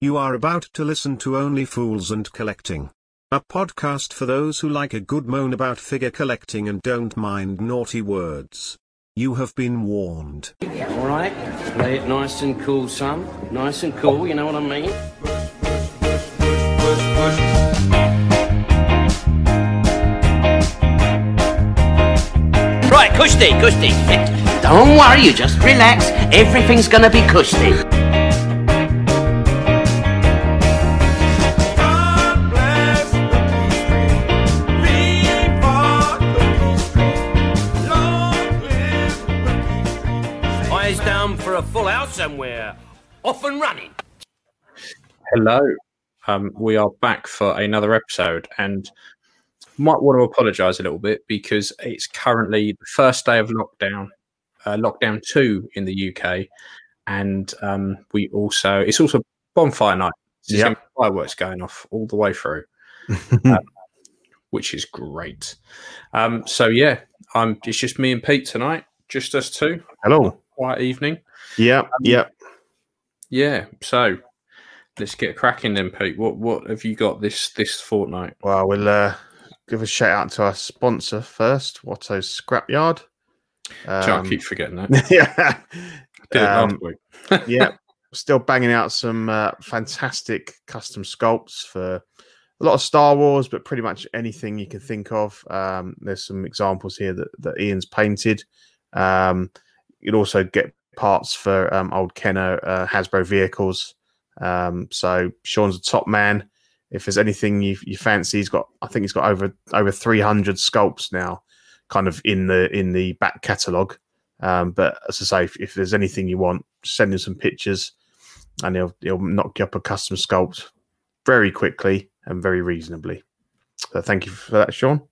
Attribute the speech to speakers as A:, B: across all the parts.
A: You are about to listen to Only Fools and Collecting. A podcast for those who like a good moan about figure collecting and don't mind naughty words. You have been warned.
B: All right, lay it nice and cool, son. Nice and cool. You know what I mean.
C: Right, Kushti, Kushti.
B: Don't worry, you just relax. Everything's gonna be cushy.
D: God bless the peace tree. We fought the peace tree. Long live the peace tree. Say
B: Eyes down for a full hour somewhere. Off and running.
E: Hello. Um, we are back for another episode and might want to apologize a little bit because it's currently the first day of lockdown, uh, lockdown two in the UK. And um, we also, it's also bonfire night. So there's gonna be Fireworks going off all the way through, um, which is great. Um, so, yeah, I'm, it's just me and Pete tonight, just us two.
F: Hello.
E: Quiet evening.
F: Yeah, yeah.
E: Yeah. So let's get cracking then, Pete. What what have you got this this fortnight?
F: Well, we'll uh, give a shout out to our sponsor first, Watto's Scrapyard.
E: Sorry, I
F: Um,
E: keep forgetting that. I
F: yeah,
E: did it last
F: um,
E: week.
F: yeah. Still banging out some uh, fantastic custom sculpts for a lot of Star Wars, but pretty much anything you can think of. Um, there's some examples here that, that Ian's painted. Um, you'd also get parts for um, old Kenner uh, Hasbro vehicles. Um, so Sean's a top man. If there's anything you, you fancy, he's got. I think he's got over over 300 sculpts now, kind of in the in the back catalogue. Um, but as I say, if, if there's anything you want, send him some pictures, and he'll he'll knock you up a custom sculpt very quickly and very reasonably. So thank you for that, Sean.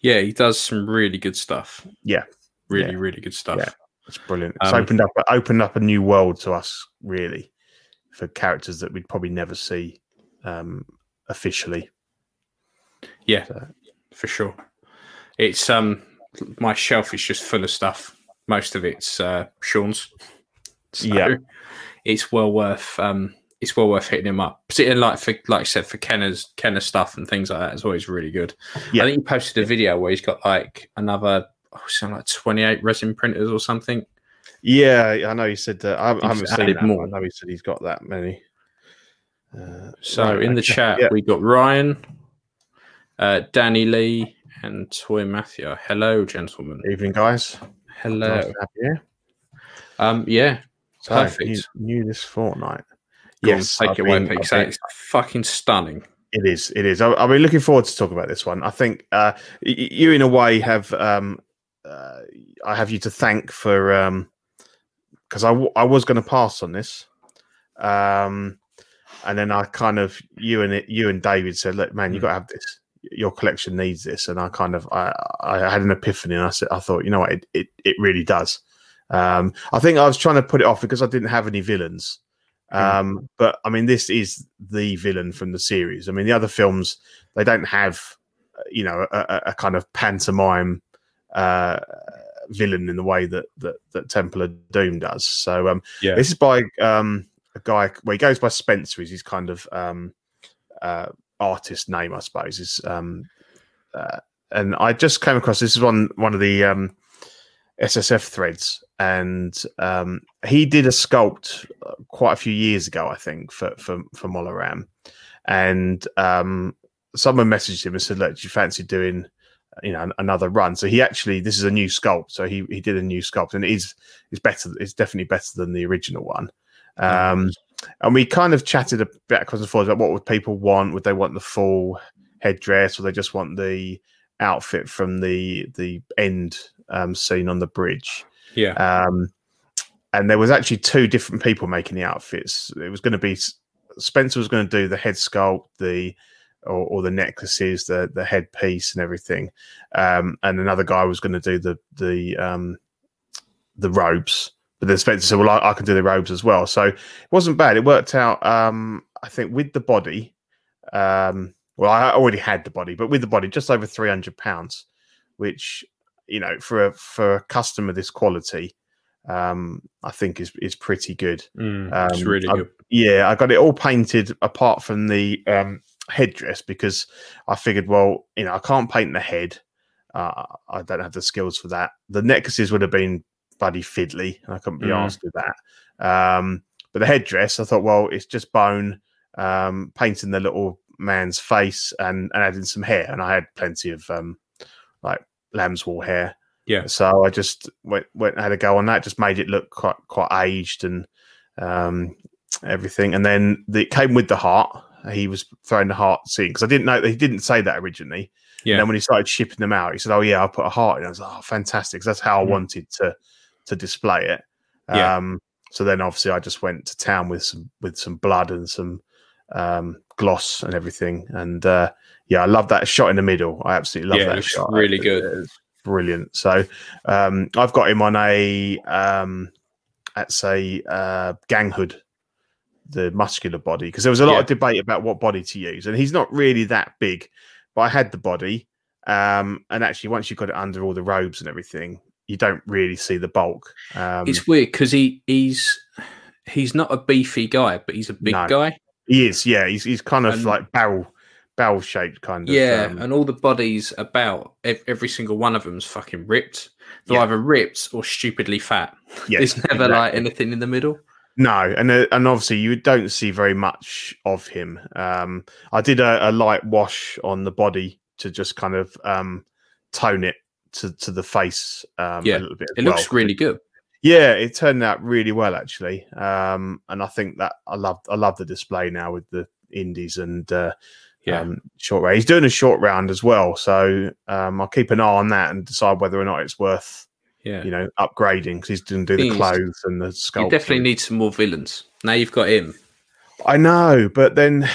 E: Yeah, he does some really good stuff.
F: Yeah.
E: Really,
F: Yeah.
E: really good stuff.
F: Yeah. It's brilliant. It's
E: Um,
F: opened up opened up a new world to us, really, for characters that we'd probably never see um, officially.
E: Yeah,
F: So-
E: for sure. It's um my shelf is just full of stuff. Most of it's uh Sean's. So
F: Yeah.
E: it's well worth um it's well worth hitting him up. Particularly like for like I said, for Kenner's Kenner stuff and things like that is always really good.
F: Yeah.
E: I think he posted a video where he's got like another oh, something like twenty eight resin printers or something.
F: Yeah, I know you said that. I, I haven't
E: He's
F: seen
E: added
F: that. but
E: more.
F: I know he said he's got that many. Uh,
E: So
F: right,
E: in the
F: okay.
E: chat
F: Yeah.
E: we got Ryan, uh, Danny Lee, and Toy Matthew. Hello, gentlemen.
F: evening, guys. Nice
E: Hello.
F: to have you.
E: Um, yeah,
F: So,
E: perfect.
F: New, new this fortnight.
E: Go on, take
F: I've
E: it away,
F: been-
E: Pete.
F: I've
E: So
F: been-
E: It's fucking stunning.
F: It is. It is. I- I'll be looking forward to talk about this one. I think uh, y- y- you, in a way, have um, uh, I have you to thank for um, because I w- I was going to pass on this, um, and then I kind of you and it, you and David said, "Look, man, you
E: Mm.
F: got to have this. Your collection needs this." And I kind of I, I had an epiphany, and I said, "I thought, you know what? It it, it really does." Um, I think I was trying to put it off because I didn't have any villains. Um, but I mean, this is the villain from the series. I mean, the other films they don't have, uh, you know, a, a- a kind of pantomime uh, villain in the way that that, that Temple of Doom does. So um,
E: Yeah.
F: this is by um, a guy. Well, he goes by Spencer. Is his kind of um, uh, artist name, I suppose. Is um, uh, and I just came across this is on one of the um, SSF threads, and um, he did a sculpt uh, quite a few years ago, I think, for for for Molaram, and um, someone messaged him and said, "Look, do you fancy doing?" You know, an- another run. So he actually, this is a new sculpt. So he he did a new sculpt, and it is it's better. It's definitely better than the original one. Um, and we kind of chatted a bit across and forth about what would people want. Would they want the full headdress, or they just want the outfit from the the end um, scene on the bridge?
E: Yeah.
F: Um, and there was actually two different people making the outfits. It was going to be Spencer was going to do the head sculpt, the or, or the necklaces, the the headpiece, and everything. Um, and another guy was going to do the the um, the robes. But then Spencer said, "Well, I, I can do the robes as well." So it wasn't bad. It worked out. Um, I think with the body. Um, well, I already had the body, but with the body, just over three hundred pounds, which you know for a for a customer this quality um i think is is pretty good
E: Mm,
F: um,
E: it's really
F: I've-
E: good.
F: Yeah, I got it all painted apart from the um, headdress because I figured, well, you know, I can't paint the head. Uh, I don't have the skills for that. The necklaces would have been bloody fiddly, and I couldn't be
E: Mm.
F: asked with that. Um, but the headdress, I thought, well, it's just bone, um, painting the little man's face and, and adding some hair. And I had plenty of um, like lamb's wool hair.
E: Yeah.
F: So I just went, went and had a go on that. Just made it look quite quite aged and um, everything. And then the, it came with the heart. He was throwing the heart scene because I didn't know he didn't say that originally.
E: Yeah.
F: And then when he started shipping them out, he said, "Oh yeah, I put a heart." in. I was like, "Oh, fantastic!" 'cause that's how I
E: Mhm.
F: wanted to to display it.
E: Yeah.
F: Um, so then obviously I just went to town with some with some blood and some um, gloss and everything. And uh, yeah, I love that shot in the middle. I absolutely love
E: Yeah, it
F: that
E: looks
F: shot.
E: really good.
F: It's brilliant. So um, I've got him on a um, at say uh, gang hood, the muscular body, because there was a lot
E: Yeah.
F: of debate about what body to use, and he's not really that big, but I had the body. Um, and actually, once you got it under all the robes and everything, you don't really see the bulk. Um,
E: it's weird because he he's he's not a beefy guy, but he's a big
F: No.
E: guy.
F: He is, yeah. He's he's kind of
E: And-
F: like barrel barrel shaped kind of.
E: Yeah,
F: um,
E: and all the bodies about ev- every single one of them's fucking ripped. They're
F: Yeah.
E: either ripped or stupidly fat.
F: yes,
E: There's never
F: exactly.
E: like anything in the middle.
F: No, and uh, and obviously you don't see very much of him. Um, I did a, a light wash on the body to just kind of um, tone it to, to the face um,
E: Yeah,
F: a little bit. as
E: It
F: well.
E: looks really good.
F: yeah, it turned out really well actually. Um, and I think that I love I love the display now with the indies and uh,
E: Yeah.
F: um, short round. He's doing a short round as well, so um, I'll keep an eye on that and decide whether or not it's worth
E: Yeah.
F: you know upgrading because he's going to do
E: Thing
F: the
E: is,
F: clothes and the sculpt.
E: You definitely
F: and-
E: need some more villains. Now you've got him.
F: I know, but then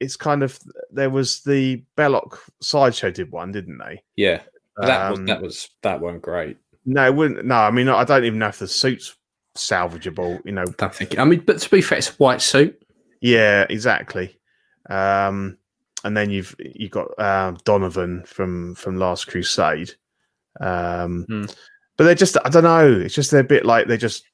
F: it's kind of there was the Belloc sideshow did one, didn't they?
E: Yeah. That was
F: Um,
E: that was that one great.
F: No, it wouldn't. No, I mean, I don't even know if the suit's salvageable. You know,
E: Don't think. I mean, but to be fair, it's a white suit.
F: yeah, exactly. Um, and then you've you've got uh, Donovan from from Last Crusade, um,
E: Hmm.
F: but they're just I don't know. It's just they're a bit like they're just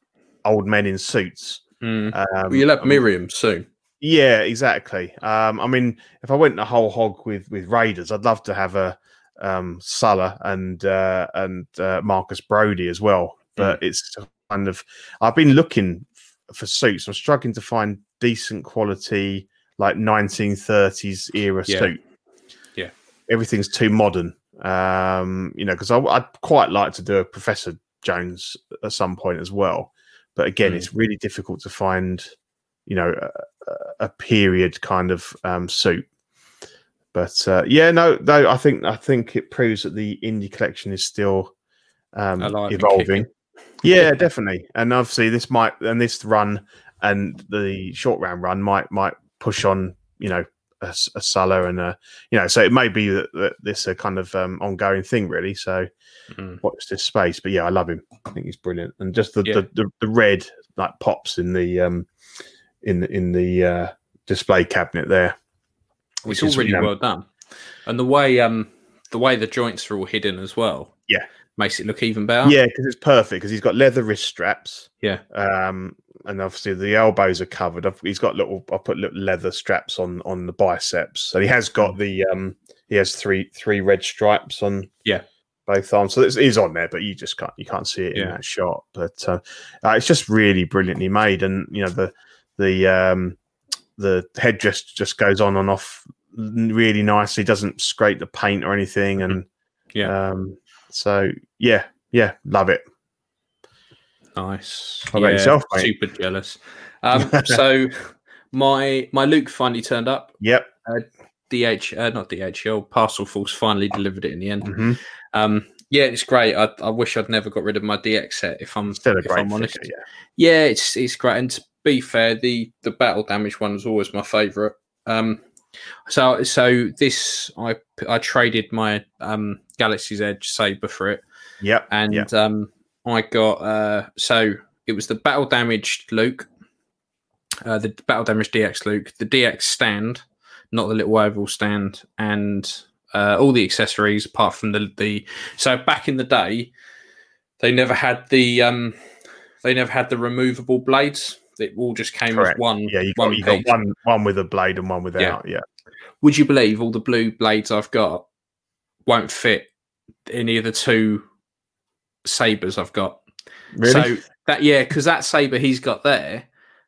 F: old men in suits. Um,
E: Well, you'll have
F: I mean-
E: Miriam soon.
F: Yeah, exactly. Um, I mean, if I went the whole hog with with Raiders, I'd love to have a um, Sulla and uh, and uh, Marcus Brody as well.
E: Hmm.
F: But it's kind of I've been looking f- for suits. I'm struggling to find decent quality like 1930s era
E: Yeah.
F: suit.
E: Yeah.
F: everything's too modern. Um, you know, because I, I'd quite like to do a Professor Jones at some point as well. But again,
E: Mm.
F: it's really difficult to find. You know, a period kind of um, suit. But uh, yeah, no, no, I think I think it proves that the indie collection is still um,
E: Alive and
F: evolving. Yeah, definitely. And obviously, this might and this run and the short round run might might push on. You know, a, s- a Salah and a you know, so it may be that, that this a kind of um, ongoing thing, really. So
E: Mm.
F: watch this space. But yeah, I love him. I think he's brilliant, and just the
E: Yeah.
F: the, the, the red like pops in the um in the in the uh, display cabinet there.
E: It's
F: which
E: all
F: is,
E: really
F: you know,
E: well done. And the way um the way the joints are all hidden as well.
F: Yeah.
E: Makes it look even better.
F: Yeah, because it's perfect because he's got leather wrist straps.
E: Yeah.
F: Um, and obviously the elbows are covered. I've, he's got little. I put little leather straps on on the biceps, and he has got the um. He has three three red stripes on.
E: Yeah.
F: Both arms, so this is on there, but you just can't you can't see it in
E: Yeah.
F: that shot. But uh, uh, it's just really brilliantly made, and you know the the um the headdress just goes on and off really nicely. Doesn't scrape the paint or anything, and
E: Mm-hmm. Yeah.
F: um, so yeah, yeah, love it.
E: Nice.
F: How about yourself, mate?
E: Super jealous. Um, so my my Luke finally turned up.
F: Yep.
E: DH, uh, not DHL, Parcel Force finally delivered it in the end.
F: Mm-hmm.
E: Um, yeah, it's great. I, I wish I'd never got rid of my DX set. If I'm
F: Still a
E: if
F: great
E: I'm honest,
F: figure,
E: yeah, it's it's great. And to be fair, the the battle damage one was always my favourite. Um, so so this I I traded my um Galaxy's Edge saber for it,
F: yeah. Yep.
E: and
F: yep.
E: um I got uh so it was the battle damaged Luke, uh, the battle damaged DX Luke, the DX stand, not the little oval stand, and uh, all the accessories apart from the the. So back in the day, they never had the um, they never had the removable blades. It all just came
F: Correct.
E: as one.
F: Yeah, you
E: one
F: got, you got
E: piece.
F: one one with a blade and one without. Yeah,
E: Would you believe all the blue blades I've got won't fit any of the two sabers I've got? So that yeah, because that saber he's got there,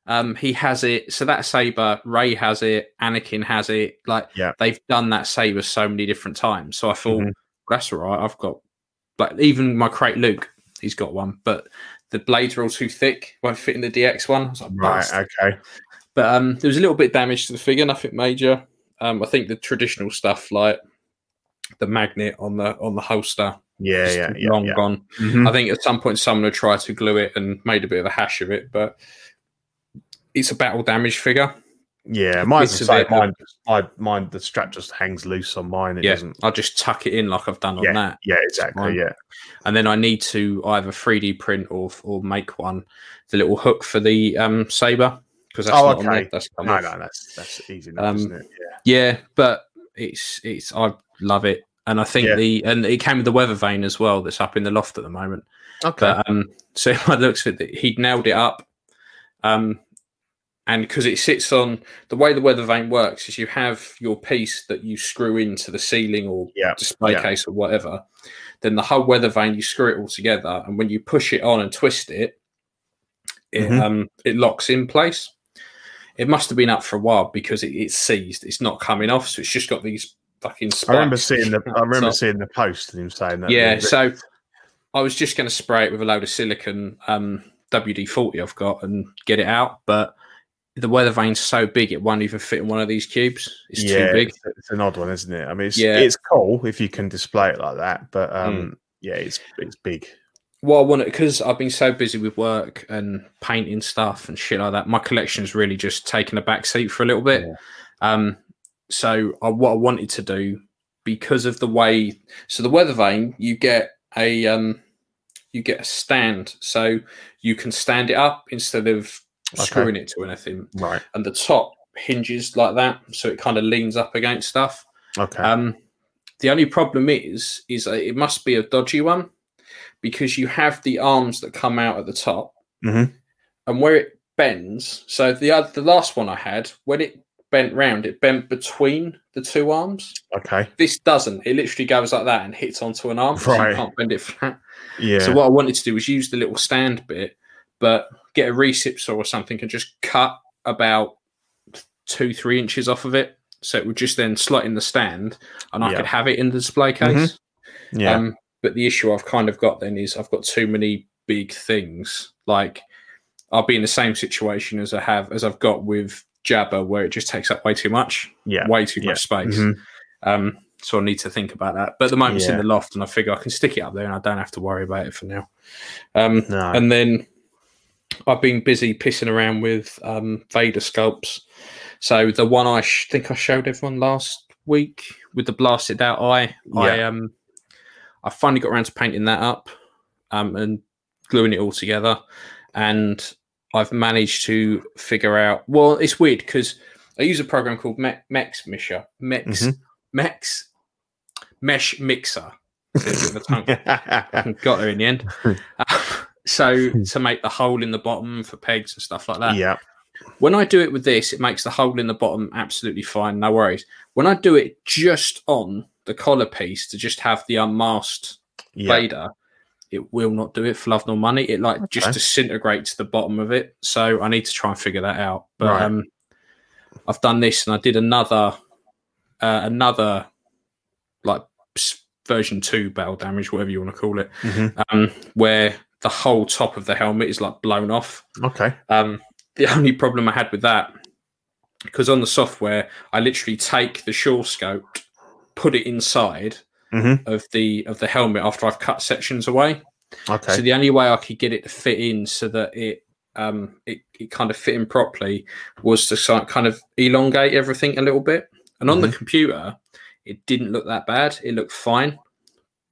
E: um, he has it. So that saber, Ray has it, Anakin has it. Like
F: Yeah.
E: they've done that saber so many different times. So I thought
F: Mhm.
E: that's all right. I've got like even my crate Luke, he's got one, but the blades are all too thick, won't fit in the DX one. I was like,
F: right,
E: "Bastard."
F: okay,
E: But um, there was a little bit damage to the figure, nothing major. Um, I think the traditional stuff like the magnet on the on the holster,
F: yeah,
E: just
F: yeah, yeah,
E: long
F: yeah.
E: gone.
F: Mhm.
E: I think at some point someone had tried to glue it and made a bit of a hash of it, but it's a battle damage figure.
F: yeah. Mine's
E: bits
F: the
E: of
F: same.
E: it-
F: Mine, I, mine, the strap just hangs loose on mine. It
E: yeah,
F: doesn't.
E: I'll just tuck it in like I've done on that,
F: Yeah, exactly.
E: fine.
F: Yeah,
E: and then I need to either 3D print or or make one the little hook for the um, saber because that's
F: Oh,
E: not on
F: okay.
E: there. That's come
F: no,
E: off.
F: no, that's that's easy enough,
E: Um,
F: isn't it? Yeah,
E: Yeah, but it's it's I love it, and I think
F: Yeah.
E: the and it came with the weather vane as well that's up in the loft at the moment.
F: okay.
E: But um, so by the looks of it, he'd nailed it up. Um, and because it sits on the way the weather vane works is you have your piece that you screw into the ceiling or
F: Yeah,
E: display
F: yeah.
E: case or whatever. Then the whole weather vane, you screw it all together, and when you push it on and twist it, it
F: Mhm.
E: um it locks in place. It must have been up for a while because it, it's seized. It's not coming off, so it's just got these fucking. Spikes
F: I remember seeing the I remember
E: So-
F: seeing the post and him saying that.
E: yeah,
F: But-
E: so I was just going to spray it with a load of silicon um, WD forty I've got and get it out, but the weather vane's so big it won't even fit in one of these cubes. It's too big.
F: It's, it's an odd one, isn't it? I mean, it's
E: Yeah. Mm.
F: it's cool if you can display it like that, but um, yeah, it's it's big.
E: Well, I want it because I've been so busy with work and painting stuff and shit like that. My collection's really just taken a back seat for a little bit. Um, so I, what I wanted to do because of the way, so the weather vane, you get a um, you get a stand, so you can stand it up instead of
F: Okay.
E: screwing it to anything,
F: Right.
E: and the top hinges like that, so it kind of leans up against stuff.
F: Okay.
E: Um, the only problem is, is that it must be a dodgy one because you have the arms that come out at the top,
F: Mhm.
E: and where it bends. So the oth- the last one I had, when it bent round, it bent between the two arms.
F: okay.
E: This doesn't. It literally goes like that and hits onto an arm. so
F: Right.
E: you can't bend it flat.
F: Yeah.
E: So what I wanted to do was use the little stand bit, but get a recip saw or something and just cut about two, three inches off of it. So it would just then slot in the stand and I
F: Yeah. Mm-hmm.
E: could have it in the display case.
F: yeah.
E: Um, but the issue I've kind of got then is I've got too many big things. Like I'll be in the same situation as I have as I've got with Jabba, where it just takes up way too much,
F: yeah.
E: way too
F: Yeah.
E: much space.
F: Mhm.
E: Um, so I need to think about that. But at the moment it's in
F: Yeah.
E: the loft, and I figure I can stick it up there, and I don't have to worry about it for now. Um,
F: No.
E: And then I've been busy pissing around with um, Vader sculpts. So the one I sh- think I showed everyone last week with the blasted out eye, I um, I finally got around to painting that up um, and gluing it all together, and I've managed to figure out. Well, it's weird because I use a program called Me- Mex Misher Mex
F: Mhm.
E: Mex Mesh Mixer. Bit of a tongue got her in the end. Uh, so to make the hole in the bottom for pegs and stuff like that.
F: yeah.
E: When I do it with this, it makes the hole in the bottom absolutely fine, no worries. When I do it just on the collar piece to just have the unmasked
F: Yeah.
E: blader, it will not do it for love nor money. It like just
F: Okay.
E: disintegrates the bottom of it. So I need to try and figure that out. But
F: Right.
E: um, I've done this and I did another uh, another like s- version two battle damage, whatever you want to call it
F: Mhm.
E: um, where the whole top of the helmet is like blown off.
F: Okay.
E: Um, the only problem I had with that, because on the software, I literally take the shore scope, put it inside
F: Mhm.
E: of the of the helmet after I've cut sections away.
F: Okay.
E: So the only way I could get it to fit in so that it um, it, it kind of fit in properly was to sort kind of elongate everything a little bit. And
F: Mm-hmm.
E: on the computer, it didn't look that bad. It looked fine.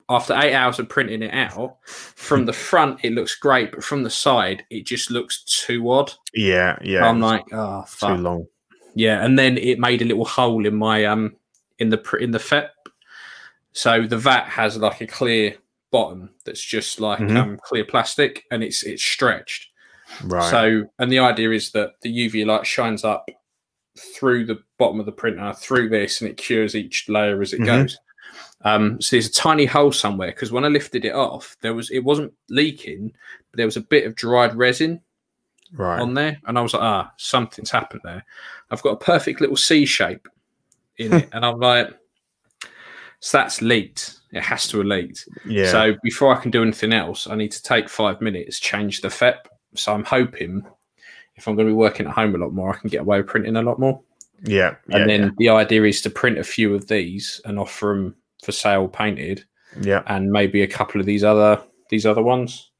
E: After eight hours of printing it out, from
F: Hmm.
E: the front it looks great, but from the side it just looks too odd.
F: yeah. Yeah.
E: I'm like, oh
F: too
E: fuck,
F: long.
E: yeah. And then it made a little hole in my um in the pr- in the FEP. So the vat has like a clear bottom that's just like
F: Mhm.
E: um clear plastic, and it's it's stretched.
F: Right.
E: So, and the idea is that the UV light shines up through the bottom of the printer, through this, and it cures each layer as it
F: Mhm.
E: goes. Um, so there's a tiny hole somewhere because when I lifted it off, there was it wasn't leaking, but there was a bit of dried resin
F: right.
E: on there, and I was like, ah, something's happened there. I've got a perfect little C shape in it, and I'm like, so that's leaked. It has to have leaked.
F: yeah.
E: So before I can do anything else, I need to take five minutes, change the FEP. So I'm hoping if I'm going to be working at home a lot more, I can get away with printing a lot more.
F: yeah. Yeah.
E: and then the idea is to print a few of these and offer them for sale painted,
F: yeah.
E: and maybe a couple of these other these other ones.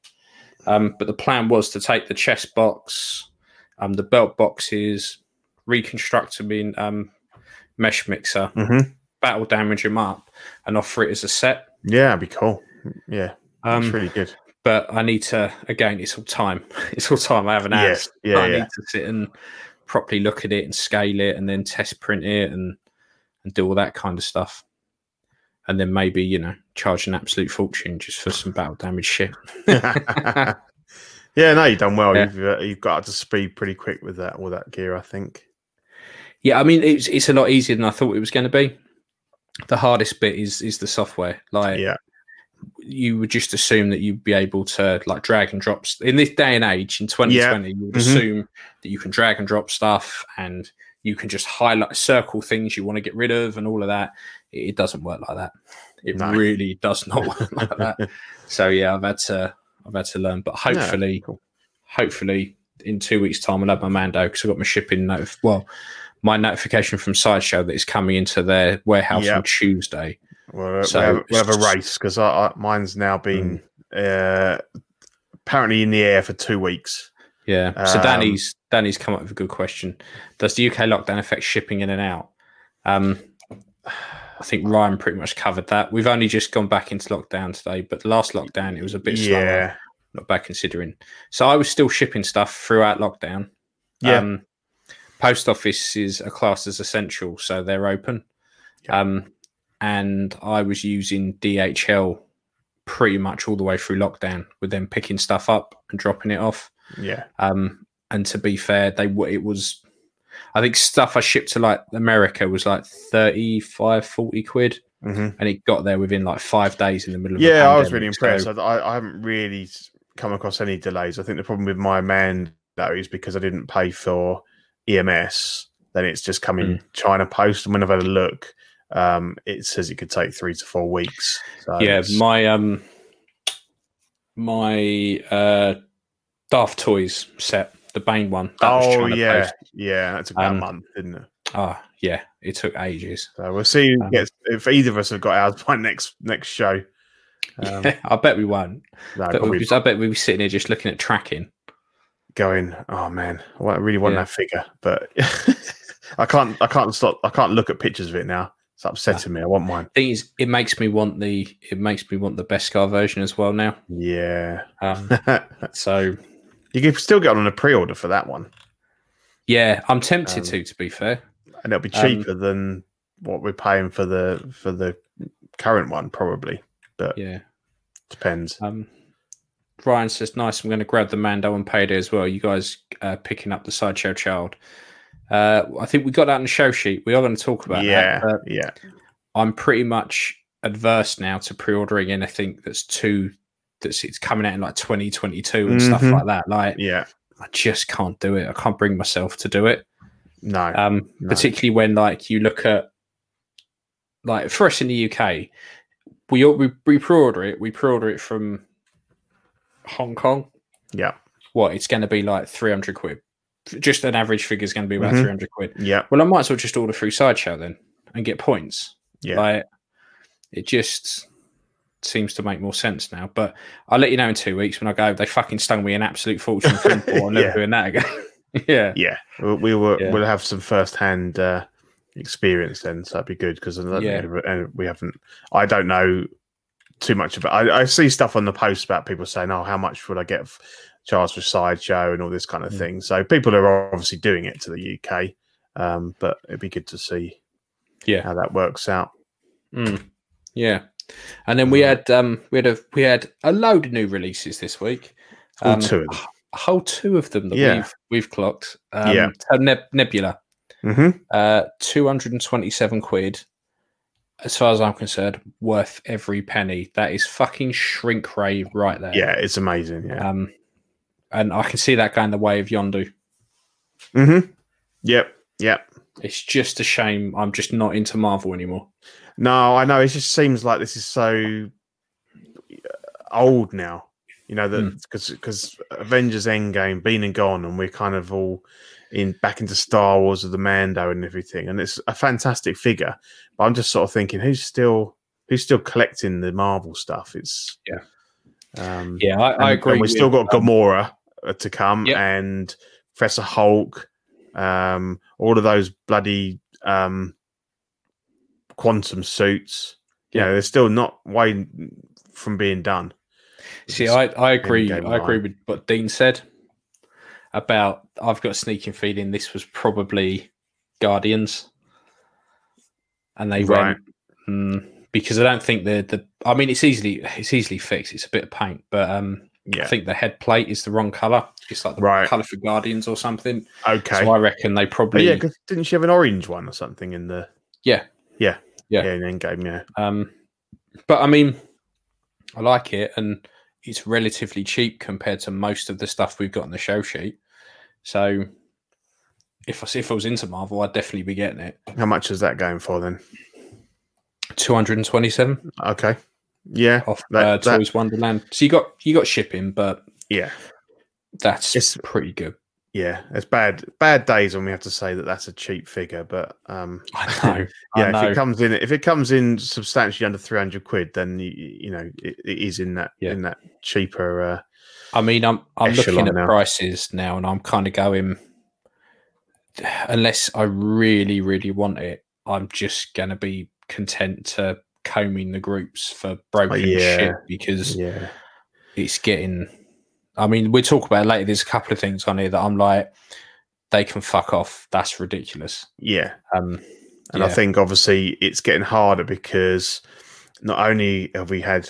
E: Um, but the plan was to take the chest box, um, the belt boxes, reconstruct them in um, mesh mixer,
F: hmm
E: battle damage them up, and offer it as a set.
F: Yeah. It'd be cool. Yeah.
E: Um,
F: it's really good.
E: but I need to again. It's all time. It's all time. I haven't
F: Yes.
E: asked.
F: Yeah.
E: I
F: yeah.
E: need to sit and properly look at it and scale it, and then test print it and and do all that kind of stuff. And then maybe you know charge an absolute fortune just for some battle damage shit.
F: yeah, no, you've done well.
E: Yeah.
F: You've uh, you've got up to speed pretty quick with that all that gear, I think.
E: Yeah, I mean it's it's a lot easier than I thought it was going to be. The hardest bit is is the software. Like
F: Yeah,
E: you would just assume that you'd be able to like drag and drop st- in this day and age in 2020 you would
F: Mhm.
E: assume that you can drag and drop stuff and you can just highlight circle things you want to get rid of and all of that it, it doesn't work like that it
F: No.
E: really does not work like that so yeah i've had to i've had to learn but hopefully
F: cool.
E: hopefully in two weeks time i'll have my mando because i've got my shipping notif- well my notification from sideshow that is coming into their warehouse
F: Yeah.
E: on tuesday
F: well, uh,
E: So- Hmm.
F: we'll, have, we'll have a race because I, I, mine's now been uh, apparently in the air for two weeks.
E: Yeah. So
F: Um,
E: Danny's Danny's come up with a good question. Does the UK lockdown affect shipping in and out? Um, I think Ryan pretty much covered that. We've only just gone back into lockdown today, but last lockdown it was a bit slower.
F: yeah,
E: Not bad considering. So I was still shipping stuff throughout lockdown.
F: Yeah.
E: Um, post offices are classed as essential, so they're open.
F: Yeah.
E: Um, and I was using DHL pretty much all the way through lockdown, with them picking stuff up and dropping it off.
F: yeah,
E: Um, and to be fair, they w- it was, I think stuff I shipped to like America was like 35, 40 quid,
F: hmm
E: and it got there within like five days in the middle of a
F: yeah. I was
E: pandemic.
F: really impressed.
E: So,
F: I, I, I haven't really s- come across any delays. I think the problem with my man though is because I didn't pay for EMS, then it's just come in
E: Hmm.
F: China Post, and when I've had a look. Um, it says it could take three to four weeks. So
E: yeah,
F: it's-
E: my um, my uh, Daft Toys set, the Bane one. That was
F: oh
E: trying to
F: yeah,
E: post.
F: yeah. That took about
E: Um,
F: a month, didn't it?
E: Ah, yeah, it took ages.
F: So we'll see who
E: um,
F: gets, if either of us have got ours by next next show. Um,
E: Yeah, I bet we won't.
F: no,
E: but we'll
F: probably
E: be, I bet we'll be sitting here just looking at tracking.
F: going. Oh man, I wa- I really want
E: Yeah.
F: that figure, but I can't. I can't stop. I can't look at pictures of it now. It's upsetting me. I want mine.
E: Thing is, it makes me want the it makes me want the Beskar version as well now.
F: Yeah,
E: Um,
F: you
E: so
F: can still get on a pre-order for that one,
E: Yeah, I'm tempted
F: Um,
E: to. To be fair,
F: and it'll be
E: Um,
F: cheaper than what we're paying for the for the current one. Probably
E: yeah.
F: depends.
E: Um, Ryan says, "Nice. I'm going to grab the Mando and payday as well. You guys uh, picking up the sideshow child? Uh, I think we got that in the show sheet. We are going to talk about
F: yeah,
E: that. but
F: yeah,
E: I'm pretty much adverse now to pre-ordering anything that's too that's it's coming out in like 2022 and stuff
F: Mhm.
E: like that. Like
F: yeah.
E: I just can't do it. I can't bring myself to do it.
F: No,
E: um,
F: No.
E: particularly when like you look at like for us in the UK, we all- we, we pre-order it. We pre-order it from Hong Kong.
F: Yeah.
E: what it's going to be like three hundred quid. Just an average figure is going to be about
F: Mhm.
E: hundred quid.
F: yeah.
E: Well, I might as well just order through Sideshow then and get points.
F: Yeah.
E: Like, it just seems to make more sense now. But I'll let you know in two weeks when I go. They fucking stung me an absolute fortune. for import. I'm never
F: Yeah.
E: doing that again. yeah.
F: yeah we, we will
E: Yeah.
F: we'll have some first-hand uh, experience then so that'd be good because
E: Yeah.
F: we haven't i don't know too much about I, I see stuff on the post about people saying oh how much would i get f- charged for sideshow and all this kind of
E: Mm.
F: thing so people are obviously doing it to the uk um, but it'd be good to see
E: Yeah.
F: how that works out
E: Mm. Yeah, and then we
F: Mm.
E: had um we had a we had a load of new releases this week.
F: All two of them.
E: I a whole two of them that
F: Yeah.
E: we've we've clocked. Um,
F: Yeah.
E: so Neb- Nebula,
F: Mm-hmm.
E: uh, two hundred and twenty-seven quid. As far as I'm concerned, worth every penny. That is fucking shrink ray right there.
F: Yeah, it's amazing. Yeah.
E: Um, and I can see that going the way of Yondu.
F: Mm-hmm. Yep. Yep.
E: It's just a shame I'm just not into Marvel anymore.
F: No, I know. It just seems like this is so uh, old now. You know that because because Avengers Endgame been and gone, and we're kind of all in back into Star Wars with the Mando and everything, and it's a fantastic figure. But I'm just sort of thinking, who's still who's still collecting the Marvel stuff? It's
E: Yeah.
F: um,
E: Yeah, I,
F: and-
E: I agree.
F: And we've
E: with-
F: still got Gamora uh, to come
E: Yep.
F: and Professor Hulk, um, all of those bloody um, quantum suits. You know, they're still not way from being done.
E: See, I, I agree.
F: Endgame
E: I agree
F: line.
E: with what Dean said about. I've got a sneaking feeling this was probably Guardians, and they
F: Right.
E: went "Hmm," because I don't think the the. I mean, it's easily it's easily fixed. It's a bit of paint, but um, I
F: Yeah.
E: think the head plate is the wrong color. It's like the
F: Right.
E: color for Guardians or something.
F: Okay.
E: So I reckon they
F: But
E: probably
F: yeah, 'cause didn't she have an orange one or something in the?
E: Yeah.
F: Yeah.
E: Yeah.
F: Yeah. In Endgame. Yeah.
E: Um, but I mean, I like it, and it's relatively cheap compared to most of the stuff we've got on the show sheet. So, if I if I was into Marvel, I'd definitely be getting it.
F: How much is that going for then?
E: Two hundred and twenty-seven
F: Okay. Yeah.
E: off
F: That-
E: uh,
F: that-
E: Toys Wonderland. So you got you got shipping, but
F: Yeah.
E: that's
F: It's-
E: pretty good.
F: Yeah. It's bad. Bad days when we have to say that that's a cheap figure, but um,
E: I know.
F: yeah,
E: I
F: if
E: know.
F: it comes in, if it comes in substantially under three hundred quid, then you, you know it, it is in that
E: Yeah.
F: in that cheaper. Uh,
E: I mean, I'm I'm looking
F: Echelon
E: at
F: now.
E: prices now, and I'm kind of going. Unless I really, really want it, I'm just gonna be content to combing the groups for broken
F: yeah.
E: shit because
F: yeah,
E: it's getting. I mean, we'll talk about it later. There's a couple of things on here that I'm like, they can fuck off. That's ridiculous.
F: yeah,
E: Um,
F: and I
E: Yeah.
F: think obviously it's getting harder because not only have we had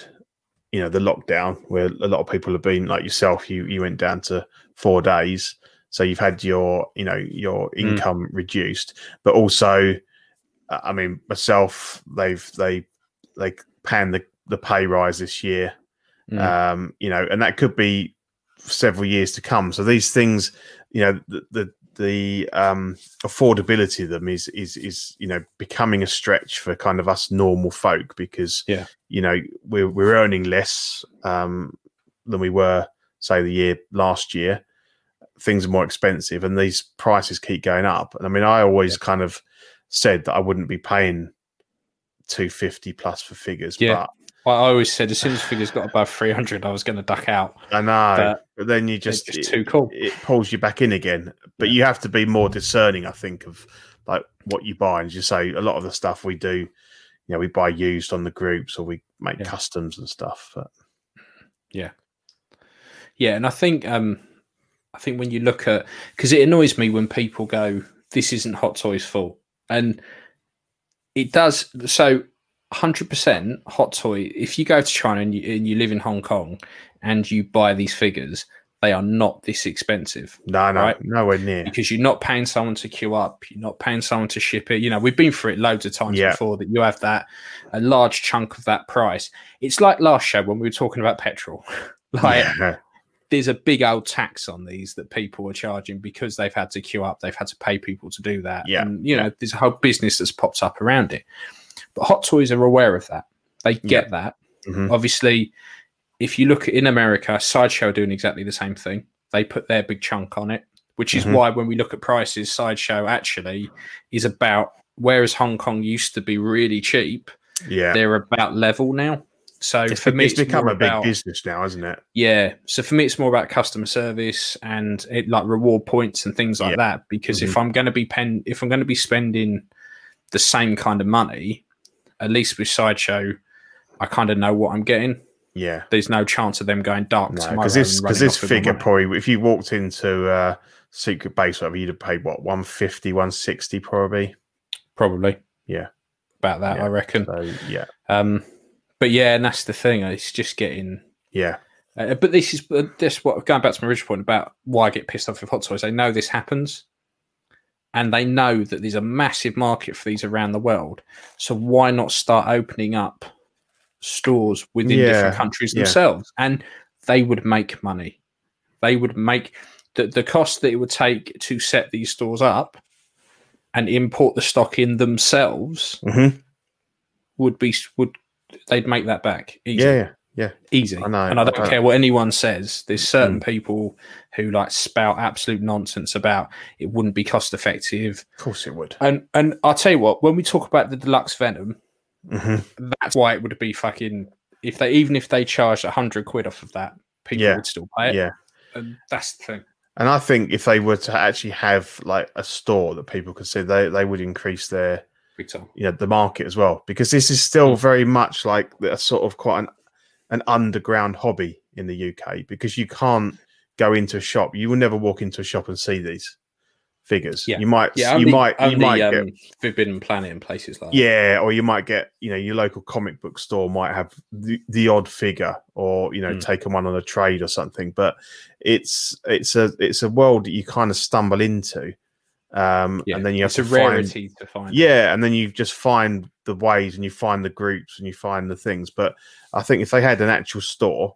F: you know the lockdown where a lot of people have been like yourself, you you went down to four days, so you've had your you know your
E: Mm.
F: income reduced, but also, uh, I mean myself, they've they they panned the the pay rise this year.
E: mm,
F: um, you know, and that could be several years to come. So these things, you know, the the, the um, affordability of them is is is you know becoming a stretch for kind of us normal folk because
E: Yeah.
F: you know we're we're earning less um, than we were say the year last year. Things are more expensive, and these prices keep going up. And I mean, I always kind of said that I wouldn't be paying two fifty plus for figures,
E: Yeah. I
F: but
E: I always said as soon as figures got above 300, I was going to duck out.
F: I know,
E: But
F: but, then you
E: They're
F: just,
E: just
F: it,
E: too cool.
F: it pulls you back in again. But you have to be more discerning, I think, of like what you buy. And as you say, a lot of the stuff we do, you know, we buy used on the groups or we make
E: Yeah.
F: customs and stuff. But
E: Yeah, and I think um, I think when you look at because it annoys me when people go, "This isn't Hot Toys' fault," and it does. So, hundred percent Hot Toy. If you go to China and you, and you live in Hong Kong and you buy these figures, they are not this expensive
F: no, no,
E: Right.
F: nowhere near.
E: because you're not paying someone to queue up, you're not paying someone to ship it. You know, we've been through it loads of times
F: Yeah.
E: before that you have that a large chunk of that price. It's like last show when we were talking about petrol, like
F: Yeah.
E: there's a big old tax on these that people are charging because they've had to queue up, they've had to pay people to do that.
F: Yeah.
E: And, you know, there's a whole business that's popped up around it. But Hot Toys are aware of that. They get that.
F: Mhm.
E: Obviously, if you look at in America, Sideshow are doing exactly the same thing. They put their big chunk on it, which is
F: Mhm.
E: why when we look at prices, Sideshow actually is about whereas Hong Kong used to be really cheap,
F: yeah.
E: they're about level now. So
F: It's,
E: for me,
F: it's become
E: more
F: a big
E: about-
F: business now, isn't it?
E: yeah. So for me, it's more about customer service and it like reward points and things like
F: Yeah. Mm-hmm.
E: that. Because if I'm going to be pen, if I'm going to be spending the same kind of money, at least with sideshow, I kind of know what I'm getting.
F: Yeah.
E: There's no chance of them going dark
F: No,
E: tomorrow.
F: because this
E: and
F: because
E: running
F: this
E: off with my
F: figure
E: money.
F: probably, if you walked into uh, Secret Base, whatever, you'd have paid what 150, 160 probably.
E: probably,
F: Yeah.
E: about that
F: Yeah.
E: I reckon.
F: So yeah,
E: Um, but yeah, and that's the thing. It's just getting
F: yeah.
E: Uh, but this is uh, this what going back to my original point about why I get pissed off with hot toys. They know this happens, and they know that there's a massive market for these around the world. So why not start opening up stores within different
F: Yeah,
E: countries
F: yeah.
E: themselves? And they would make money. They would make the the cost that it would take to set these stores up and import the stock in themselves
F: Mhm.
E: would be would they'd make that back easily
F: Yeah, yeah.
E: easy.
F: I know,
E: and I don't
F: I know. Hmm.
E: care what anyone says. There's certain people who like spout absolute nonsense about it wouldn't be cost effective.
F: Of course it would.
E: And and I'll tell you what, when we talk about the deluxe venom,
F: Mhm.
E: that's why it would be fucking if they even if they charged hundred quid off of that, people
F: Yeah.
E: would still pay it.
F: Yeah.
E: And that's the thing.
F: And I think if they were to actually have like a store that people could see, they, they would increase their
E: Big time.
F: you know the market as well because this is still very much like a sort of quite an, an underground hobby in the UK because you can't go into a shop you will never walk into a shop and see these figures
E: Yeah.
F: you might
E: Yeah,
F: you
E: only,
F: might
E: only,
F: you might
E: um,
F: get
E: Forbidden Planet and places like that.
F: yeah or you might get you know your local comic book store might have the, the odd figure or you know
E: Mm.
F: taken one on a trade or something but it's it's a it's a world that you kind of stumble into um
E: Yeah,
F: and then you have
E: it's
F: to
E: a
F: find
E: rarity to find.
F: yeah and then you just find the ways and you find the groups and you find the things but i think if they had an actual store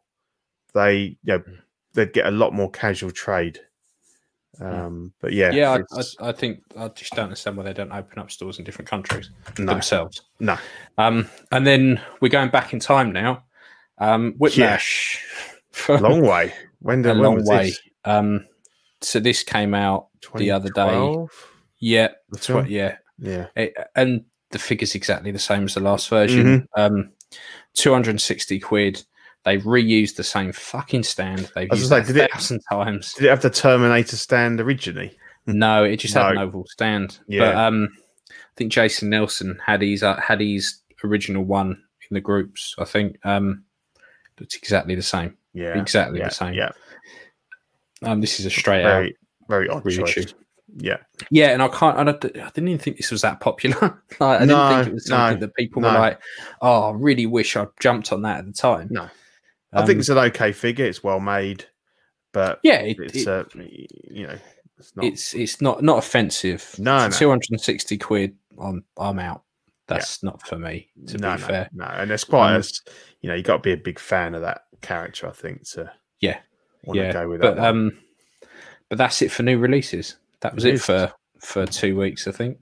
F: they you know
E: Hmm.
F: they'd get a lot more casual trade um but yeah
E: Hmm. yeah, I,
F: it's-
E: I, I think I just don't understand why they don't open up stores in different countries
F: No.
E: themselves.
F: no
E: Um, and then we're going back in time now. Um, Whiplash,
F: long way when
E: a
F: did
E: long
F: long was
E: way.
F: way
E: Um, so this came out the other day. Yeah,
F: the
E: that's what.
F: film?
E: Yeah,
F: yeah
E: It- and the figure's exactly the same as the last version.
F: Mm-hmm.
E: Um, Two hundred and sixty quid. They've reused the same fucking stand. They've
F: I was
E: used
F: like,
E: it
F: did
E: a
F: it-
E: thousand times.
F: did it have the terminator stand originally
E: No, it just had an
F: No.
E: oval stand. But
F: Yeah.
E: um, I think Jason Nelson had his uh, had his original one in the groups. I think um, it's exactly the same.
F: yeah
E: Exactly
F: yeah,
E: the same.
F: yeah
E: Um, this is a straight out
F: very very odd
E: reissue.
F: choice yeah
E: Yeah, and I can't. I, don't, I didn't even think this was that popular. like, I didn't
F: No,
E: think it was something
F: no,
E: that people were
F: no.
E: like, "Oh, I really wish I jumped on that at the time." Um,
F: No. i think it's an okay figure it's well made but
E: yeah, it,
F: it's
E: it-
F: uh you know it's not
E: it's it's not not offensive.
F: No, no.
E: two hundred and sixty quid. I'm I'm out. That's not for me. To
F: no,
E: be
F: no,
E: fair,
F: No, and it's quite
E: Um,
F: a s- you know, you gotta be a big fan of that character, I think, to
E: Yeah.
F: want to go with
E: but
F: that. one.
E: um, but that's it for new releases. That was it
F: Releases.
E: for for two weeks, I think.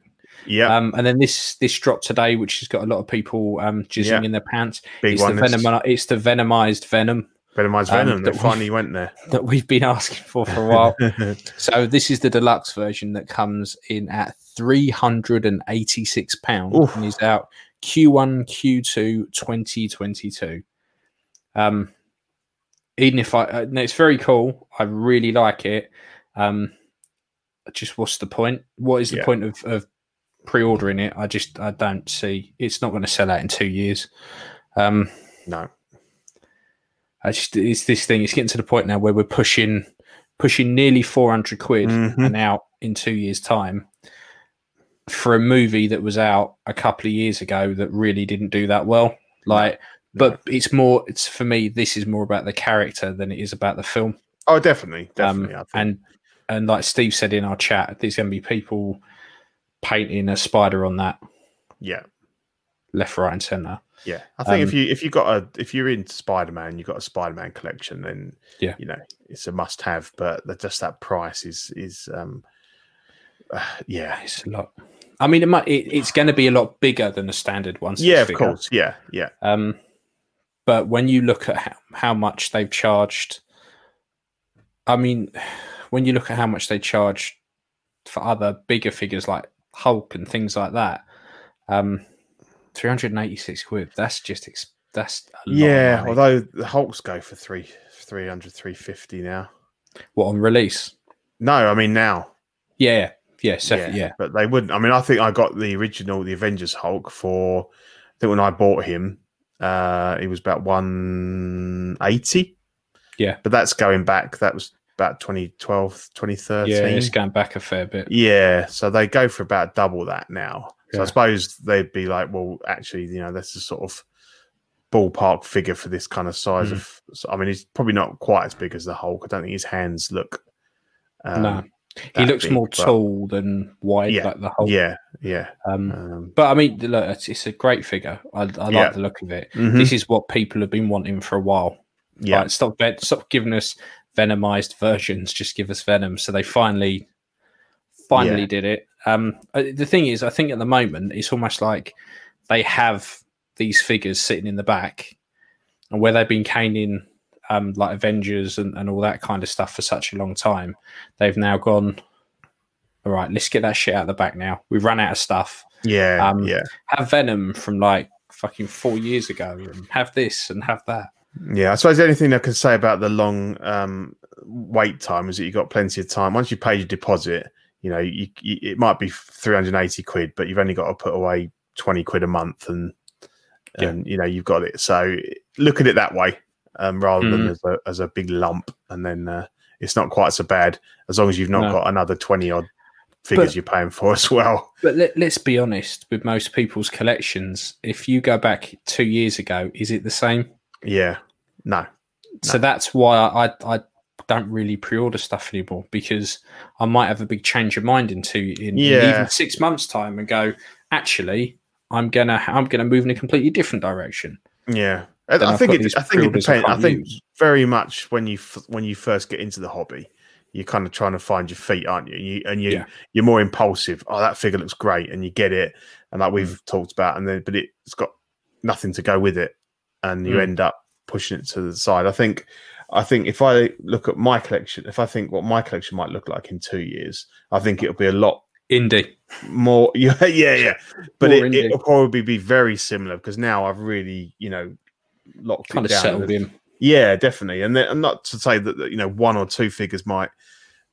F: yeah,
E: Um, and then this this dropped today, which has got a lot of people um jizzing
F: Yeah.
E: in their pants.
F: big
E: it's the
F: one. this-
E: venom. It's the venomized venom
F: Venomized
E: um,
F: Venom
E: that
F: that
E: we-
F: finally went there.
E: that we've been asking for for a while. so this is the deluxe version that comes in at three hundred and eighty six pound
F: Oof.
E: and is out Q one Q two 2022. Um, even if I, uh, no, it's very cool. I really like it. Um, just what's the point? What is the
F: Yeah.
E: point of, of pre-ordering it? I just I don't see. It's not going to sell out in two years. Um,
F: no.
E: I just it's this thing. It's getting to the point now where we're pushing pushing nearly four hundred quid
F: Mhm.
E: and out in two years' time for a movie that was out a couple of years ago that really didn't do that well. Like, but it's more. It's for me. This is more about the character than it is about the film.
F: Oh definitely,
E: Um,
F: definitely. I think.
E: and and like Steve said in our chat, there's going to be people painting a spider on that
F: yeah.
E: left, right, and center.
F: Yeah. I think if
E: um,
F: you if you got a if you're into Spider Man, you've got a Spider Man collection, then
E: Yeah.
F: you know, it's a must have, but the, just that price is is um uh, yeah.
E: It's a lot. I mean, it might. It, it's going to be a lot bigger than the standard one.
F: Yeah, of course. Yeah, yeah.
E: Um, but when you look at how, how much they've charged, I mean, when you look at how much they charge for other bigger figures like Hulk and things like that, um, three hundred and eighty-six quid. That's just ex- that's a lot of
F: Yeah.
E: money.
F: Although the Hulks go for three 300, 350 now.
E: what on release?
F: No, I mean now.
E: Yeah, yeah, sef- yeah,
F: But they wouldn't. I mean, I think I got the original, the Avengers Hulk for. I think when I bought him, uh, it was about one eighty.
E: Yeah.
F: but that's going back. That was about 2012,
E: yeah.
F: 2013.
E: it's going back a fair bit.
F: Yeah, so they go for about double that now. So
E: Yeah.
F: I suppose they'd be like, well, actually, you know, this is sort of ballpark figure for this kind of
E: Hmm.
F: size of. so, I mean, he's probably not quite as big as the Hulk. I don't think his hands look. Um,
E: no, he
F: that
E: looks
F: big,
E: more
F: but-
E: tall than wide,
F: Yeah,
E: like the whole.
F: Yeah, yeah.
E: Oh. Um,
F: Um,
E: But I mean, look, it's, it's a great figure. I, I like
F: Yeah.
E: the look of it.
F: mhm,
E: This is what people have been wanting for a while.
F: yeah,
E: Like, stop, ven- stop giving us venomized versions. Just give us venom. So they finally, finally
F: Yeah.
E: did it. Um, uh, the thing is, I think at the moment it's almost like they have these figures sitting in the back, and where they've been caning um, like Avengers and, and all that kind of stuff for such a long time, they've now gone. All right, let's get that shit out of the back now. We've run out of stuff
F: yeah,
E: um,
F: yeah,
E: have Venom from like fucking four years ago and have this and have that.
F: yeah. I suppose the only thing I can say about the long um, wait time is that you got plenty of time. Once you pay your deposit, you know, you, you, it might be three hundred and eighty quid, but you've only got to put away twenty quid a month, and
E: Yeah.
F: and you know you've got it. So look at it that way, um, rather than
E: Mhm.
F: as a as a big lump, and then uh, it's not quite so bad as long as you've not
E: No.
F: got another twenty odd figures
E: But-
F: you're paying for as well.
E: But let, let's be honest with most people's collections, if you go back two years ago, is it the same?
F: Yeah, no,
E: So that's why I, I don't really pre order stuff anymore because I might have a big change of mind in two in, in
F: Yeah.
E: even six months' time and go, actually, I'm gonna I'm gonna move in a completely different direction.
F: Yeah, I,
E: Then
F: I
E: I've
F: think
E: got
F: it.
E: these
F: I think it
E: pre-orders I
F: depends. I
E: can't
F: think
E: use.
F: very much when you f- when you first get into the hobby, you're kind of trying to find your feet, aren't you? you and you
E: Yeah.
F: you're more impulsive. Oh, that figure looks great, and you get it, and like
E: Mm.
F: we've talked about, and then but it's got nothing to go with it, and you
E: Mm.
F: end up pushing it to the side. I think. I think if I look at my collection, if I think what my collection might look like in two years, I think it'll be a lot
E: Indie.
F: more yeah yeah yeah but
E: More
F: it,
E: indie.
F: it'll probably be very similar because now i've really you know locked
E: Kind
F: it
E: of
F: down
E: settled in.
F: yeah definitely and then, and not to say that that, you know one or two figures might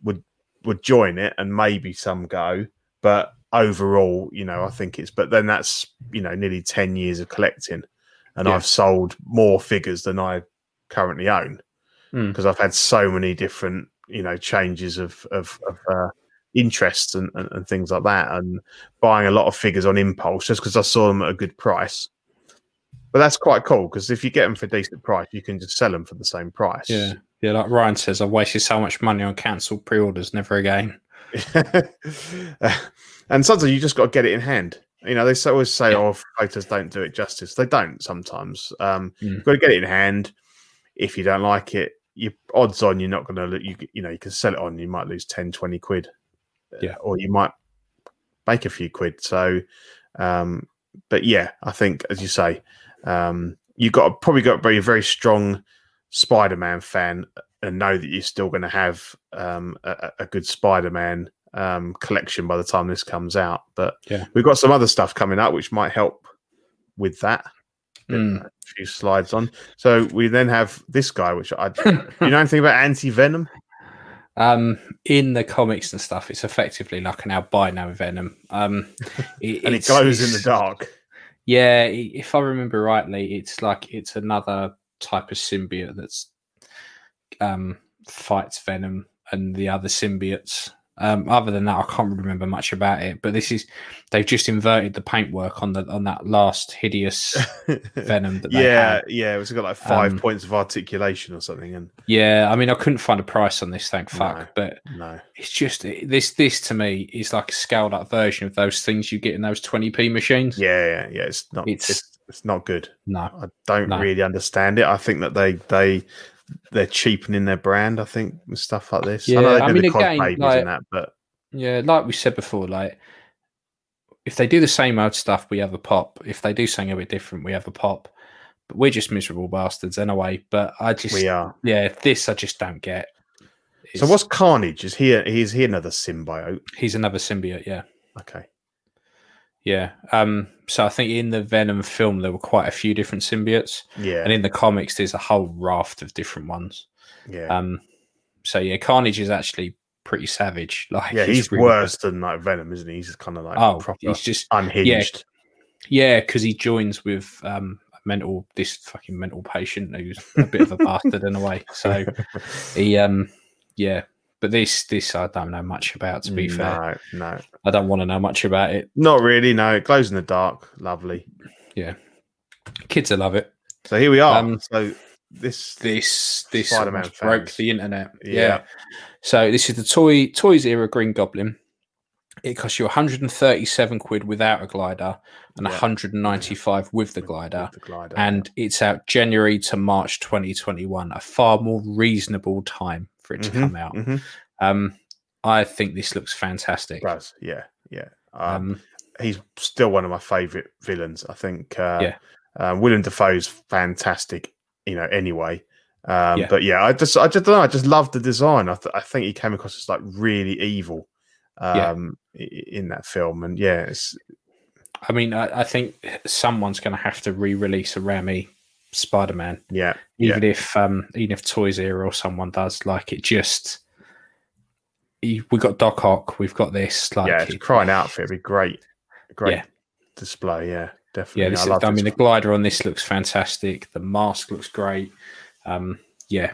F: would would join it and maybe some go but overall you
E: Mm.
F: know i think it's but then that's you know nearly 10 years of collecting and
E: Yeah.
F: i've sold more figures than i currently own
E: Mm.
F: because i've had so many different you know changes of of, of uh, interests and, and, and things like that and buying a lot of figures on impulse just because i saw them at a good price but that's quite cool because if you get them for a decent price you can just sell them for the same price
E: Yeah. Yeah, like Ryan says, I've wasted so much money on cancelled pre orders, never again.
F: and sometimes you just got to get it in hand. You know, they s- always say,
E: Yeah.
F: "Oh, photos don't do it justice." They don't sometimes. Um,
E: Mm.
F: You've got to get it in hand. If you don't like it, you odds on you're not going to. You you know, you can sell it on. You might lose 10, 20 quid. uh,
E: Yeah.
F: or you might make a few quid. So, um, but yeah, I think as you say, um, you got probably got to be a very strong Spider-Man fan and know that you're still going to have um, a, a a good Spider-Man um, collection by the time this comes out. But
E: Yeah.
F: we've got some other stuff coming up which might help with that. Bit-
E: Mm.
F: A few slides on. So we then have this guy, which I do you know anything about anti-venom?
E: Um, in the comics and stuff, it's effectively like an albino venom. Um, it,
F: And it
E: it's-
F: glows in the
E: it's-
F: dark.
E: Yeah, i- if I remember rightly, it's like it's another type of symbiote that's um fights venom and the other symbiotes. Um, other than that, I can't remember much about it. But this is they've just inverted the paintwork on the on that last hideous venom that they had.
F: yeah, yeah. It's got like five
E: Um,
F: points of articulation or something, and
E: Yeah, I mean, I couldn't find a price on this, thank fuck.
F: No.
E: But
F: no.
E: it's just this. This to me is like a scaled up version of those things you get in those twenty p machines.
F: Yeah, yeah, yeah. It's not. It's
E: It's-
F: it's, not good.
E: No,
F: I don't
E: No.
F: really understand it. I think that they they they're cheapening their brand. I think with stuff like this. I know
E: Yeah,
F: they
E: I
F: do
E: mean,
F: the COD
E: again,
F: papers
E: like-
F: and that, but
E: yeah, like we said before, like if they do the same old stuff, we have a pop. If they do something a bit different, we have a pop. But we're just miserable bastards anyway. But I just,
F: we are.
E: yeah, this I just don't get.
F: So
E: It's-
F: what's Carnage? Is he? a- Is he another symbiote?
E: he's another symbiote? Yeah,
F: Okay.
E: yeah. Um, so I think in the Venom film there were quite a few different symbiotes,
F: Yeah.
E: and in the comics there's a whole raft of different ones.
F: yeah.
E: Um, so yeah, Carnage is actually pretty savage. Like,
F: yeah. He's
E: really-
F: worse than like Venom, isn't he? He's just kind of like
E: Oh,
F: proper
E: he's just
F: unhinged.
E: yeah, because he joins with um a mental this fucking mental patient who's a bit of a bastard in a way. So he um yeah, but this this I don't know much about. To be fair,
F: Mm, No, no,
E: I don't want to know much about it.
F: not really. No, it glows in the dark. Lovely.
E: Kids will love it.
F: So here we are.
E: Um,
F: so this
E: this this
F: Spider-Man
E: almost broke
F: fans.
E: the internet.
F: Yeah.
E: Yeah. So this is the toy toys era Green Goblin. It costs you 137 quid without a glider and
F: Yeah.
E: 195 with the glider.
F: the glider.
E: And it's out January to March 2021, a far more reasonable time for it to
F: Mhm,
E: come out.
F: Mhm.
E: Um, I think this looks fantastic.
F: Does, yeah, yeah. Um,
E: Um,
F: he's still one of my favorite villains. I think. Uh,
E: Yeah.
F: Uh, Willem Dafoe's fantastic, you know. Anyway, um,
E: Yeah.
F: but yeah, I just, I just don't know. I just love the design. I, th- I think he came across as like really evil,
E: Yeah.
F: um, i i- in that film. And yeah, it's,
E: I mean, I, I think someone's going to have to re-release a Rami Spider-Man.
F: yeah,
E: even if um even if Toys Era or someone does like it just we got Doc Ock, we've got this like
F: yeah.
E: yeah,
F: It's crying out for it. It'd be great, great
E: Yeah.
F: display. Yeah, definitely.
E: yeah this is,
F: love
E: I mean the
F: this.
E: glider on this looks fantastic the mask looks great um yeah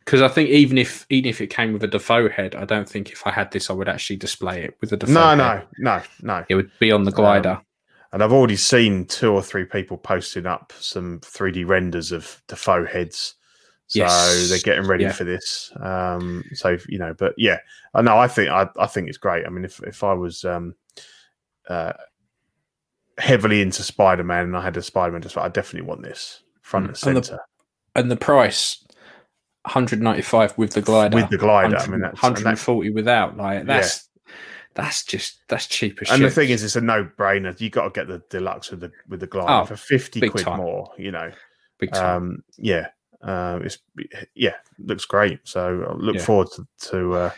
E: because I think even if even if it came with a Defoe head I don't think if I had this I would actually display it with a Defoe
F: no,
E: head.
F: no, no, no.
E: it would be on the glider
F: And I've already seen two or three people posting up some 3D renders of Defoe heads. So
E: Yes.
F: they're getting ready
E: Yeah.
F: for this. Um, so you know, but yeah, I know. I think I, I think it's great. I mean, if if I was um, uh, heavily into Spider Man and I had a Spider Man, I definitely want this front and
E: Mm. And the
F: center
E: and the price 195 with the glider
F: with the glider. I
E: 100
F: mean, that's, and, that-
E: 140 without like that's that's just that's cheap as
F: and the
E: shit.
F: thing is, it's a no brainer. You got to get the deluxe with the with the glider
E: Oh,
F: for fifty
E: big
F: quid
E: time.
F: more. You know.
E: big time.
F: um yeah um it's yeah looks great so i look
E: Yeah.
F: forward to, to uh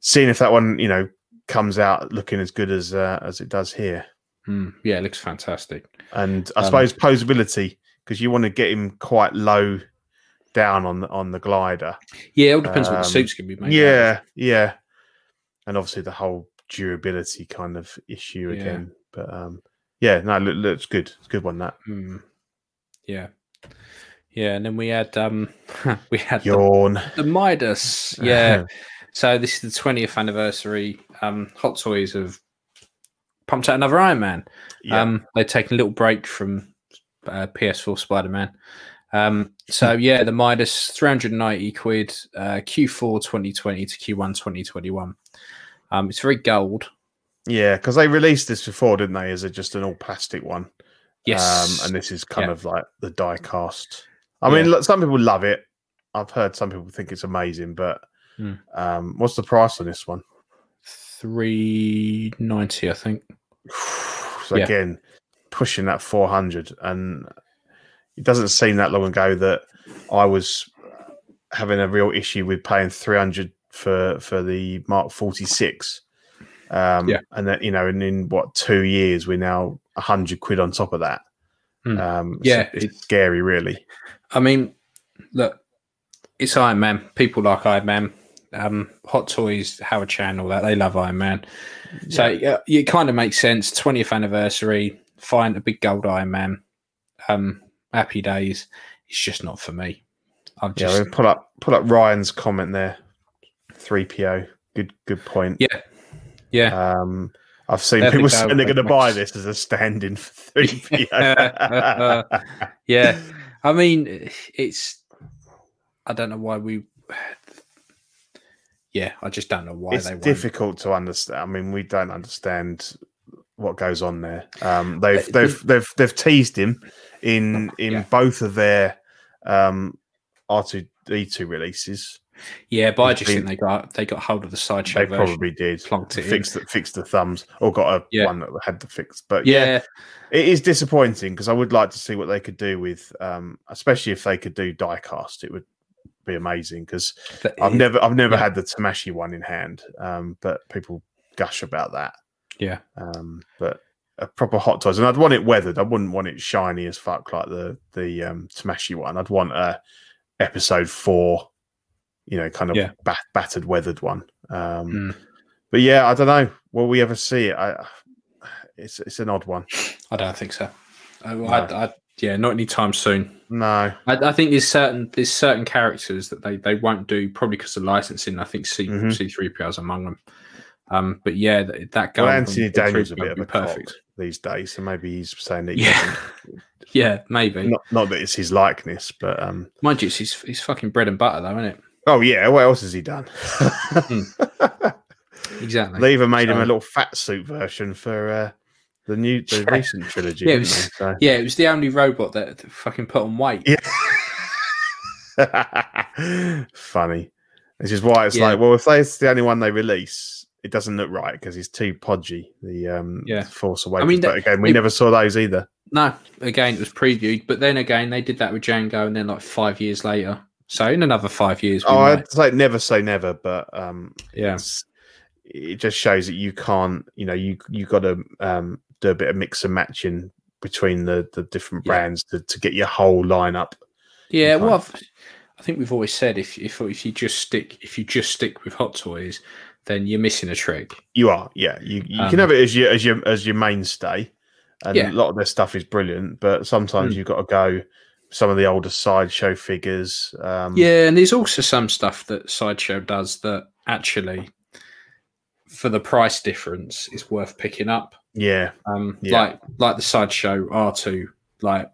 F: seeing if that one you know comes out looking as good as uh, as it does here
E: Mm, yeah, it looks fantastic.
F: and i
E: Um,
F: suppose posability because you want to get him quite low down on the on the glider
E: Yeah, it all depends what
F: Um,
E: the suit's going to be made. out of.
F: yeah yeah and obviously the whole durability kind of issue
E: Yeah.
F: again but um yeah no it loo- looks good it's a good one that
E: Mm, yeah, yeah. And then we had um we had the,
F: yawn
E: the Midas. Yeah. so this is the twentieth anniversary. Um, Hot Toys have pumped out another Iron Man.
F: yeah.
E: Um, they've taken a little break from uh, PS4 Spider Man. Um, so
F: Hmm.
E: yeah, the Midas 390 quid, uh, Q4 2020 to Q1 2021. Um, it's very gold.
F: Yeah, because they released this before, didn't they? As a, just an all plastic one.
E: Yes,
F: Um, and this is kind
E: Yeah.
F: of like the die cast. I mean, look, some people love it. I've heard some people think it's amazing, but
E: Hmm.
F: um, what's the price on this one?
E: three ninety, I think.
F: So
E: Yeah.
F: again, pushing that 400. And it doesn't seem that long ago that I was having a real issue with paying 300 for, for the Mark 46. Um,
E: Yeah.
F: And that, you know, and in what, two years, we're now 100 quid on top of that.
E: Hmm.
F: Um, it's-
E: Yeah,
F: It's,
E: it-
F: scary, really.
E: I mean, look, it's Iron Man. People like Iron Man. Um, Hot Toys, Howard Chan, all that. They love Iron Man. So yeah, it kind of makes sense. 20th anniversary, find a big gold Iron Man. Um, happy days. It's just not for me. I've
F: Yeah,
E: just,
F: we'll put up, put up Ryan's comment there. 3PO. Good, good point.
E: yeah, yeah.
F: Um, I've seen
E: They're the
F: people
E: guy
F: saying
E: with
F: they're
E: the
F: going to buy
E: max.
F: this as a stand-in for 3PO.
E: yeah. I mean, it's, I don't know why we, yeah, I just don't know why
F: it's
E: they won't.
F: difficult to understand. I mean, we don't understand what goes on there. Um, they've
E: But- Oh,
F: they've they've they've teased him in in
E: Yeah.
F: both of their um, R2D2 releases.
E: Yeah, but I just think
F: been-
E: they got they got hold of the sideshow
F: They
E: version.
F: probably did
E: Plonked it in.
F: fixed the, fixed the thumbs or got a
E: Yeah.
F: one that had the fix. But yeah,
E: yeah,
F: it is disappointing because I would like to see what they could do with, um, especially if they could do diecast. It would be amazing because
E: th-
F: I've never I've never
E: yeah.
F: had the Tamashi one in hand, um, but people gush about that.
E: Yeah.
F: Um, but a proper hot toys, and I'd want it weathered. I wouldn't want it shiny as fuck like the the um, Tamashi one. I'd want a episode four, you know, kind of
E: Yeah.
F: bat- battered, weathered one. Um,
E: Mm.
F: But yeah, I don't know. Will we ever see it? I, it's it's an odd one.
E: I don't think so. I,
F: No.
E: I, I, yeah, not anytime soon.
F: No.
E: I, I think there's certain there's certain characters that they, they won't do probably because of licensing. I think C
F: Mhm.
E: C three PO is among them. Um, but yeah, th- that guy
F: Well,
E: from
F: Anthony
E: Victory
F: Daniels a
E: would
F: bit of
E: be
F: a perfect. these days, so maybe he's saying that. he
E: Yeah, yeah, maybe.
F: doesn't- Not, not that it's his likeness, but um.
E: Mind you, it's his, his fucking bread and butter, though, isn't
F: Oh yeah, what else has he done?
E: Hmm. it? Exactly.
F: they even made him a
E: So-
F: little fat suit version for uh, the new, the
E: Yeah.
F: recent trilogy.
E: Yeah, it
F: didn't
E: was-
F: they? So-
E: yeah, it was the only robot that fucking put on weight.
F: Funny. This is why it's
E: Yeah.
F: like, well, if that's the only one they release, it doesn't look right because he's too podgy. The um,
E: Yeah.
F: Force Awakens.
E: mean,
F: but again, we
E: they-
F: never saw those either.
E: No, again, it was previewed, but then again, they did that with Django, and then like five years later. So in another five years, we
F: Oh,
E: might,
F: I'd say never say never, but um,
E: yeah,
F: it's- it just shows that you can't. You know, you you got to um, do a bit of mix and matching between the the different
E: Yeah.
F: brands to, to get your whole lineup.
E: yeah.
F: you
E: Well, I've, I think we've always said if if if you just stick if you just stick with Hot Toys, then you're missing a trick.
F: You are, yeah. You you
E: Um,
F: can have it as your as your as your mainstay, and
E: Yeah. Hmm.
F: a lot of their stuff is brilliant. But sometimes you've got to go some of the older sideshow figures. Um,
E: Yeah, and there's also some stuff that Sideshow does that actually, for the price difference, is worth picking up.
F: yeah,
E: Um,
F: Yeah.
E: like like the sideshow R two, like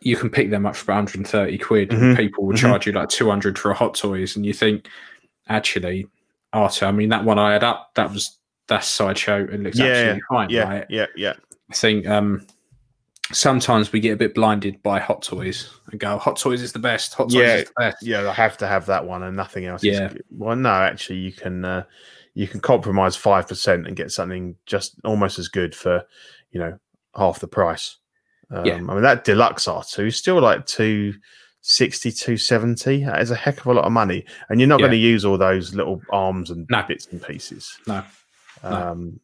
E: you can pick them up for 130 quid. and
F: Mhm.
E: People will
F: Mhm.
E: charge you like 200 for a Hot Toys, and you think actually R2. I mean, that one I had up, that was that's sideshow and looks
F: Yeah,
E: absolutely fine.
F: yeah,
E: right?
F: yeah, yeah.
E: I think um, sometimes we get a bit blinded by Hot Toys and go, Hot Toys is the best. Hot Toys
F: Yeah.
E: is the best.
F: Yeah, I have to have that one and nothing else.
E: Yeah.
F: Is, well, no, actually, you can uh, you can compromise five percent and get something just almost as good for you know half the price. Um,
E: Yeah.
F: I mean that deluxe R two is still like two sixty two seventy. That is a heck of a lot of money, and you're not
E: Yeah.
F: going to use all those little arms and
E: No.
F: bits and pieces.
E: No. No.
F: Um,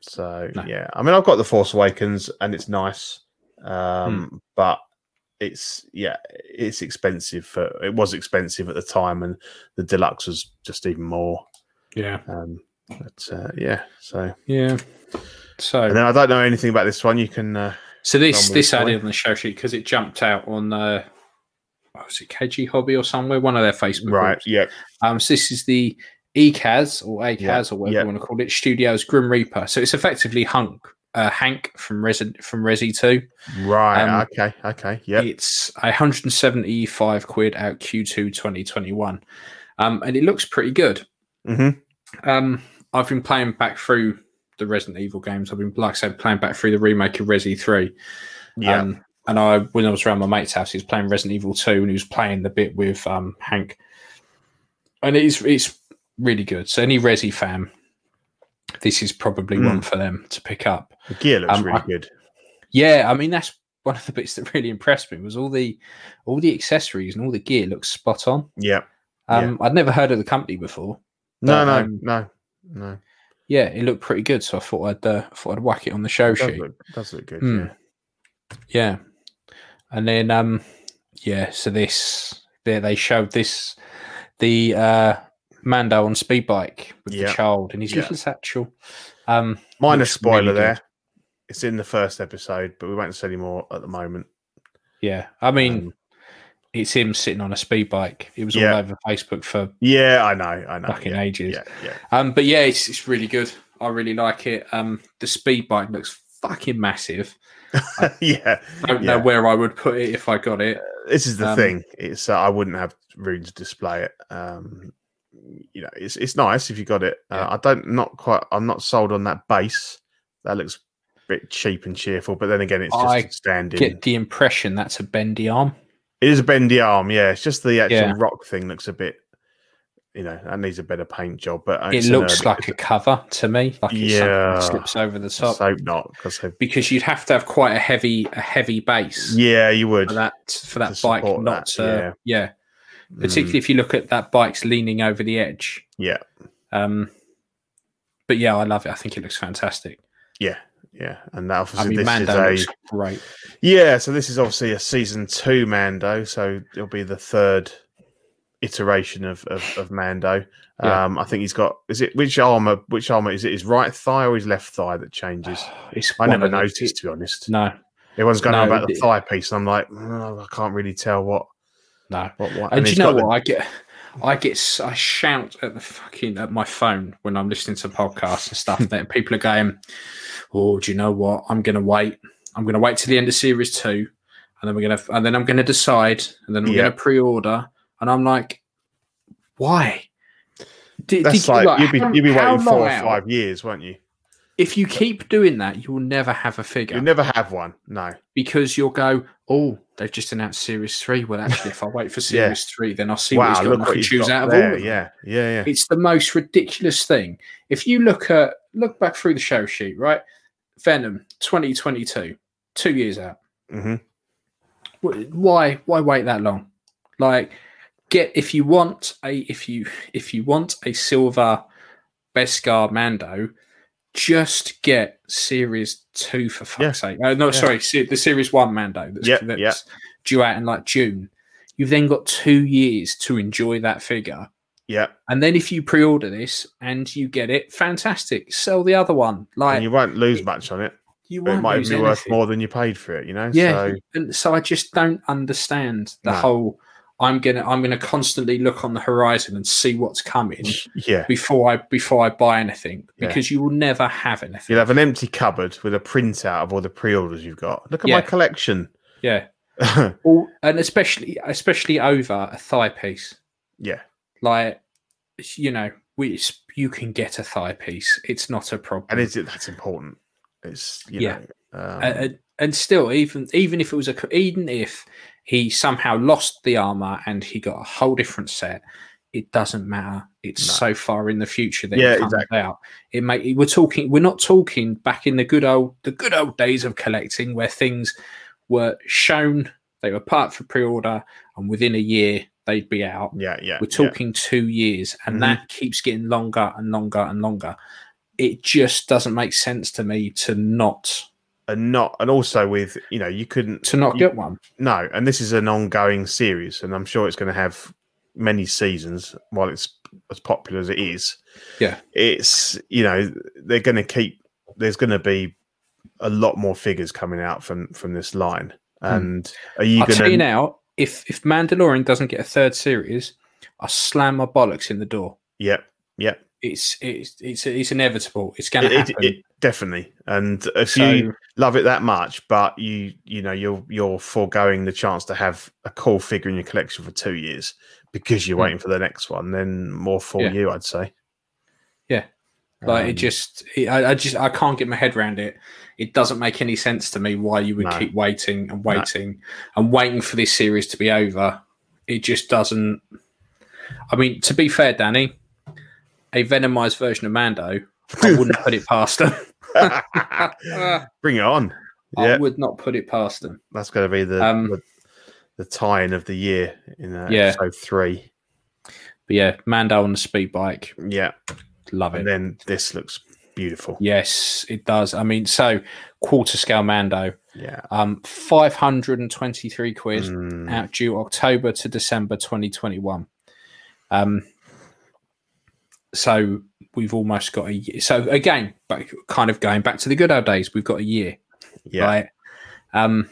F: so
E: No.
F: yeah, I mean, I've got the Force Awakens, and it's nice,
E: Hmm.
F: um, but it's yeah, it's expensive. For it was expensive at the time, and the deluxe was just even more.
E: Yeah.
F: Um, but uh, yeah, so
E: Yeah. So
F: and then I don't know anything about this one. You can uh,
E: So this
F: Rumble
E: this
F: Toy.
E: added on the show sheet because it jumped out on uh, what was it KG Hobby or somewhere one of their Facebook
F: right,
E: groups.
F: yeah,
E: Um, so this is the E ECAS or ACAS
F: Yeah,
E: or whatever
F: yeah.
E: you want to call it. Studios Grim Reaper. So it's effectively Hunk uh, Hank from Resi from Resi Two.
F: right,
E: Um,
F: okay, okay, yeah,
E: It's 175 quid out Q2 2021, um, and it looks pretty good.
F: Mhm.
E: Um, I've been playing back through the Resident Evil games. I've been, like I said, playing back through the remake of Resi Three.
F: yeah,
E: Um, and I, when I was around my mate's house, he was playing Resident Evil Two, and he was playing the bit with um, Hank. And it's it's really good. So any Resi fan, this is probably
F: Mm.
E: one for them to pick up.
F: the gear looks
E: um,
F: really
E: I-
F: good.
E: Yeah, I mean that's one of the bits that really impressed me was all the all the accessories and all the gear looks spot on.
F: Yeah,
E: Um, I'd never heard of the company before.
F: no,
E: but,
F: no,
E: um,
F: no, no,
E: Yeah, it looked pretty good, so I thought I'd uh, thought I'd whack it on the show
F: it does
E: sheet.
F: look, does look good.
E: Mm.
F: Yeah.
E: Yeah. And then um yeah, so this there they showed this the uh Mando on speed bike with
F: Yeah.
E: the child and his
F: Yeah.
E: little satchel. Um
F: Minus
E: looks really
F: spoiler
E: good.
F: there. It's in the first episode, but we won't say any more at the moment.
E: yeah. I mean
F: Um,
E: it's him sitting on a speed bike. It was
F: Yeah.
E: all over Facebook for
F: Yeah, I know, I know.
E: fucking
F: yeah,
E: ages.
F: yeah, yeah.
E: Um but yeah, it's it's really good. I really like it. Um the speed bike looks fucking massive.
F: yeah.
E: I don't know
F: yeah.
E: where I would put it if I got it.
F: This is the
E: um,
F: thing. It's uh, I wouldn't have room to display it. Um, you know, it's it's nice if you got it. Uh,
E: Yeah.
F: I don't not quite. I'm not sold on that base. That looks a bit cheap and cheerful. But then again, it's
E: I
F: just standing.
E: Get the impression that's a bendy arm.
F: It is a bendy arm. Yeah, it's just the actual
E: Yeah.
F: rock thing looks a bit. You know, that needs a better paint job. But
E: it looks like a cover to me. Like it's something
F: Yeah.
E: that slips over the top
F: so not because they've
E: because you'd have to have quite a heavy, a heavy base
F: yeah, you would
E: for that for
F: To
E: that
F: support
E: bike not
F: that,
E: to yeah.
F: Mm,
E: Particularly if you look at that bike's leaning over the edge.
F: yeah,
E: Um, but yeah, I love it. I think it looks fantastic.
F: yeah, yeah, and that obviously
E: I mean,
F: this
E: Mando
F: is a
E: looks great.
F: Yeah, so this is obviously a season two Mando, so it'll be the third iteration of of, of Mando.
E: Yeah.
F: Um, I think he's got is it which armor? Which armor is it? His right thigh or his left thigh that changes?
E: It's
F: I
E: one
F: never
E: of the-
F: noticed, to be honest.
E: No,
F: Everyone's going on
E: No,
F: about the
E: it-
F: thigh piece, and I'm like, "Mm, I can't really tell what
E: no.
F: what. what.
E: And,
F: he's
E: you know
F: got the-
E: what? I get. I get s- I shout at the fucking at my phone when I'm listening to podcasts and stuff. that people are going, "Oh, do you know what? I'm going to wait. I'm going to wait till the end of series two, and then we're going to and then I'm going to decide, and then I'm
F: Yeah.
E: going to pre-order." And I'm like, "Why?" Did,
F: That's like, you'd be
E: how-
F: you'd be
E: how
F: waiting four
E: long
F: or
E: out?
F: five years, won't you?
E: If you keep doing that, you will never have a figure
F: You'll never have one. No.
E: because you'll go, "Oh, they've just announced series three. Well, actually, if I wait for
F: Yeah.
E: series three, then I'll see what
F: Wow,
E: he's got.
F: look
E: and I
F: what
E: can
F: you've
E: choose
F: got
E: out of all
F: there.
E: of them."
F: Yeah, yeah, yeah.
E: It's the most ridiculous thing. If you look at look back through the show sheet, right? Venom 2022, two years out.
F: hmm
E: Wh- Why why wait that long? Like get if you want a if you if you want a silver Beskar Mando, just get series two for fuck's
F: Yeah.
E: sake. Oh, no, sorry, se- the series one Mando that's,
F: Yeah,
E: that's
F: yeah.
E: due out in like June. You've then got two years to enjoy that figure.
F: Yeah.
E: And then if you pre-order this and you get it, fantastic. Sell the other one. Like
F: And you
E: you,
F: won't lose much on it. But it
E: won't
F: might
E: lose
F: even be worth
E: anything.
F: more than you paid for it, you know?
E: Yeah.
F: So,
E: And so I just don't understand the
F: No.
E: whole I'm gonna I'm gonna constantly look on the horizon and see what's coming
F: yeah.
E: before I before I buy anything.
F: Mm. Yeah.
E: Because you will never have anything.
F: You'll have an empty cupboard with a printout of all the pre orders you've got. Look at
E: Yeah.
F: my collection.
E: Yeah.
F: yeah.
E: All, and especially especially over a thigh piece. Like you know, we it's- you can get a thigh piece. It's not a problem.
F: And is it that's important? It's, you
E: Mm. Yeah.
F: know. Um,
E: Uh, and- and still, even even if it was a co- even if he somehow lost the armor and he got a whole different set, it doesn't matter. It's
F: No.
E: so far in the future that
F: Yeah,
E: it comes
F: exactly.
E: out. It may we're talking we're not talking back in the good old the good old days of collecting where things were shown, they were part for pre-order, and within a year they'd be out.
F: yeah, yeah.
E: We're
F: yeah.
E: talking two years, and
F: Mhm.
E: that keeps getting longer and longer and longer. It just doesn't make sense to me to not
F: And not, and also with, you know, you couldn't.
E: to not
F: you-
E: get one.
F: No, and this is an ongoing series, and I'm sure it's going to have many seasons while it's as popular as it is.
E: Yeah.
F: It's, you know, they're going to keep, there's going to be a lot more figures coming out from from this line.
E: Hmm.
F: And are you
E: I'll tell you
F: going to,
E: now, if if Mandalorian doesn't get a third series, I slam my bollocks in the door.
F: yep, yep,
E: It's it's it's, it's inevitable. It's going
F: it,
E: to
F: it,
E: happen.
F: it- definitely. And if
E: so
F: you love it that much, but you, you know, you're, you're foregoing the chance to have a cool figure in your collection for two years because you're
E: Hmm.
F: waiting for the next one, then more for
E: Yeah.
F: you, I'd say.
E: Yeah. like it
F: Um,
E: just, it, I, I just I can't get my head around it. It doesn't make any sense to me why you would
F: No.
E: keep waiting and waiting and waiting for this series to be over. It just doesn't. I mean, to be fair, Danny, a venomized version of Mando, I wouldn't put it past them.
F: Bring it on.
E: I
F: Yeah,
E: would not put it past them.
F: that's going to be the,
E: Um,
F: the the tie-in of the year in uh,
E: Yeah.
F: episode three.
E: But yeah, Mando on the speed bike,
F: Yeah,
E: love it.
F: and then this looks beautiful.
E: Yes, it does. I mean, so quarter scale Mando,
F: Yeah,
E: um, five hundred and twenty three quid
F: Mm,
E: out due October to December twenty twenty one. Um, so we've almost got a year. So again, but kind of going back to the good old days, we've got a year,
F: yeah,
E: right? Um,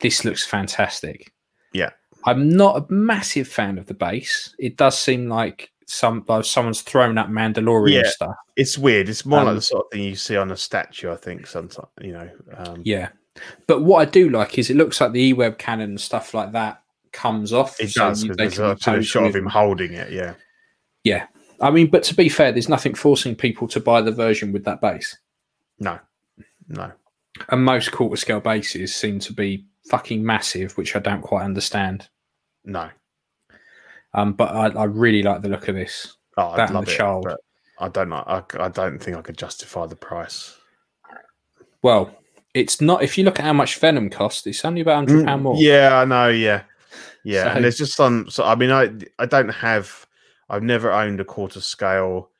E: this looks fantastic.
F: yeah,
E: I'm not a massive fan of the base. It does seem like some like someone's thrown up Mandalorian
F: Yeah.
E: stuff.
F: it's weird. It's more like
E: Um,
F: the sort of thing you see on a statue, I think. Sometimes you know, um,
E: Yeah. But what I do like is it looks like the e-web cannon and stuff like that comes off.
F: it
E: so
F: does
E: you-
F: because
E: they
F: there's
E: can
F: actually a
E: pose
F: shot of
E: with-
F: him holding it. Yeah,
E: Yeah. I mean, but to be fair, there's nothing forcing people to buy the version with that base.
F: no, no,
E: And most quarter scale bases seem to be fucking massive, which I don't quite understand.
F: no.
E: Um, but I, I really like the look of this.
F: Oh, I'd
E: That and the
F: love it,
E: child.
F: but I don't know. I, I don't think I could justify the price.
E: Well, it's not if you look at how much Venom costs, it's only about hundred pound
F: Mm,
E: more.
F: Yeah, I know. Yeah, yeah.
E: So-
F: And there's just some. So I mean, I I don't have. I've never owned a quarter scale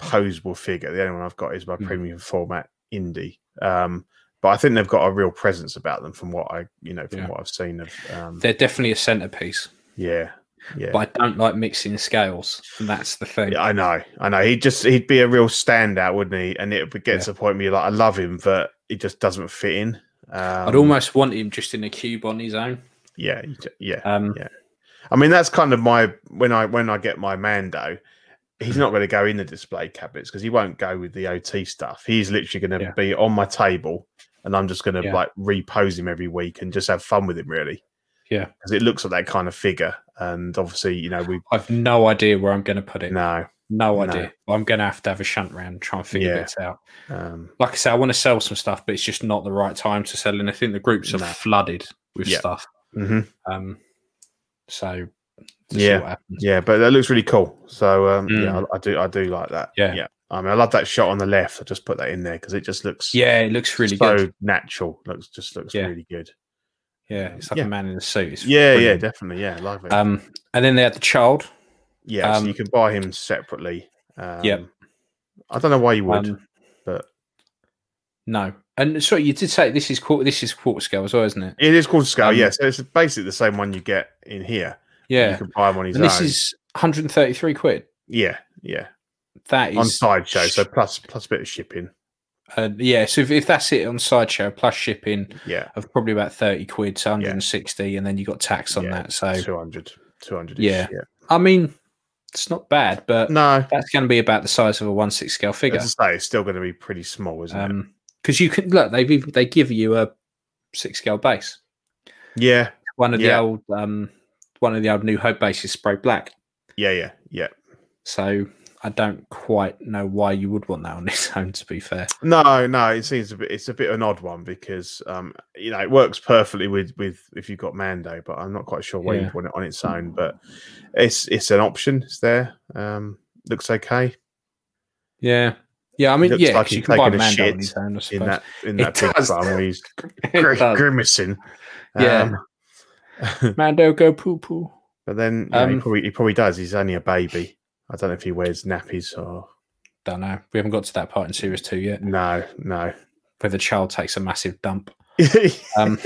F: posable figure. The only one I've got is my
E: Mm.
F: premium format indie. Um, but I think they've got a real presence about them from what I you know from
E: Yeah.
F: what I've seen of. Um,
E: They're definitely a centerpiece,
F: yeah, yeah.
E: but I don't like mixing scales. And that's the thing.
F: Yeah, I know, I know. He'd just he'd be a real standout, wouldn't he? And it would get
E: Yeah.
F: to the point where you're like, I love him, but he just doesn't fit in. Um,
E: I'd almost want him just in a cube on his own.
F: yeah, you ju- yeah.
E: Um,
F: Yeah. I mean, that's kind of my when I when I get my Mando, he's not going to go in the display cabinets because he won't go with the OT stuff. He's literally going to
E: Yeah.
F: be on my table, and I'm just going to
E: Yeah.
F: like repose him every week and just have fun with him, really.
E: Yeah.
F: because it looks like that kind of figure, and obviously, you know, we
E: I've no idea where I'm going to put it. No,
F: no. no.
E: idea. I'm going to have to have a shunt round, try and figure
F: Yeah.
E: this out.
F: Um,
E: Like I said, I want to sell some stuff, but it's just not the right time to sell anything. The groups are
F: No.
E: flooded with
F: Yeah.
E: stuff.
F: mhm.
E: Um, so to
F: Yeah.
E: see what happens.
F: Yeah, but that looks really cool. So um,
E: Mm.
F: yeah, I, I do I do like that.
E: Yeah.
F: yeah. I mean, I love that shot on the left. I just put that in there because it just looks
E: Yeah, it looks really
F: so
E: good.
F: natural. Looks just looks
E: Yeah.
F: really good.
E: Yeah, it's like
F: Yeah.
E: a man in a suit. It's
F: Yeah,
E: brilliant.
F: yeah, definitely. Yeah, love it.
E: Um, and then they had the child.
F: yeah, so
E: um,
F: you can buy him separately. Um,
E: yep.
F: I don't know why you would,
E: Um,
F: but
E: no, and sorry, you did say this is quarter. This is quarter scale as well, isn't it?
F: it is called scale.
E: um,
F: yeah, so it's basically the same one you get in here.
E: Yeah.
F: you can buy him on his
E: and this
F: own.
E: is 133 quid.
F: yeah, yeah,
E: That
F: on
E: is,
F: sideshow. So plus plus a bit of shipping.
E: uh, yeah. So if, if that's it on sideshow plus shipping
F: Yeah,
E: of probably about 30 quid, so 160, and then you got tax on
F: Yeah,
E: that. So
F: 200, 200
E: Oh. Yeah. I mean, it's not bad, but
F: No,
E: that's going to be about the size of a one six scale figure.
F: as I say, it's still going to be pretty small, isn't it?
E: Um, because you can look, they've even, they give you a six scale base.
F: Yeah,
E: One of
F: Yeah.
E: the old, um, one of the old New Hope bases spray black.
F: yeah, yeah, yeah.
E: So I don't quite know why you would want that on its own. To be fair,
F: No, no, it seems a bit. It's a bit an odd one because um, you know it works perfectly with with if you've got Mando, but I'm not quite sure why
E: Yeah.
F: you'd want it on its own. But it's it's an option. It's there. Um, looks okay
E: yeah, yeah. I mean,
F: looks
E: yeah,
F: like
E: 'cause
F: he's
E: you can buy
F: taking a
E: Mando
F: shit
E: on its own. I suppose.
F: in that in
E: It
F: that big
E: does.
F: bun where he's
E: It
F: gr-
E: does.
F: grimacing.
E: Yeah.
F: Um,
E: Mando go poo poo.
F: but then you know, he
E: Um,
F: probably he probably does. He's only a baby. I don't know if he wears nappies or
E: Don't know. We haven't got to that part in series two yet,
F: no, no.
E: where the child takes a massive dump. Um,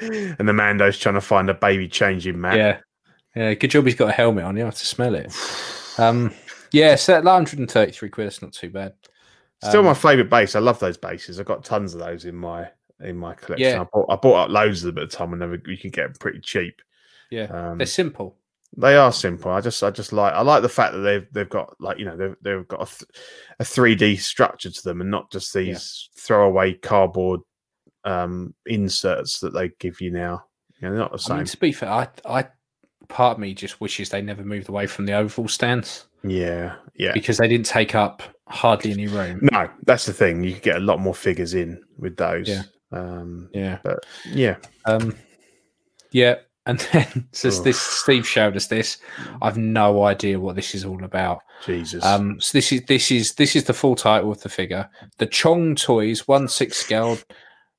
F: and the Mando's trying to find a baby changing mat.
E: Yeah. Yeah. Good job he's got a helmet on. You have to smell it. Um, yeah. So that 133 quid, that's not too bad.
F: Still
E: Um,
F: my favourite base. I love those bases. I've got tons of those in my in my collection.
E: Yeah.
F: I, bought, I bought up loads of them at the time, and they were, you could get them pretty cheap.
E: Yeah.
F: Um,
E: They're simple.
F: they are simple. I just I just like I like the fact that they've they've got like you know they've they've got a th- a three D structure to them, and not just these throwaway cardboard um inserts that they give you now. You know, they're not the
E: I
F: same.
E: mean, to be fair, I, I, part of me just wishes they never moved away from the oval stands
F: yeah, yeah.
E: because they didn't take up hardly any room.
F: No, that's the thing. You could get a lot more figures in with those.
E: Yeah.
F: Um,
E: Yeah.
F: yeah.
E: Um, yeah. And then says
F: Oh.
E: this Steve showed us this. I've no idea what this is all about.
F: Jesus.
E: Um, so this is this is this is the full title of the figure. The Chong Toys one six scale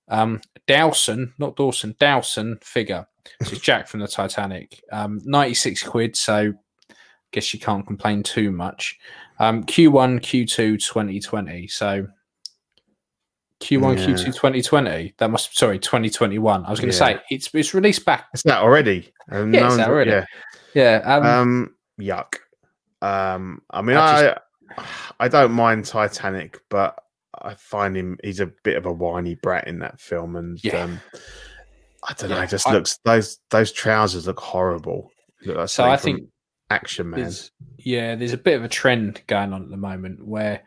E: um, Dowson, not Dawson, Dowson figure. This is Jack from the Titanic. Um, Ninety six quid, so guess you can't complain too much. Um, Q one, Q two, 2020. So Q one, Q two, 2020. That must sorry, twenty twenty one. I was going to
F: Yeah.
E: say it's it's released back.
F: It's that already. And
E: Yeah,
F: no
E: it's
F: one's-
E: that already.
F: Yeah.
E: Yeah, um,
F: Um, yuck. Um, I mean,
E: I
F: I, I don't mind Titanic, but I find him he's a bit of a whiny brat in that film, and
E: Yeah.
F: um, I don't know.
E: Yeah,
F: It just
E: I-
F: looks those those trousers look horrible. Look like
E: so I
F: something
E: think
F: from Action Man.
E: There's, yeah, there's a bit of a trend going on at the moment where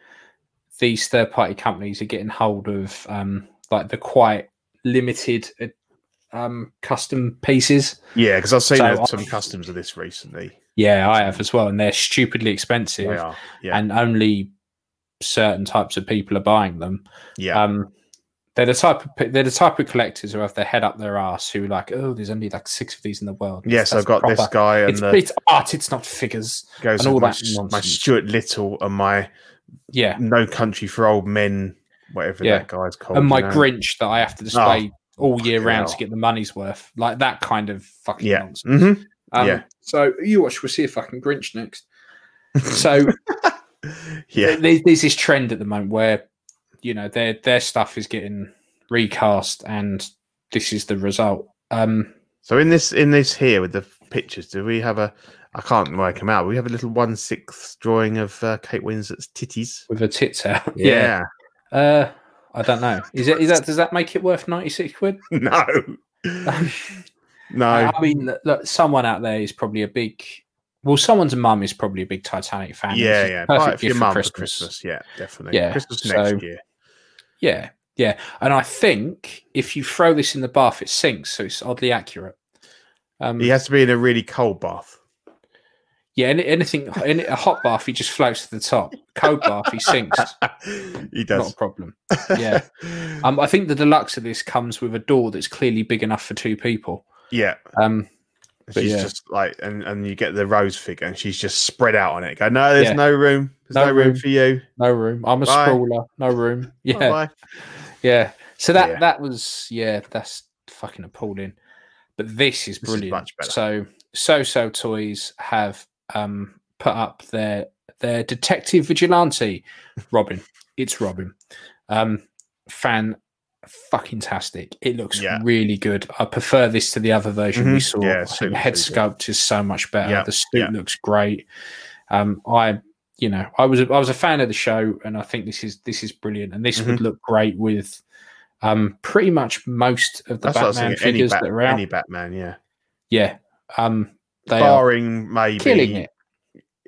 E: these third party companies are getting hold of um, like the quite limited uh, um, custom pieces.
F: Yeah, because I've seen
E: So
F: there's
E: I-
F: some customs of this recently.
E: Yeah, I have as well, and they're stupidly
F: They
E: expensive,
F: are. Yeah,
E: and only certain types of people are buying them.
F: yeah,
E: Um, they're the type of pe- they're the type of collectors who have their head up their ass who are like, oh, there's only like six of these in the world.
F: yes.
E: That's
F: I've got this
E: proper-
F: guy, and
E: It's,
F: the,
E: it's art. It's not figures.
F: goes
E: and all
F: with my,
E: that
F: s- my
E: nonsense.
F: Stuart Little and my
E: Yeah,
F: No Country for Old Men, whatever
E: Yeah.
F: that guy's called.
E: and my
F: you know?
E: Grinch that I have to display all year
F: um, Oh, fucking
E: round to
F: hell.
E: get the money's worth, like that kind of fucking
F: Yeah.
E: nonsense.
F: hmm
E: Um,
F: yeah.
E: So you watch, we'll see a fucking Grinch next. So
F: Yeah.
E: there's, there's this trend at the moment where you know their their stuff is getting recast, and this is the result. Um,
F: So in this in this here with the f- pictures, do we have a? I can't work them out. We have a little one sixth drawing of uh, Kate Winslet's titties.
E: with her tits out. Uh, I don't know. Is it is that does that make it worth ninety six quid?
F: No. No,
E: I I mean, look- look, someone out there is probably a big. Well, someone's mum is probably a big Titanic fan.
F: yeah,
E: It's a
F: yeah.
E: perfect
F: Buy it for your
E: gift
F: mum for Christmas. Yeah, definitely.
E: Yeah,
F: Christmas
E: so-
F: next year.
E: Yeah, yeah. And I think if you throw this in the bath, it sinks, so it's oddly accurate. Um,
F: He
E: yeah,
F: has to be in a really cold bath.
E: yeah. Any, anything in a hot bath, he just floats to the top. Cold bath, he sinks.
F: he
E: Not a
F: does.
E: problem. Yeah. Um, I think the deluxe of this comes with a door that's clearly big enough for two people.
F: yeah.
E: Um, But
F: she's
E: yeah.
F: just like, and, and you get the rose figure, and she's just spread out on it. Go, no, there's
E: Yeah.
F: no room. There's
E: No
F: no, room
E: room.
F: for you.
E: no room. I'm a
F: Bye.
E: sprawler. No room. Yeah,
F: Bye-bye.
E: yeah. So that
F: Yeah.
E: that was yeah. That's fucking appalling. But this is
F: This is
E: brilliant.
F: much better.
E: So so so toys have um put up their their detective vigilante Robin. it's Robin. Um, fan fucking tastic. It looks
F: Yeah.
E: really good. I prefer this to the other version we
F: Mhm.
E: saw.
F: Yeah,
E: I
F: suit
E: think
F: looks
E: head
F: really good.
E: sculpt is so much better.
F: Yeah,
E: The suit
F: yeah.
E: looks great. Um, I you know I was a, I was a fan of the show, and I think this is this is brilliant, and this
F: Mm-hmm.
E: would look great with. Um, pretty much most of the
F: That's what I was
E: Batman
F: thinking. Any,
E: figures
F: Bat-
E: that are out.
F: any Batman, yeah.
E: Yeah. Um they are
F: Barring maybe
E: killing it.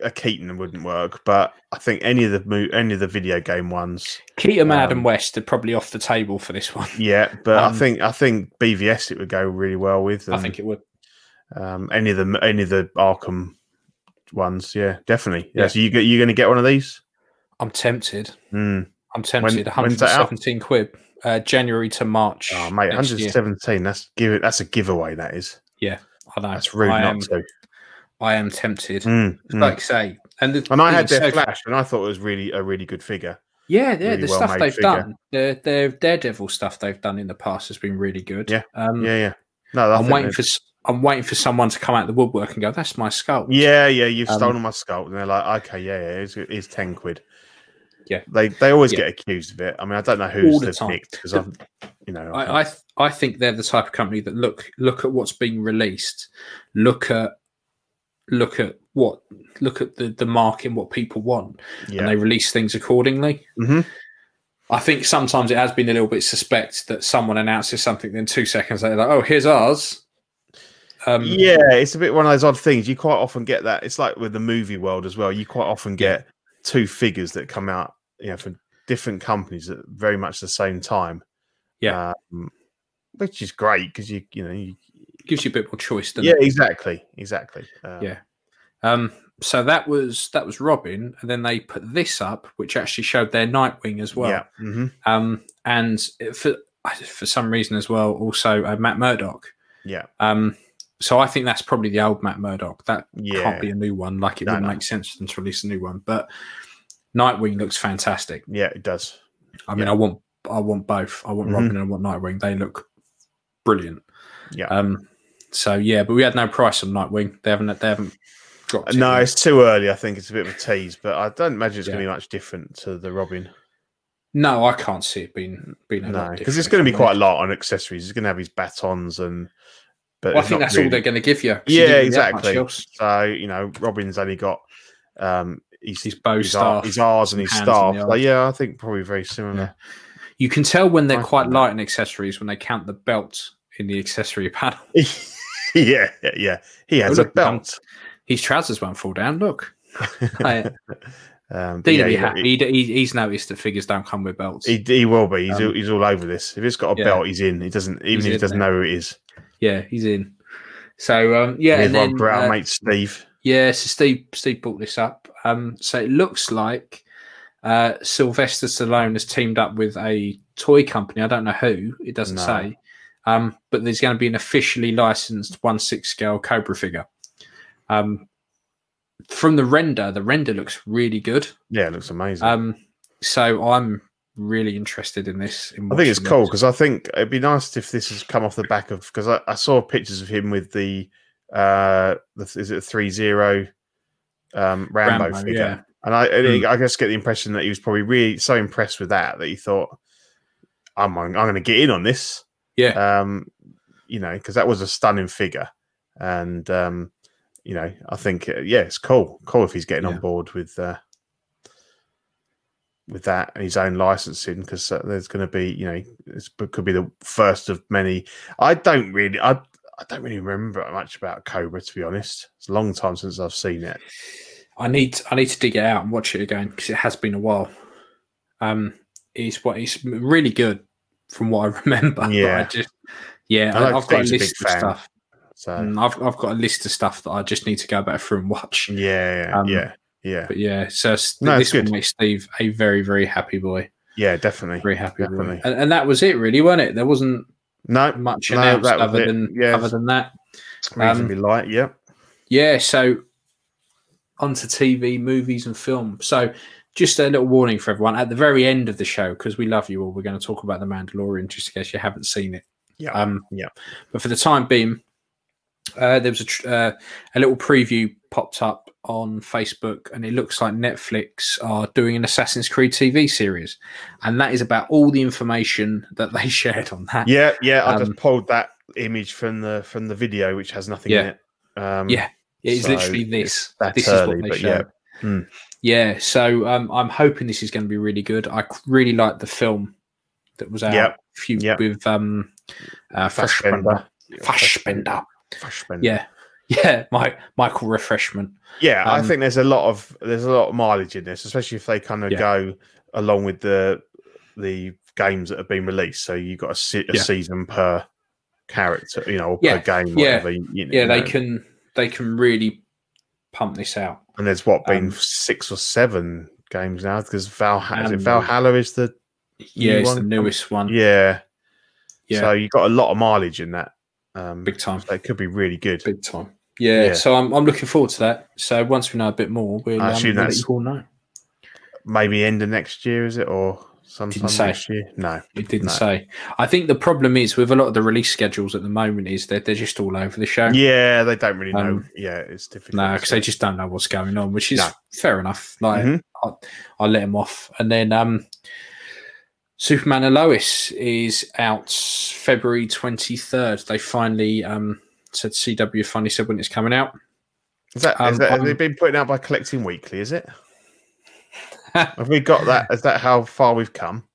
F: a Keaton wouldn't work, but I think any of the mo- any of the video game ones,
E: Keaton and Adam
F: um,
E: West are probably off the table for this one.
F: yeah. But
E: Um,
F: I think I think BVS it would go really well with.
E: I
F: and,
E: think it would.
F: um, any of the any of the Arkham ones, yeah, definitely. Yeah,
E: Yeah.
F: so you get you going to get one of these?
E: I'm tempted.
F: Hmm.
E: I'm tempted.
F: when's that out?
E: 117 quid. Uh, January to March.
F: Oh, mate,
E: next year.
F: 117. That's give it. That's a giveaway. That is.
E: I know.
F: That's rude
E: I
F: not
E: am,
F: to.
E: I am tempted.
F: Mm, mm.
E: Like say, and the,
F: and I had
E: it's so-
F: their flash, and I thought it was really a really good figure.
E: Yeah, yeah.
F: really
E: the
F: well
E: stuff
F: made
E: they've
F: figure.
E: done, their their Daredevil stuff they've done in the past has been really good.
F: Yeah.
E: Um,
F: Yeah, yeah. No, I
E: I'm
F: think
E: waiting
F: they-
E: for s- I'm waiting for someone to come out of the woodwork and go, "That's my skull."
F: Yeah, yeah, you've
E: Um,
F: stolen my sculpt, and they're like, okay, yeah, yeah, it's, it's ten quid.
E: Yeah.
F: they they always
E: Yeah.
F: get accused of it. I mean, I don't know who's
E: All the
F: the
E: time.
F: picked because I'm, you know,
E: I, I th- I think they're the type of company that look look at what's being released, look at look at what look at the the market and what people want, and
F: yeah,
E: they release things accordingly.
F: Mhm.
E: I think sometimes it has been a little bit suspect that someone announces something, then two seconds later, like, oh, here's ours. Um,
F: yeah, it's a bit one of those odd things. You quite often get that. It's like with the movie world as well. You quite often get two figures that come out, you know, from different companies at very much the same time.
E: Yeah.
F: um, which is great because you you know you,
E: gives you a bit more choice. Than
F: yeah exactly exactly um,
E: Yeah. Um, so that was that was Robin, and then they put this up, which actually showed their Nightwing as well.
F: yeah mhm,
E: um, and for for some reason as well, also uh, Matt Murdock.
F: yeah
E: Um, so I think that's probably the old Matt Murdock. That
F: yeah
E: can't be a new one. Like it
F: No,
E: wouldn't
F: no.
E: make sense for them to release a new one. But Nightwing looks fantastic.
F: yeah it does
E: I mean,
F: Yeah.
E: I want I want both. I want
F: Mhm.
E: Robin and I want Nightwing. They look brilliant.
F: yeah
E: Um, so yeah, but we had no price on Nightwing. They haven't they haven't dropped. it
F: Uh, no
E: yet.
F: it's too early I think it's a bit of a tease but I don't imagine it's going to
E: Yeah.
F: be much different to the Robin
E: no, I can't see it being being a
F: no
E: lot
F: because it's
E: different,
F: going to
E: if
F: be
E: I'm
F: quite
E: honest.
F: a lot on accessories he's going to have his batons and but
E: Well, I
F: it's
E: think
F: not
E: that's all
F: really-
E: they're going to give you. 'cause you
F: Yeah,
E: didn't get much
F: exactly.
E: else.
F: So you know, Robin's only got um, he's,
E: His bow
F: his,
E: staff,
F: his R's and his
E: hands and
F: staff.
E: the
F: So yeah, I think probably very similar.
E: You can tell when they're
F: Right.
E: quite light in accessories when they count the belt in the accessory panel.
F: Yeah, yeah, yeah. He has
E: Oh,
F: a
E: look, um,
F: belt.
E: His trousers won't fall down. Look, Hey,
F: Um, but
E: Dean
F: yeah,
E: will be
F: he-
E: happy. He, he- he's noticed that figures don't come with belts.
F: He, he will be. He's,
E: Um,
F: he's all over this. If it's got a
E: yeah.
F: belt, he's in. He doesn't even
E: He's
F: if he
E: in
F: doesn't
E: there.
F: know who it is.
E: yeah, he's in. So um, yeah,
F: His
E: and then,
F: one our
E: uh,
F: mate Steve.
E: yeah. So Steve Steve brought this up. Um, so it looks like uh, Sylvester Stallone has teamed up with a toy company. I don't know who. It doesn't
F: No.
E: say. Um, but there's going to be an officially licensed one six scale Cobra figure. Um, from the render, the render looks really good.
F: Yeah, it looks amazing.
E: Um, so I'm really interested in this. In
F: I think it's
E: watching
F: cool
E: this.
F: because I think it'd be nice if this has come off the back of because I, I saw pictures of him with the uh the, is it three zero um Rambo,
E: Rambo,
F: figure,
E: yeah.
F: and I and
E: Mm.
F: I just get the impression that he was probably really so impressed with that that he thought I'm I'm going to get in on this,
E: Yeah.
F: um you know because that was a stunning figure, and um you know I think uh, yeah it's cool cool if he's getting
E: Yeah.
F: on board with. uh with that and his own licensing uh, because there's going to be you know this b- could be the first of many i don't really i I don't really remember much about Cobra to be honest. It's a long time since I've seen it.
E: I need I need to dig it out and watch it again because it has been a while. Um, it's what it's really good from what I remember. but I
F: Yeah.
E: just yeah,
F: I
E: I
F: know
E: have got a
F: Steve's a big
E: list of
F: fan.
E: stuff.
F: So
E: Mm, I've I've got a list of stuff that I just need to go back through and watch.
F: yeah, yeah,
E: Um,
F: yeah, yeah,
E: But yeah, so s-
F: No, it's
E: this will
F: good.
E: make Steve a very very happy boy,
F: yeah, definitely.
E: very happy boy.
F: Definitely.
E: And, and that was it, really, wasn't it? There wasn't
F: No,
E: much
F: No,
E: announced
F: that was
E: other
F: it.
E: than
F: Yeah.
E: other than um, that.
F: reasonably light. Yeah,
E: Yeah, so onto TV, movies, and film. So just a little warning for everyone at the very end of the show, because we love you all, we're going to talk about The Mandalorian, just in case you haven't seen it.
F: Yeah,
E: Um,
F: yeah.
E: But for the time being, uh, there was a, tr- uh, a little preview popped up on Facebook, and it looks like Netflix are doing an Assassin's Creed TV series. And that is about all the information that they shared on that.
F: yeah, yeah. I
E: Um,
F: just pulled that image from the from the video, which has nothing in
E: Yeah.
F: it. Um,
E: Yeah. It is
F: So
E: literally this.
F: that
E: This
F: early,
E: is what
F: but
E: they
F: yeah.
E: showed. Yeah.
F: Mm.
E: so um, I'm hoping this is going to be really good. I c- really like the film that was out
F: Yep.
E: a few
F: Yep.
E: with um, uh, Fassbender.
F: Fassbender.
E: Fassbender.
F: Fassbender.
E: Yeah, yeah. My Michael Refreshment.
F: Yeah, I
E: Um,
F: think there's a lot of there's a lot of mileage in this, especially if they kind of
E: Yeah.
F: go along with the the games that have been released. So you've got a, se- a
E: Yeah.
F: season per character, you know, or
E: Yeah,
F: per game,
E: yeah,
F: whatever. You, you
E: Yeah, they
F: know.
E: can they can really pump this out.
F: And there's what been
E: um,
F: six or seven games now because Valhalla, is it
E: And-
F: Valhalla is the
E: Yeah,
F: New
E: it's the
F: one?
E: newest one. Yeah,
F: yeah. So you got a lot of mileage in that. Um,
E: big time,
F: so it could be really good.
E: big time. Yeah,
F: Yeah.
E: so I'm, I'm looking forward to that. So once we know a bit more, we'll,
F: I
E: um,
F: assume
E: we'll let
F: that's-
E: you all know.
F: Maybe end of next year, is it, or sometime
E: say.
F: next year? No.
E: It didn't
F: No.
E: say. I think the problem is with a lot of the release schedules at the moment is that they're just all over the show.
F: Yeah, they don't really know.
E: Um,
F: yeah, it's difficult.
E: No, because they just don't know what's going on, which is
F: No.
E: fair enough. Like
F: Mhm.
E: I, I let him off, and then um, Superman and Lois is out February twenty third. They finally um said CW finally said when it's coming out.
F: Is that,
E: Um,
F: is that have they
E: um,
F: been putting out by collecting weekly? Is it? have we got that? Is that how far we've come?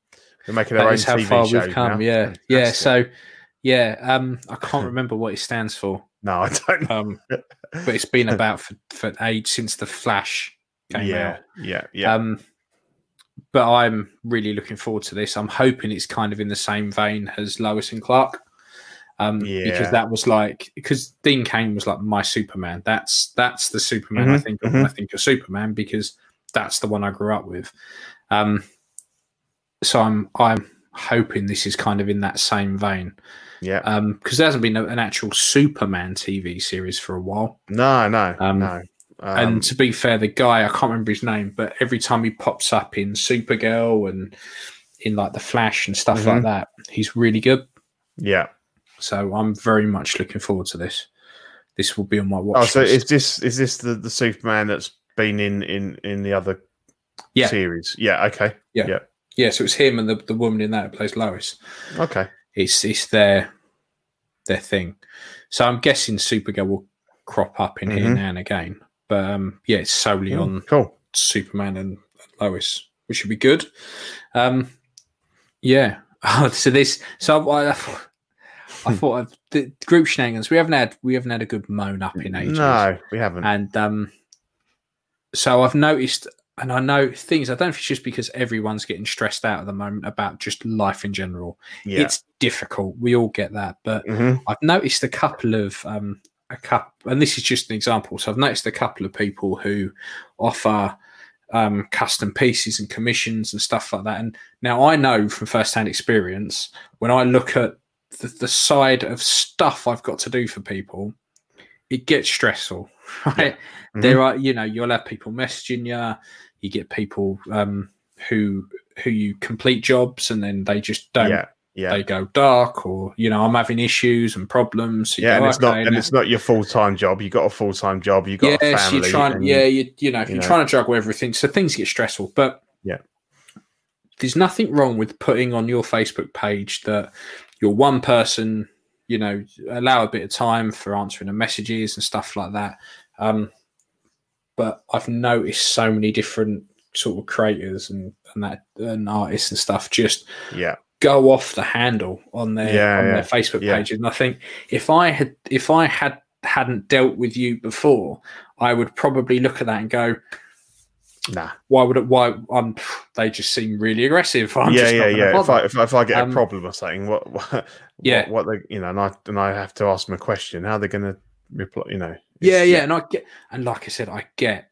F: We're making our
E: That
F: own
E: is how
F: TV
E: far
F: shows
E: we've come.
F: now.
E: Yeah, yeah.
F: Fantastic.
E: So yeah, um, I can't remember what it stands for.
F: no, I don't. know.
E: Um, but it's been about for, for age since the Flash came out.
F: yeah, yeah, yeah,
E: Um, but I'm really looking forward to this. I'm hoping it's kind of in the same vein as Lois and Clark. Um,
F: Yeah.
E: because that was like because Dean Kane was like my Superman. That's that's the Superman I
F: Mhm,
E: think of
F: mhm.
E: when I think of Superman because that's the one I grew up with. Um, so I'm I'm hoping this is kind of in that same vein
F: yeah.
E: because there hasn't been a- an actual Superman TV series for a while.
F: no, no,
E: um,
F: no. Um,
E: And to be fair, the guy I can't remember his name, but every time he pops up in Supergirl and in like the Flash and stuff like
F: Mm-hmm.
E: that, he's really good.
F: yeah.
E: So I'm very much looking forward to this. This will be on my watch.
F: Oh, so
E: list.
F: is this is this the, the Superman that's been in in in the other
E: Yeah.
F: series? Yeah. Okay.
E: yeah, so it's him and the, the woman in that who plays Lois.
F: Okay.
E: It's it's their their thing. So I'm guessing Supergirl will crop up in here
F: Mhm.
E: now and again. But um, yeah, it's solely
F: Mm.
E: on
F: Cool.
E: Superman and Lois, which should be good. Um, yeah. Oh, so this. So I, I thought, I thought of the group shenanigans. We haven't had we haven't had a good moan up in ages.
F: No, we haven't.
E: And um, so I've noticed, and I know things. I don't know if it's just because everyone's getting stressed out at the moment about just life in general.
F: yeah.
E: It's difficult. We all get that, but
F: hmm
E: I've noticed a couple of um, a cup, and this is just an example. So I've noticed a couple of people who offer um, custom pieces and commissions and stuff like that. And now I know from first-hand experience when I look at the, the side of stuff I've got to do for people, it gets stressful. Right?
F: Mhm.
E: There are, you know, you'll have people messaging you. You get people um, who who you complete jobs and then they just don't
F: Yeah. Yeah.
E: they go dark or you know i'm having issues and problems So you
F: yeah,
E: go,
F: and it's not
E: "Okay,
F: and
E: now-"
F: it's not your full time job. You got a full time job. You got a
E: yes
F: family.
E: you're trying
F: and-
E: yeah you, you know if
F: you
E: you're
F: know.
E: trying to juggle everything so things get stressful but
F: Yeah.
E: there's nothing wrong with putting on your facebook page that you're one person you know allow a bit of time for answering the messages and stuff like that um but i've noticed so many different sort of creators and and that and artists and stuff just
F: yeah,
E: go off the handle on their
F: Yeah,
E: on
F: yeah.
E: their Facebook
F: Yeah.
E: pages. And I think if I had if I had hadn't dealt with you before, I would probably look at that and go,
F: Nah.
E: why would it why um they just seem really aggressive. I'm
F: yeah,
E: just
F: yeah,
E: not gonna
F: yeah. If
E: bother."
F: I, if, I- if I get
E: Um,
F: a problem or something, what, what
E: Yeah.
F: what, what they, you know, and I and I have to ask them a question, how they're going to reply, you know? it's-
E: yeah, yeah, and I get, and like I said, I get,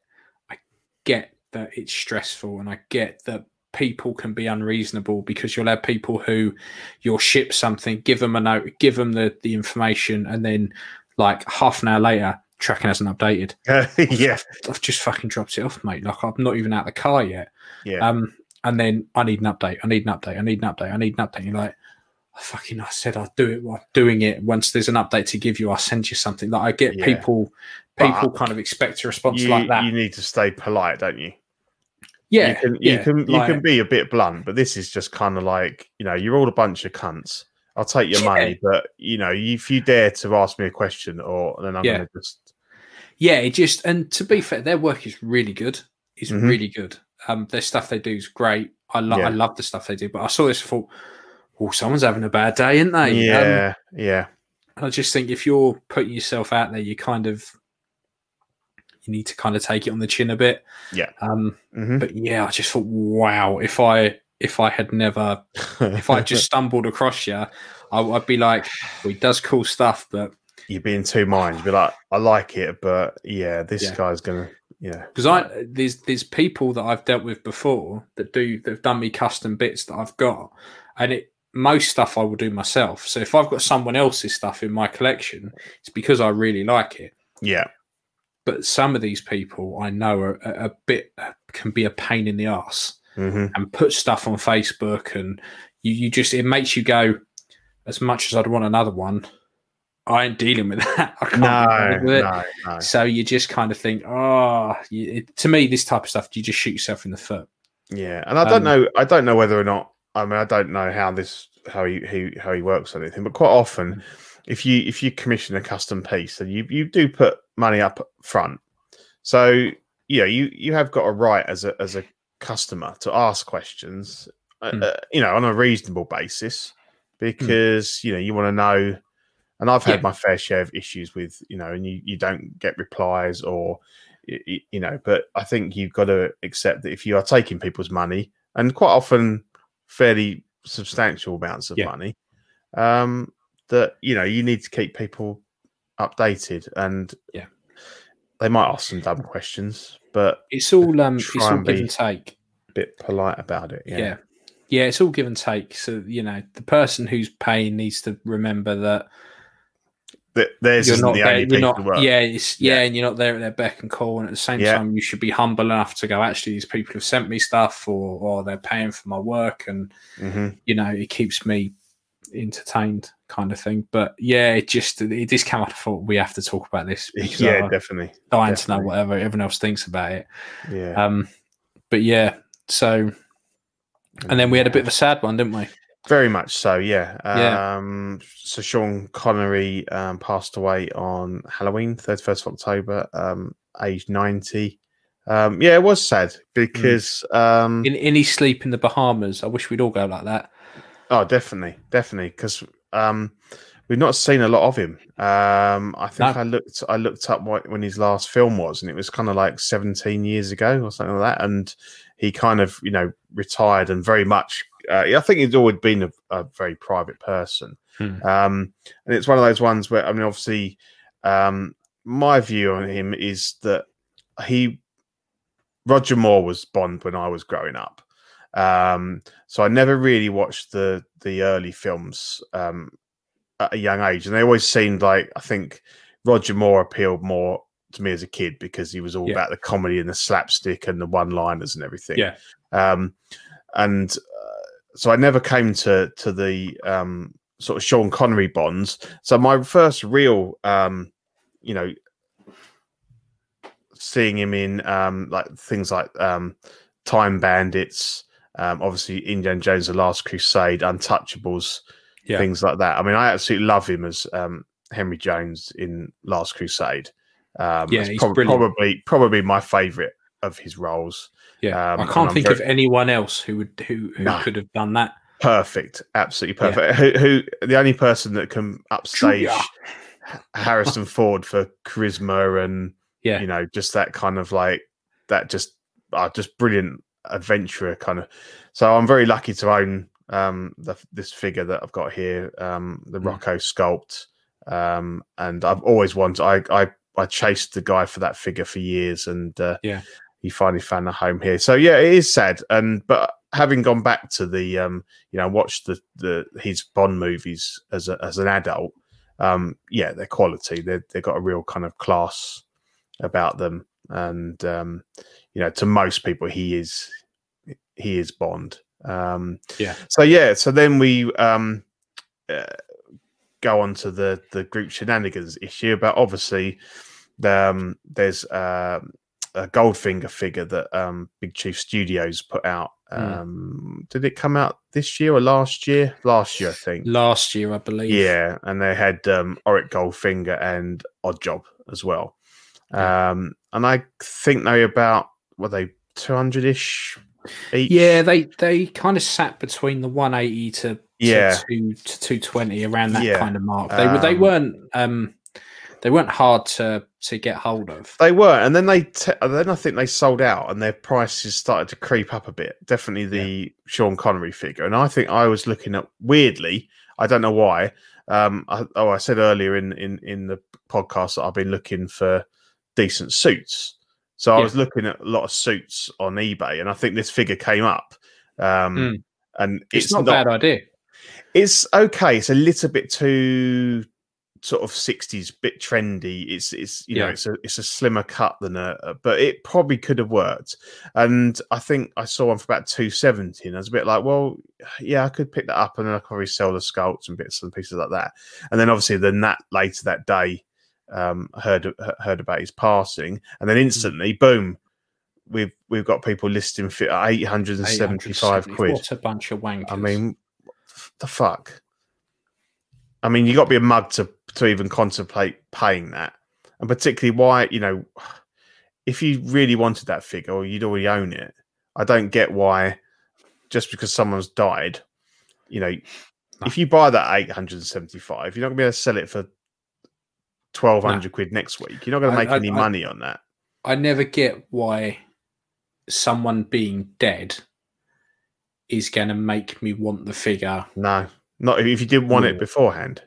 E: I get that it's stressful, and I get that people can be unreasonable because you'll have people who you'll ship something, give them a note, give them the the information, and then like half an hour later, tracking hasn't updated.
F: yeah,
E: I've just fucking dropped it off, mate. Like I'm not even out of the car yet.
F: yeah.
E: Um, and then I need an update. I need an update. I need an update. I need an update. You're like. I fucking, I said I'll do it. Well, I'm doing it. Once there's an update to give you, I'll send you something. Like I get
F: Yeah.
E: people,
F: But-
E: people kind of expect a response
F: you,
E: like that.
F: you need to stay polite, don't you?
E: yeah,
F: you can, you
E: yeah,
F: can, you
E: like-
F: can be a bit blunt, but this is just kind of like you know, you're all a bunch of cunts. I'll take your
E: Yeah.
F: money, but you know, if you dare to ask me a question, or then I'm
E: Yeah.
F: going to just
E: yeah. It just and to be fair, their work is really good. Is
F: Mhm.
E: really good. Um, their stuff they do is great. I love,
F: Yeah.
E: I love the stuff they do. But I saw this and thought, oh, someone's having a bad day, isn't they? Um,
F: yeah, yeah,
E: and I just think if you're putting yourself out there, you kind of you need to kind of take it on the chin a bit.
F: Yeah.
E: Um,
F: mhm.
E: but yeah, I just thought, wow, if I if I had never if I just stumbled across you, I, I'd be like, well, he does cool stuff, but
F: you'd be in two minds, you'd be like, I like it, but yeah, this
E: Yeah.
F: guy's gonna, yeah,
E: because I there's there's people that I've dealt with before that do that've done me custom bits that I've got, and it most stuff I will do myself. So if I've got someone else's stuff in my collection, it's because I really like it.
F: yeah,
E: But some of these people I know are a, a bit can be a pain in the ass
F: hmm
E: and put stuff on Facebook, and you you just it makes you go. As much as I'd want another one, I ain't dealing with that. I can't be
F: no,
E: bothered with it.
F: no, no,
E: So you just kind of think, oh, you, it, to me, this type of stuff, you just shoot yourself in the foot.
F: yeah, and I don't
E: Um,
F: know, I don't know whether or not, I mean, I don't know how this, how he, he how he works on anything, but quite
E: Mm-hmm.
F: often, if you if you commission a custom piece, and you you do put money up front, so yeah, you you have got a right as a as a customer to ask questions, uh,
E: Hmm.
F: uh, you know, on a reasonable basis, because you know you want to know and I've had
E: Yeah.
F: my fair share of issues with you know, and you, you don't get replies or y- y- you know, but I think you've got to accept that if you are taking people's money and quite often fairly substantial amounts of
E: Yeah.
F: money, um, that you know you need to keep people updated and
E: Yeah.
F: they might ask some dumb questions, but
E: It's all um, it's
F: Try
E: all
F: and
E: give
F: be-
E: and take.
F: a bit polite about it.
E: Yeah.
F: Yeah,
E: yeah, it's all give and take. So you know, the person who's paying needs to remember that
F: Th- theirs
E: you're
F: isn't
E: not
F: the
E: there.
F: only
E: You're
F: piece
E: not,
F: of work.
E: yeah, it's, yeah,
F: Yeah.
E: and you're not there at their beck and call. And at the same
F: Yeah.
E: time, you should be humble enough to go. Actually, these people have sent me stuff, or or they're paying for my work, and
F: hmm
E: you know, it keeps me entertained kind of thing. But yeah, it just it just came out of thought we have to talk about this because
F: yeah,
E: I'm
F: definitely.
E: dying to know
F: definitely.
E: whatever everyone else thinks about it.
F: Yeah.
E: Um but yeah, so and then we had a bit of a sad one, didn't we?
F: Very much so, yeah.
E: Yeah.
F: Um, so Sean Connery um, passed away on Halloween, 31st of October, um, age 90. Um, yeah, it was sad because, um,
E: In in his sleep in the Bahamas. I wish we'd all go like that.
F: oh, definitely, definitely, because um, we've not seen a lot of him. Um, I think
E: No.
F: I looked, I looked up what, when his last film was, and it was kind of like 17 years ago or something like that. And he kind of, you know, retired and very much. Uh, I think he's always been a, a very private person.
E: Hmm.
F: Um, and it's one of those ones where, I mean, obviously, um, my view on him is that he, Roger Moore was Bond when I was growing up. Um, so I never really watched the the early films um, at a young age, and they always seemed like I think Roger Moore appealed more to me as a kid because he was all
E: Yeah.
F: about the comedy and the slapstick and the one liners and everything
E: Yeah.
F: um, and uh, so I never came to to the um, sort of Sean Connery bonds. So my first real, um, you know, seeing him in um, like things like um, Time Bandits, um, obviously Indiana Jones: The Last Crusade, Untouchables,
E: Yeah.
F: things like that. I mean, I absolutely love him as um, Henry Jones in Last Crusade. Um,
E: Yeah,
F: it's
E: he's
F: prob-
E: brilliant.
F: probably probably my favourite of his roles.
E: Yeah.
F: Um,
E: I
F: and
E: can't
F: I'm
E: think
F: very-
E: of anyone else who would who, who
F: No.
E: could have done that.
F: perfect, absolutely perfect. Who, who the only person that can upstage Harrison Ford for charisma and
E: Yeah.
F: you know just that kind of like that just uh, just brilliant adventurer kind of. So I'm very lucky to own um the, this figure that I've got here, um the Rocco sculpt, um and I've always wanted. I I I chased the guy for that figure for years, and uh,
E: Yeah.
F: he finally found a home here. So yeah, it is sad, and but having gone back to the um you know watched the the his Bond movies as a, as an adult, um yeah, their quality they they've got a real kind of class about them, and um you know to most people he is he is Bond. Um,
E: Yeah.
F: So yeah, so then we um, uh, go on to the the group shenanigans issue, but obviously the, um, there's uh, a Goldfinger figure that um, Big Chief Studios put out.
E: Mm.
F: Um, Did it come out this year or last year? Last year, I think.
E: Last year, I believe.
F: Yeah, and they had um, Oric Goldfinger and Oddjob as well. Um, and I think they about were they two hundred ish each.
E: Yeah, they they kind of sat between the 180 to to
F: Yeah.
E: two, to 220 around that
F: Yeah.
E: kind of mark. They were they
F: Um,
E: weren't um they weren't hard to to get hold of.
F: they were, and then they te- then I think they sold out, and their prices started to creep up a bit. Definitely the Sean Connery figure, and I think I was looking at weirdly. I don't know why. Um, I, oh, I said earlier in in in the podcast that I've been looking for decent suits. So I
E: Yeah.
F: was looking at a lot of suits on eBay, and I think this figure came up. Um,
E: Mm.
F: And
E: It's, not, a bad idea.
F: it's okay. It's a little bit too sort of sixties, bit trendy. It's it's you know
E: Yeah.
F: it's a it's a slimmer cut than a, a- but it probably could have worked. And I think I saw one for about two seventy, and I was a bit like, well, yeah, I could pick that up, and then I could probably sell the sculpts and bits and pieces like that. And then obviously then that later that day, um, I heard heard about his passing, and then instantly, boom. We've, we've got people listing for 875
E: 875.
F: quid.
E: What a bunch of wankers.
F: I mean, f- the fuck. I mean, you got to be a mug to to even contemplate paying that, and particularly why you know, if you really wanted that figure or you'd already own it, I don't get why just because someone's died, you know, if you buy that eight hundred and seventy five, you're not going to be able to sell it for twelve hundred quid next week. You're not going
E: I-
F: to make
E: I-
F: any
E: I-
F: money on that.
E: I never get why someone being dead is going to make me want the figure.
F: No, not if- if you didn't want it
E: Ooh.
F: beforehand.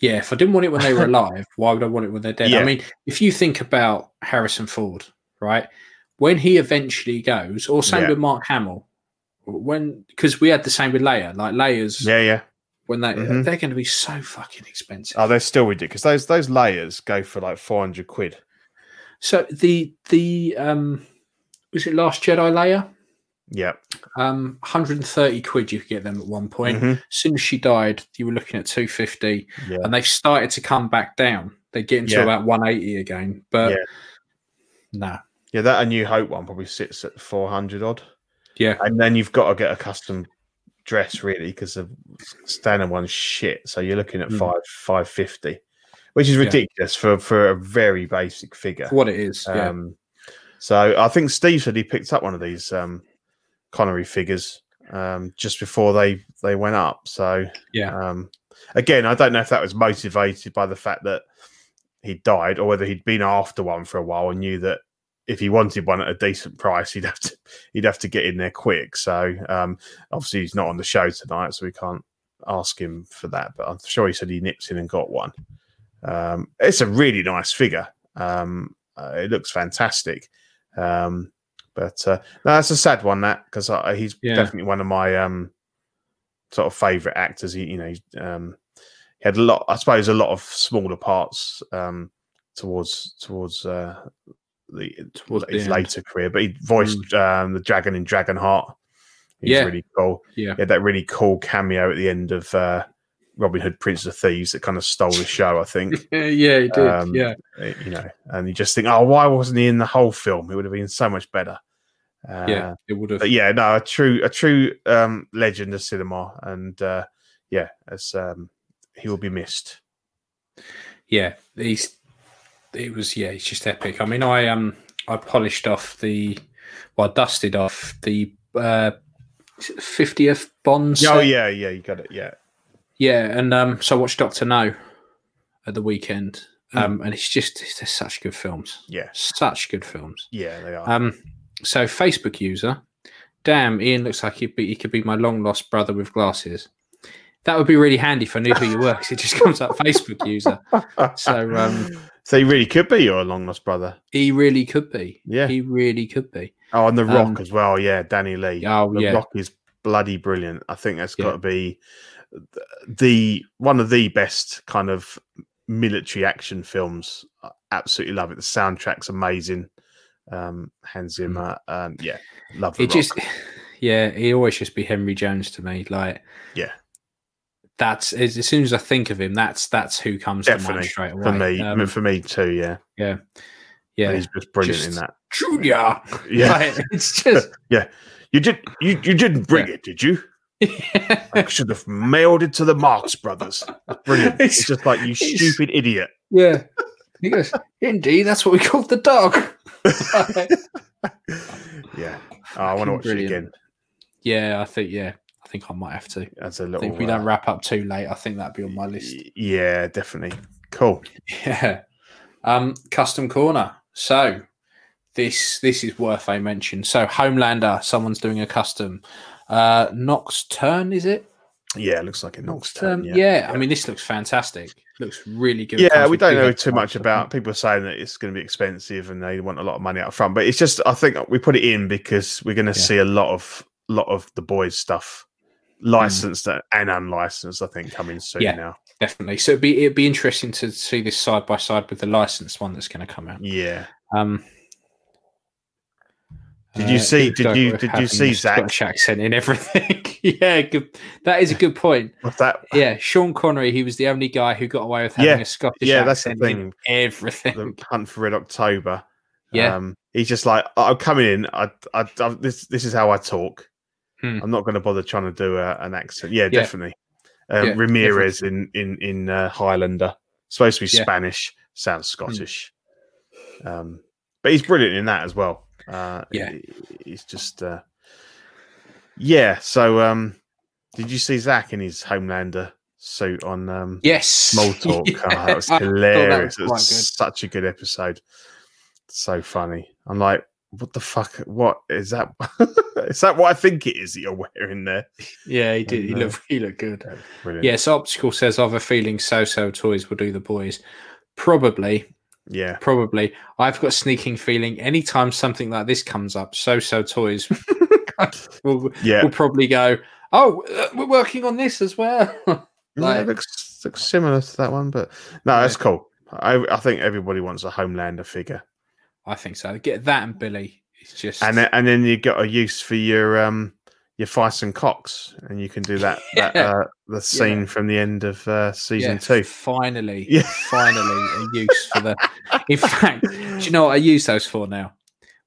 E: Yeah, if I didn't want it when they were alive, why would I want it when they're dead?
F: Yeah.
E: I mean, if you think about Harrison Ford, right? When he eventually goes, or same
F: Yeah.
E: with Mark Hamill, when because we had the same with Leia, like Leia's
F: Yeah, yeah.
E: when they
F: Mhm.
E: they're going to be so fucking expensive.
F: Oh, they're still ridiculous. Those those layers go for like four hundred quid.
E: so the the um was it Last Jedi Leia?
F: Yeah.
E: Um, 130 quid you could get them at one point.
F: Mhm.
E: As soon as she died, you were looking at 250,
F: Yeah.
E: and they've started to come back down. They're getting to
F: Yeah.
E: about 180 again, but
F: Yeah.
E: nah,
F: Yeah, that A New Hope one probably sits at 400 odd.
E: yeah,
F: And then you've got to get a custom dress, really, because the standard one's shit. So you're looking at
E: Mm.
F: five 550, which is ridiculous for, for a very basic figure.
E: for what it is. yeah.
F: Um, so I think Steve said he picked up one of these um, Connery figures um, just before they they went up. So
E: Yeah.
F: um, again, I don't know if that was motivated by the fact that he died or whether he'd been after one for a while and knew that if he wanted one at a decent price, he'd have to he'd have to get in there quick. So um, obviously he's not on the show tonight, so we can't ask him for that. But I'm sure he said he nipped in and got one. Um, it's a really nice figure. Um, uh, it looks fantastic. Um, but uh, no, that's a sad one that because he's
E: Yeah.
F: definitely one of my um, sort of favorite actors. He, you know, he's, um, he had a lot. I suppose a lot of smaller parts um, towards towards uh, the
E: Towards the
F: his
E: end. Mm.
F: later career. But he voiced um, the dragon in Dragonheart. He's
E: Yeah.
F: really cool.
E: Yeah.
F: He had that really cool cameo at the end of uh, Robin Hood, Prince of Thieves, that kind of stole the show. I think
E: yeah, yeah, he did.
F: Um,
E: yeah,
F: uh, you know, and you just think, oh, why wasn't he in the whole film? It would have been so much better. Uh,
E: yeah, it would have.
F: but yeah, no, a true, a true um, legend of cinema, and uh, yeah, as um, he will be missed.
E: Yeah, he's. It was yeah, it's just epic. I mean, I um, I polished off the, well, I dusted off the uh, fiftieth Bond.
F: Oh
E: set?
F: yeah, yeah, you got it. Yeah,
E: yeah. And um, so I watched Doctor No at the weekend, um, and it's just they're such good films,
F: yeah,
E: such good films.
F: yeah. They are.
E: Um, so Facebook user, damn, Ian looks like he'd be, he could be my long lost brother with glasses. That would be really handy if I knew who you were, 'cause E it just comes up Facebook user. So um,
F: so he really could be your long lost brother.
E: he really could be.
F: Yeah.
E: he really could be.
F: Oh, and The Rock
E: Um,
F: as well. Yeah, Danny Lee.
E: Oh,
F: the
E: yeah.
F: Rock is bloody brilliant. I think that's
E: Yeah.
F: got to be the one of the best kind of military action films. I absolutely love it. The soundtrack's amazing. Um, Hans Zimmer. Um, yeah, love
E: Hmm.
F: the
E: It
F: Rock.
E: just, yeah, he always just be Henry Jones to me. Like,
F: Yeah.
E: that's as, as soon as I think of him, that's that's who comes to mind
F: Definitely,
E: straight away
F: for me, I
E: Um,
F: mean, for me too. Yeah,
E: yeah,
F: he's just brilliant in
E: just-
F: that.
E: Junior.
F: Yeah,
E: Like, it's just
F: you did. You you didn't bring
E: Yeah.
F: it, did you? I should have mailed it to the Marx Brothers. That's brilliant.
E: It's-
F: it's just like you
E: it's-
F: stupid idiot.
E: yeah. He goes, indeed, that's what we called the dog. Like,
F: yeah. Oh, I want to
E: Fucking
F: watch
E: brilliant.
F: it again
E: yeah, I think yeah, I think I might have to.
F: as a
E: I
F: little.
E: think if we
F: uh,
E: don't wrap up too late, I think that'd be on my list.
F: y- Yeah, definitely. Cool.
E: Yeah. Um, custom corner. So this this is worth a mention. So Homelander, someone's doing a custom. Uh Nocturne, is it?
F: Yeah, it looks like it knocks
E: Um,
F: turn.
E: yeah.
F: Yeah,
E: I mean this looks fantastic. Looks really good.
F: yeah.
E: Comes
F: we
E: with
F: don't
E: big
F: know
E: extra
F: too much
E: parts,
F: about. People are saying that it's going to be expensive and they want a lot of money up front, but it's just I think we put it in because we're going to
E: Yeah.
F: see a lot of lot of the boys stuff, licensed and unlicensed. I think coming soon
E: Mm. Yeah.
F: now.
E: Definitely. So it'd be it'd be interesting to see this side by side with the licensed one that's going to come out.
F: Yeah.
E: Um
F: Did you
E: uh,
F: see-
E: good
F: did
E: joke
F: you-
E: with
F: did you
E: having
F: see
E: the
F: Zach?
E: Scottish accent in everything? yeah, good. That is a good point.
F: What's that?
E: Yeah, Sean Connery, he was the only guy who got away with having
F: Yeah,
E: a Scottish
F: yeah, that's the
E: accent in
F: thing.
E: everything.
F: the hunt for Red October.
E: Yeah.
F: um, he's just like "I- I'm coming in. I, I, I this this is how I talk.
E: Hmm.
F: I'm not going to bother trying to do a, an accent. Yeah,
E: Yeah.
F: definitely. Um,
E: Yeah,
F: Ramirez in in in uh, Highlander, supposed to be
E: Yeah. Hmm.
F: Spanish, sounds Scottish. Um, but he's brilliant in that as well. Uh,
E: Yeah.
F: he- he's just uh, yeah. So um, did you see Zach in his Homelander suit on um,
E: yes.
F: Small talk. Oh, that was
E: I thought that was
F: hilarious. It was
E: quite good.
F: such a good episode. So funny. I'm like, what the fuck? What is that? is that what I think it is that you're wearing there?
E: Yeah, he did. He
F: And, uh,
E: looked, he looked good.
F: Brilliant.
E: Yes, Optical says, I have a feeling so so toys will do the boys. Probably,
F: Yeah.
E: probably. I've got a sneaking feeling anytime something like this comes up, so so toys will,
F: Yeah.
E: will probably go, Oh, uh, we're working on this as well.
F: No,
E: like-
F: it looks, looks similar to that one, but no, that's cool. I, I think everybody wants a Homelander figure,
E: I think so. Get that and Billy. It's just
F: and then, and then you got a use for your um your Feist and Cox, and you can do that that
E: Yeah.
F: uh, the scene from the end of uh, season
E: Yeah,
F: two.
E: Finally,
F: Yeah.
E: finally, a use for the. In fact, do you know what I use those for now?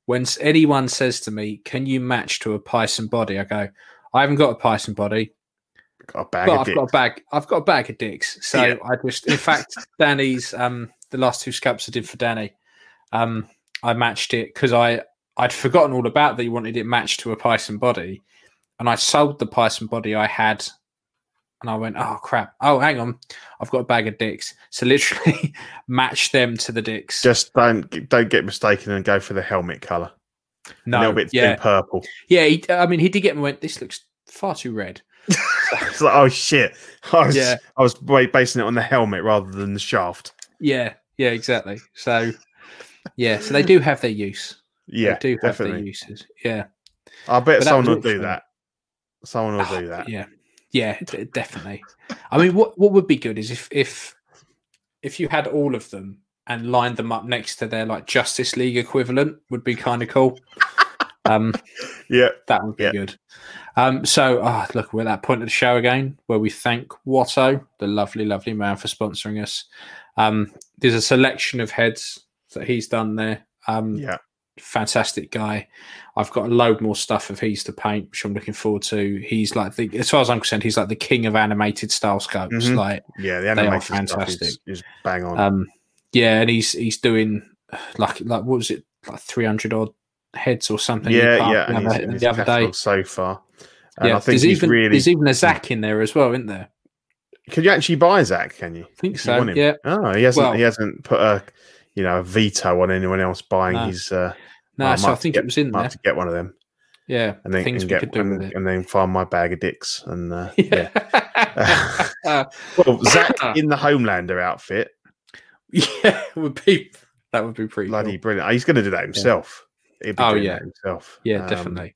E: When s- anyone says to me, "Can you match to a Python body?" I go, "I haven't got a Python body,
F: Got a bag
E: but
F: of
E: I've
F: dicks.
E: got a bag. I've got a bag of dicks." So
F: Yeah.
E: I just, in fact, Danny's um the last two scalps I did for Danny, um I matched it because I I'd forgotten all about that you wanted it matched to a Python body, and I sold the Python body I had and I went, oh crap! Oh, hang on, I've got a bag of dicks. So literally, match them to the dicks.
F: Just don't g- don't get mistaken and go for the helmet color. a little bit
E: yeah,
F: too purple.
E: yeah. He, I mean, he did get and went. This looks far too red.
F: It's like, oh shit! I was
E: Yeah.
F: I was ba- basing it on the helmet rather than the shaft.
E: Yeah, yeah, exactly. So, yeah, so they do have their use.
F: Yeah,
E: they do have their
F: definitely.
E: uses. Yeah,
F: I
E: But
F: bet
E: that
F: someone
E: was
F: will
E: it
F: do
E: for-
F: that. Someone will do that.
E: yeah, yeah, d- definitely. I mean, what what would be good is if if if you had all of them and lined them up next to their like Justice League equivalent would be kind of cool. Um.
F: Yeah,
E: That would be
F: Yeah.
E: good. Um, so, ah, look, we're at that point of the show again where we thank Watto, the lovely, lovely man, for sponsoring us. Um, there's a selection of heads that he's done there. Um,
F: yeah,
E: Fantastic guy. I've got a load more stuff of his to paint, which I'm looking forward to. He's like the, as far as I'm concerned, he's like the king of animated style scopes.
F: Mhm.
E: Like,
F: yeah. The
E: are
F: animation stuff is,
E: fantastic.
F: is bang on.
E: um, yeah, and he's he's doing like like what was it like 300 odd heads or something?
F: yeah,
E: He can't
F: yeah. And
E: remember
F: he's,
E: it
F: and his
E: the other day.
F: catalogue so far. And
E: yeah,
F: I think
E: there's
F: he's
E: even
F: really. Mm.
E: there's even a Zach in there as well, isn't there?
F: Can you actually buy Zach? Can you?
E: I think
F: You
E: so.
F: want him?
E: Yeah.
F: Oh, he hasn't.
E: Well-
F: he hasn't put a you know a veto on anyone else buying
E: No.
F: his. Uh,
E: No,
F: I might
E: so I
F: have to
E: think
F: get-
E: it was in
F: might
E: there.
F: have to get one of them
E: Yeah.
F: and then
E: things
F: and
E: we
F: get
E: could do
F: and,
E: with it.
F: and then find my bag of dicks and uh, yeah.
E: Yeah.
F: Well, Zach in the Homelander outfit,
E: yeah, would be that would be pretty
F: bloody
E: cool.
F: brilliant. He's going to do that himself. He'd be
E: Oh,
F: doing
E: yeah.
F: that himself.
E: Yeah,
F: Um,
E: definitely.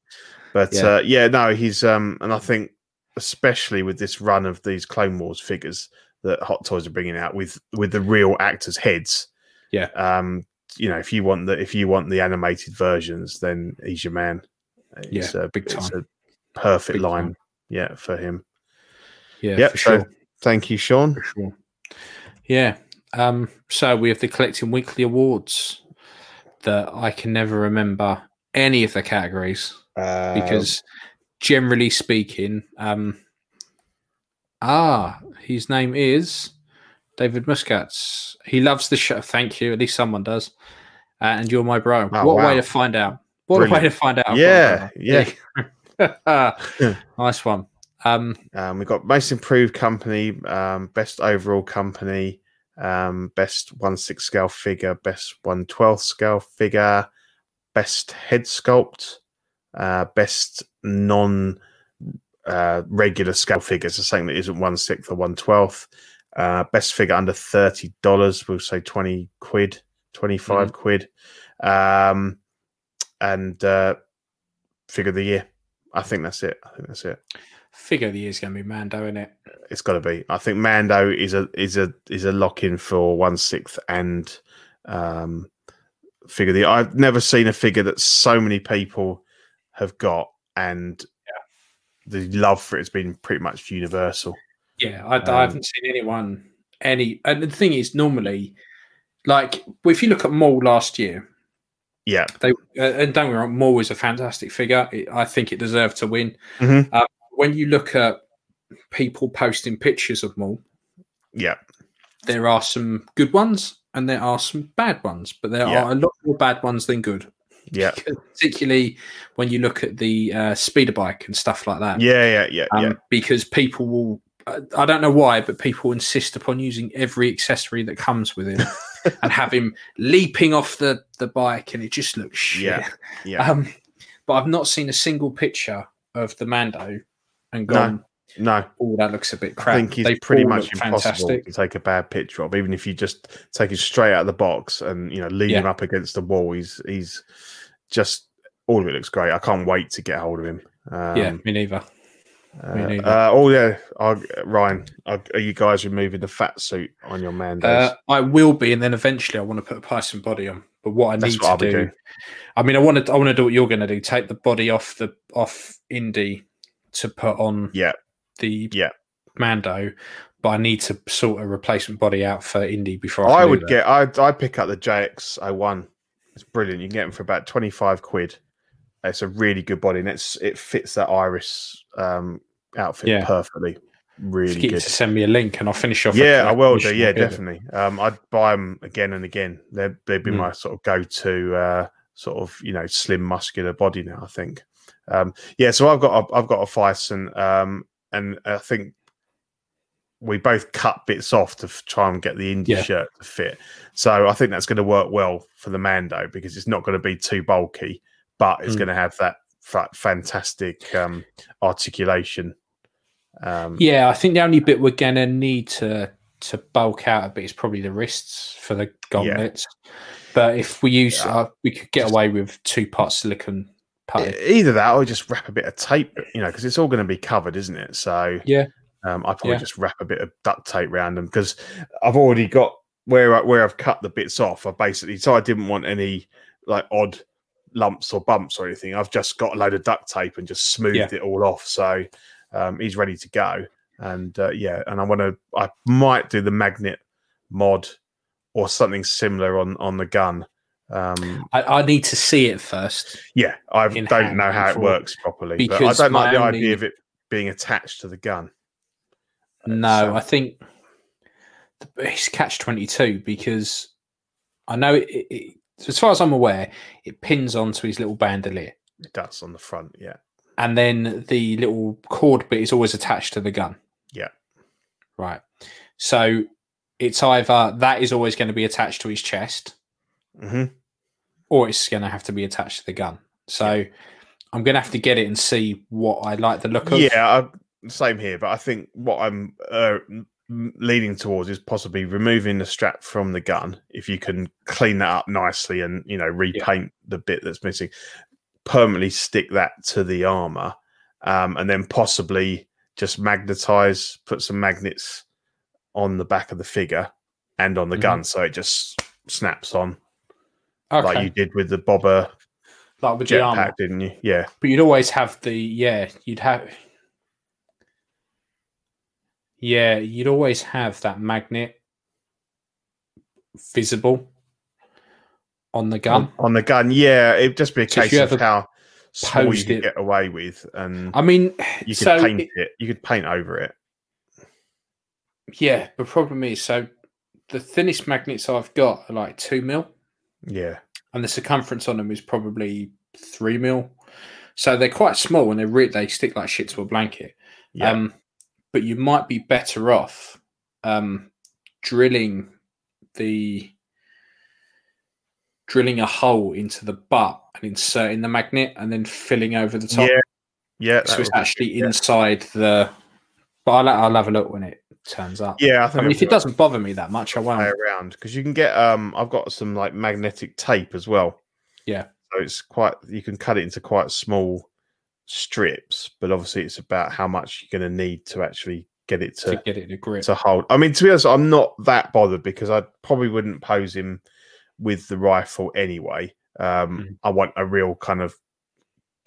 F: But
E: Yeah.
F: Uh, yeah, no, he's um, and I think especially with this run of these Clone Wars figures that Hot Toys are bringing out with with the real actors' heads.
E: Yeah.
F: Um, you know, if you want the if you want the animated versions, then he's your man. It's
E: Yeah,
F: a,
E: big
F: it's
E: time.
F: a perfect
E: Big
F: line.
E: time.
F: Yeah, for him.
E: Yeah,
F: yep.
E: for
F: so
E: sure.
F: thank you, Sean.
E: For sure. Yeah. Um, so we have the collecting weekly awards that I can never remember any of the categories
F: Uh,
E: because generally speaking, um Ah, his name is David Muscats. He loves the show. Thank you. At least someone does. Uh, and you're my bro.
F: Oh,
E: what a
F: wow.
E: way to find out. What a
F: Brilliant.
E: way to find out.
F: Yeah,
E: yeah. nice one. Um,
F: Um, we've got most improved company, um, best overall company, um, best one six scale figure, best one twelfth scale figure, best head sculpt, uh, best non uh, regular scale figures, so something that isn't one sixth or one twelfth. Uh, best figure under thirty dollars, we'll say twenty quid, twenty quid, um, and uh, figure of the year. I think that's it. I think that's it.
E: figure of the year's going to be Mando, is it?
F: It's got to be. I think Mando is a is a is a lock in for one sixth and um, figure. The I've never seen a figure that so many people have got, and the love for it has been pretty much universal.
E: Yeah, I,
F: Um,
E: I haven't seen anyone any. And the thing is, normally, like if you look at Maul last year,
F: Yeah,
E: they uh, and don't get me wrong, Maul is a fantastic figure. It, I think it deserved to win.
F: Mhm.
E: Um, when you look at people posting pictures of Maul,
F: yeah,
E: there are some good ones and there are some bad ones, but there
F: Yeah.
E: are a lot more bad ones than good.
F: yeah,
E: Particularly when you look at the uh, speeder bike and stuff like that.
F: yeah, yeah, yeah,
E: um,
F: yeah.
E: because people will. I- I don't know why, but people insist upon using every accessory that comes with him and have him leaping off the, the bike, and it just looks shit.
F: Yeah, yeah.
E: Um, but I've not seen a single picture of the Mando and gone,
F: No,
E: oh, that looks a bit crap.
F: I think he's
E: They
F: pretty
E: all
F: much
E: look
F: impossible to take a bad picture of. Even if you just take him straight out of the box and you know lean
E: Yeah.
F: him up against the wall, he's he's just all of it looks great. I can't wait to get hold of him. Um,
E: yeah, me neither.
F: uh,
E: me neither.
F: uh, oh yeah, I'll, Ryan, are, are you guys removing the fat suit on your man?
E: Uh, I will be, and then eventually I want to put a Python body on. But what I
F: That's
E: need
F: what I'll
E: to
F: be
E: do,
F: doing.
E: I mean, I want to, I want to do what you're going to do: take the body off the off Indy to put on,
F: Yeah.
E: the
F: Yeah.
E: Mando. But I need to sort a replacement body out for Indy before I,
F: I
E: can do
F: would
E: that.
F: get. I I pick up the JX one. It's brilliant. You can get them for about twenty five quid. It's a really good body, and it's it fits that iris um, outfit
E: Yeah.
F: perfectly. Really
E: Just get you
F: good.
E: to send me a link, and I'll finish off. a
F: Yeah, I will do.
E: collection.
F: Yeah,
E: I'll do that.
F: definitely. Um, I'd buy them again and again. They'd, they'd be
E: Mm.
F: my sort of go-to, uh, sort of you know, slim, muscular body now. I think. Um, yeah, so I've got a, I've got a Fison, um, and I think we both cut bits off to f- try and get the indie
E: Yeah.
F: shirt to fit. So I think that's going to work well for the Mando because it's not going to be too bulky, but it's
E: Mm.
F: going to have that fa- fantastic um, articulation. Um,
E: Yeah, I think the only bit we're gonna need to to bulk out a bit is probably the wrists for the gauntlets. But if we use,
F: Yeah.
E: uh, we could get away with two part silicon putty.
F: E- Either that or just wrap a bit of tape, you know, because it's all going to be covered, isn't it? So
E: Yeah.
F: um, I probably
E: Yeah.
F: just wrap a bit of duct tape around them because I've already got where I, where I've cut the bits off. I basically so I didn't want any like odd lumps or bumps or anything. I've just got a load of duct tape and just smoothed
E: Yeah.
F: it all off. So um, he's ready to go, and uh, yeah, and I want to. I might do the magnet mod or something similar on on the gun. Um,
E: I, I need to see it first.
F: yeah, I
E: in
F: don't know
E: hand
F: how it
E: before-
F: works properly, but I
E: because
F: don't
E: my
F: like the
E: only-
F: idea of it being attached to the gun.
E: No,
F: so-
E: I think the- it's catch twenty two because I know it, it, it. As far as I'm aware, it pins onto his little bandolier,
F: It does on the front, yeah.
E: and then the little cord bit is always attached to the gun.
F: Yeah.
E: Right. So it's either that is always going to be attached to his chest,
F: hmm
E: or it's going to have to be attached to the gun. So I'm going to have to get it and see what I like the look of.
F: Yeah, I, same here. But I think what I'm uh, m- leaning towards is possibly removing the strap from the gun if you can clean that up nicely and you know repaint the bit that's missing. Permanently stick that to the armor, um, and then possibly just magnetize, put some magnets on the back of the figure and on the
E: Mhm.
F: gun, so it just snaps on
E: Okay.
F: like you did with the bobber
E: like with the armor.
F: jetpack, didn't you? Yeah,
E: But you'd always have the yeah, you'd have Yeah, you'd always have that magnet visible on the gun.
F: on, on the gun. Yeah, it'd just be a
E: So if
F: case
E: you
F: of
E: ever
F: how small you
E: posed
F: can
E: it-
F: get away with, and
E: I mean,
F: you could
E: so
F: paint
E: it-
F: it, You could paint over it.
E: yeah, the problem is so the thinnest magnets I've got are like two mil
F: Yeah,
E: and the circumference on them is probably three mil. So they're quite small and they re- they stick like shit to a blanket.
F: yeah,
E: Um, but you might be better off um, drilling the drilling a hole into the butt and inserting the magnet and then filling over the top.
F: yeah, yeah. that
E: so it's
F: would-
E: actually inside the. But I'll, I'll have a look when it turns up.
F: yeah, I
E: I
F: think
E: mean, if it
F: does
E: doesn't bother me that much, I
F: play
E: won't.
F: around because you can get. Um, I've got some like magnetic tape as well.
E: Yeah.
F: so it's quite. You can cut it into quite small strips, but obviously it's about how much you're going to need to actually get it
E: To get it to grip.
F: to hold. I mean, to be honest, I'm not that bothered because I probably wouldn't pose him with the rifle anyway. Um,
E: Mhm.
F: I want a real kind of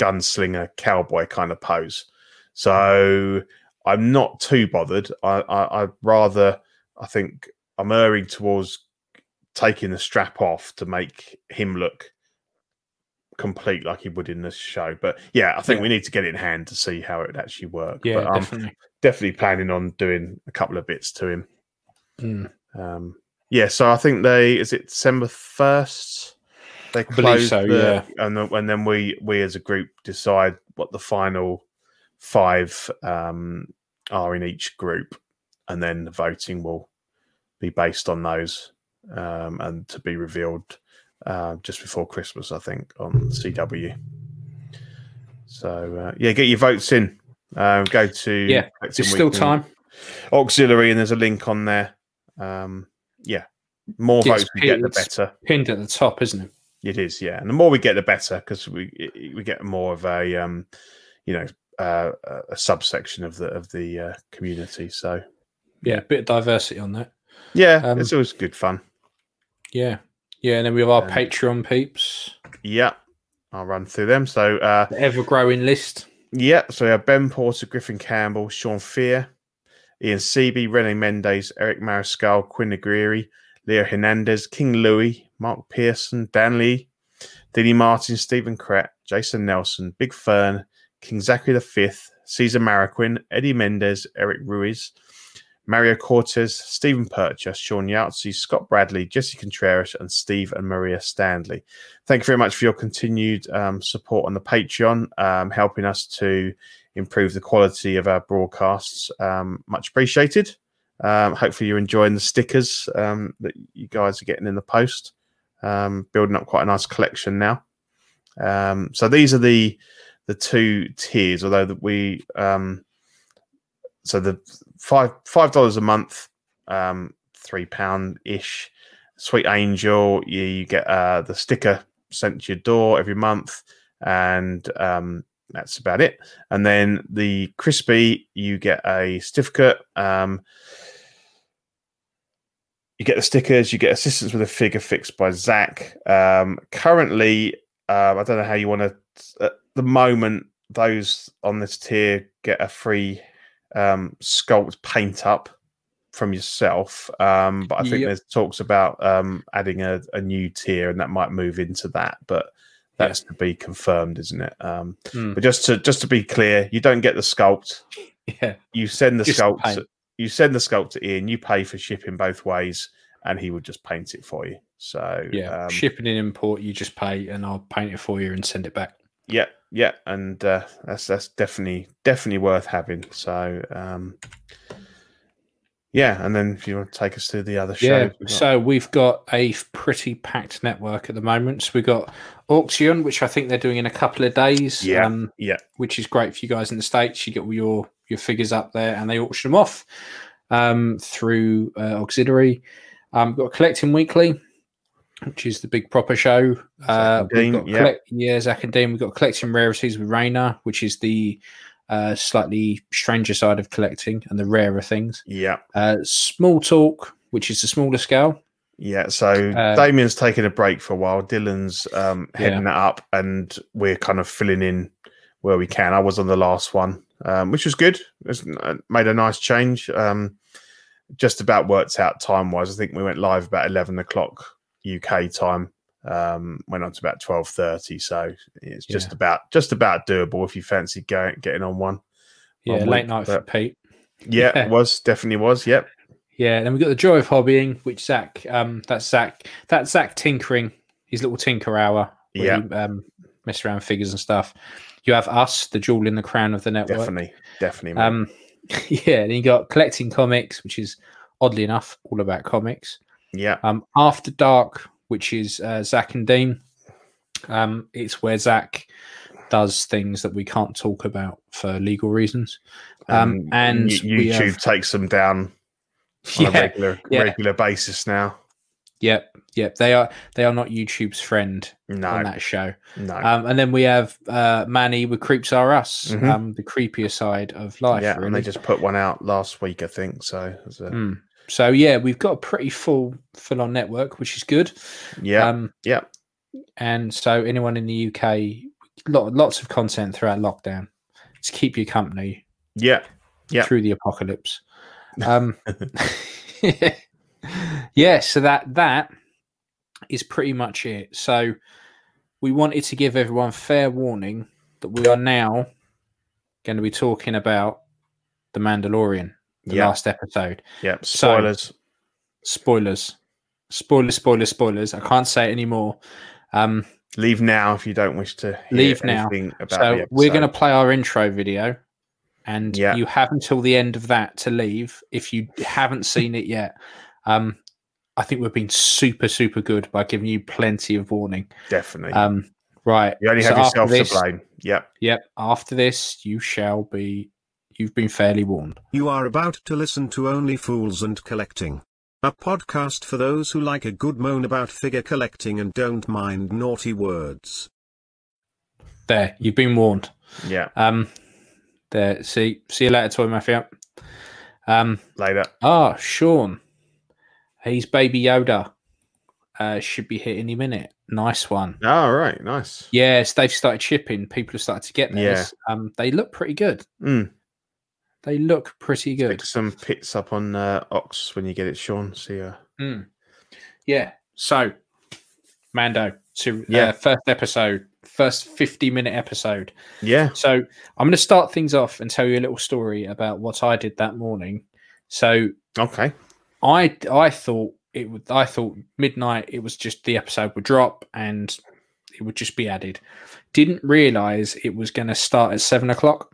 F: gunslinger cowboy kind of pose. So I'm not too bothered. I, I, I'd rather, I think I'm erring towards taking the strap off to make him look complete like he would in this show. But yeah, I think
E: Yeah.
F: we need to get it in hand to see how it would actually work.
E: yeah,
F: but, um,
E: definitely.
F: definitely planning on doing a couple of bits to him.
E: Mm,
F: Um, yeah, so I think they is it December first. They
E: believe
F: close,
E: so,
F: the- and then, and then we we as a group decide what the final five um, are in each group, and then the voting will be based on those um, and to be revealed uh, just before Christmas, I think, on CW. So uh, yeah, get your votes in. Um, go to
E: Yeah,
F: Collecting
E: There's still
F: Weekly
E: time.
F: auxiliary and there's a link on there. Um, yeah, more
E: Yes,
F: votes we get, the
E: it's-
F: better
E: Pinned at the top, isn't it?
F: it is. Yeah, and the more we get, the better because we i- we get more of a um, you know, uh, a- a subsection of the of the uh, community. So
E: Yeah, bit of diversity on that.
F: yeah,
E: Um,
F: it's always good fun.
E: Yeah. Yeah, and then we have our
F: Um,
E: Patreon peeps.
F: Yeah, I'll run through them. So uh,
E: The ever growing list.
F: Yeah, so we have Ben Porter, Griffin Campbell, Sean Fear, Ian Seaby, Rene Mendes, Eric Mariscal, Quinn Aguirre, Leo Hernandez, King Louis, Mark Pearson, Dan Lee, Diddy Martin, Stephen Crett, Jason Nelson, Big Fern, King Zachary V, Caesar Maraquin, Eddie Mendez, Eric Ruiz, Mario Cortez, Stephen Purcher, Sean Yahtzee, Scott Bradley, Jesse Contreras, and Steve and Maria Stanley thank you very much for your continued um, support on the Patreon, um, helping us to improve the quality of our broadcasts. Um, much appreciated. Um, hopefully, you're enjoying the stickers um, that you guys are getting in the post. Um, building up quite a nice collection now. Um, so these are the the two tiers, although that we um, so the five five dollars a month, um, three pound ish. Sweet Angel, you, you get uh, the sticker sent to your door every month, and um, that's about it. And then the Crispy, you get a certificate. Um, you get the stickers, you get assistance with a figure fixed by Zach. Um, currently, uh, I don't know how you want to, at the moment, those on this tier get a free um, sculpt paint up from yourself. Um, but I think
E: Yep.
F: there's talks about um, adding a, a new tier, and that might move into that. But
E: Yeah.
F: that's to be confirmed, isn't it? Um,
E: Mm.
F: But just to just to be clear, you don't get the sculpt.
E: Yeah.
F: You send the
E: Just the
F: sculpt.
E: paint.
F: You send the sculpt to Ian. You pay for shipping both ways, and he would just paint it for you. So
E: Yeah.
F: um,
E: Shipping and import, you just pay and I'll paint it for you and send it back.
F: yeah, yeah, and uh, that's that's definitely definitely worth having. So, um, yeah, and then if you want to take us to the other show,
E: Yeah, so we've got a f- pretty packed network at the moment. So we've got Auction, which I think they're doing in a couple of days.
F: Yeah.
E: Um,
F: yeah,
E: which is great for you guys in the states. You get all your your figures up there, and they auction them off um, through uh, auxiliary. Um, we've got collecting weekly, which is the big proper show. Uh,
F: Zach and
E: we've
F: Dean,
E: got
F: yeah.
E: collect- yeah, Zach and Dean. We've got collecting rarities with Rainer, which is the uh, slightly stranger side of collecting and the rarer things.
F: yeah,
E: Uh, small talk, which is the smaller scale.
F: yeah. So
E: Uh,
F: Damien's taking a break for a while. Dylan's um,
E: Yeah.
F: heading that up, and we're kind of filling in where we can. I was on the last one, um, which was good. It's uh, made a nice change. Um, just about worked out time wise. I think we went live about eleven o'clock UK time. Um, went on to about twelve thirty, so it's just
E: Yeah.
F: about just about doable if you fancy going getting on one.
E: Yeah,
F: One
E: late
F: week,
E: night for
F: but-
E: Pete.
F: Yeah,
E: Yeah.
F: was definitely was. Yep.
E: Yeah, then we've got the joy of hobbying, which Zach, um, that's Zach, that's Zach tinkering, his little tinker hour. where
F: Yeah.
E: you, um, mess around with figures and stuff. You have us, the jewel in the crown of the network.
F: Definitely, definitely. mate.
E: Um, yeah, then you got collecting comics, which is oddly enough all about comics.
F: yeah,
E: Um, After Dark, which is uh, Zach and Dean. Um, it's where Zach does things that we can't talk about for legal reasons. Um, and
F: Yo-
E: we
F: YouTube
E: have-
F: takes them down on a regular
E: yeah.
F: regular basis now.
E: Yep, yep. They are they are not YouTube's friend on
F: No,
E: that show.
F: no,
E: Um, and then we have uh, Manny with Creeps Are Us,
F: Mhm.
E: um, the creepier side of life.
F: yeah, and they
E: really.
F: just put one out last week, I think. So, it's a-
E: Mm. So yeah, we've got a pretty full full on network, which is good.
F: yeah,
E: Um,
F: yeah.
E: And so anyone in the UK, lot, lots of content throughout lockdown to keep you company
F: yeah, Yeah.
E: through the apocalypse. Um, yeah, so that that is pretty much it. So we wanted to give everyone fair warning that we are now going to be talking about the Mandalorian, the
F: Yeah.
E: last episode.
F: yeah.
E: so-
F: Spoilers.
E: Spoilers, spoilers, spoilers, spoilers. I can't say it anymore. Um,
F: Leave now if you don't wish to hear
E: Leave now.
F: anything about
E: so
F: the
E: we're going to
F: episode.
E: play our intro video, and
F: Yeah.
E: you have until the end of that to leave if you haven't seen it yet. Um, I think we've been super, super good by giving you plenty of warning.
F: definitely.
E: Um, right,
F: you only
E: so
F: have
E: after
F: yourself
E: this-
F: to blame. Yep.
E: Yep. After this, you shall be. You've been fairly warned.
A: You are about to listen to Only Fools and Collecting. A podcast for those who like a good moan about figure collecting and don't mind naughty words.
E: There, you've been warned.
F: Yeah.
E: Um, there. See, see you later, toy mafia. Um,
F: Later.
E: ah, Sean, he's Baby Yoda. Uh, should be here any minute. Nice one.
F: All right. Nice.
E: Yes, they've started shipping. People have started to get theirs. Um, they look pretty good.
F: Mm.
E: They look pretty good.
F: Pick some pits up on uh, Ox when you get it, Sean. See uh, ya.
E: Mm. Yeah. So, Mando, so, yeah.
F: Yeah.
E: first episode, first 50 minute episode.
F: Yeah.
E: So, I'm going to start things off and tell you a little story about what I did that morning. So,
F: Okay.
E: I I thought it would. I thought midnight. It was just the episode would drop and it would just be added. Didn't realize it was going to start at seven o'clock.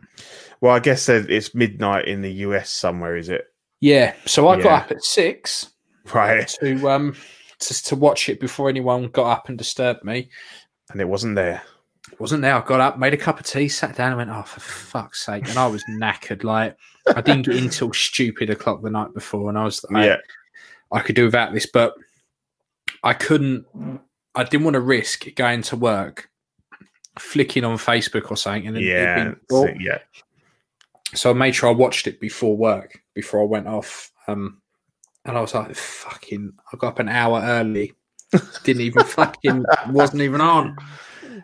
F: Well, I guess that it's midnight in the US somewhere, is it?
E: Yeah. So I
F: Yeah. Eh.
E: got up at six
F: Right.
E: to um to, to watch it before anyone got up and disturbed me.
F: And it wasn't there.
E: Wasn't there? I got up, made a cup of tea, sat down, and went, "Oh, for fuck's sake!" And I was knackered. Like I didn't get in till stupid o'clock the night before, and I was I,
F: yeah.
E: I could do without this, but I couldn't. I didn't want to risk going to work, flicking on Facebook or something, and then it
F: Yeah.
E: being bought.
F: so- yeah.
E: so I made sure I watched it before work, before I went off. Um, and I was like, fucking, I got up an hour early. Didn't even fucking, wasn't even on.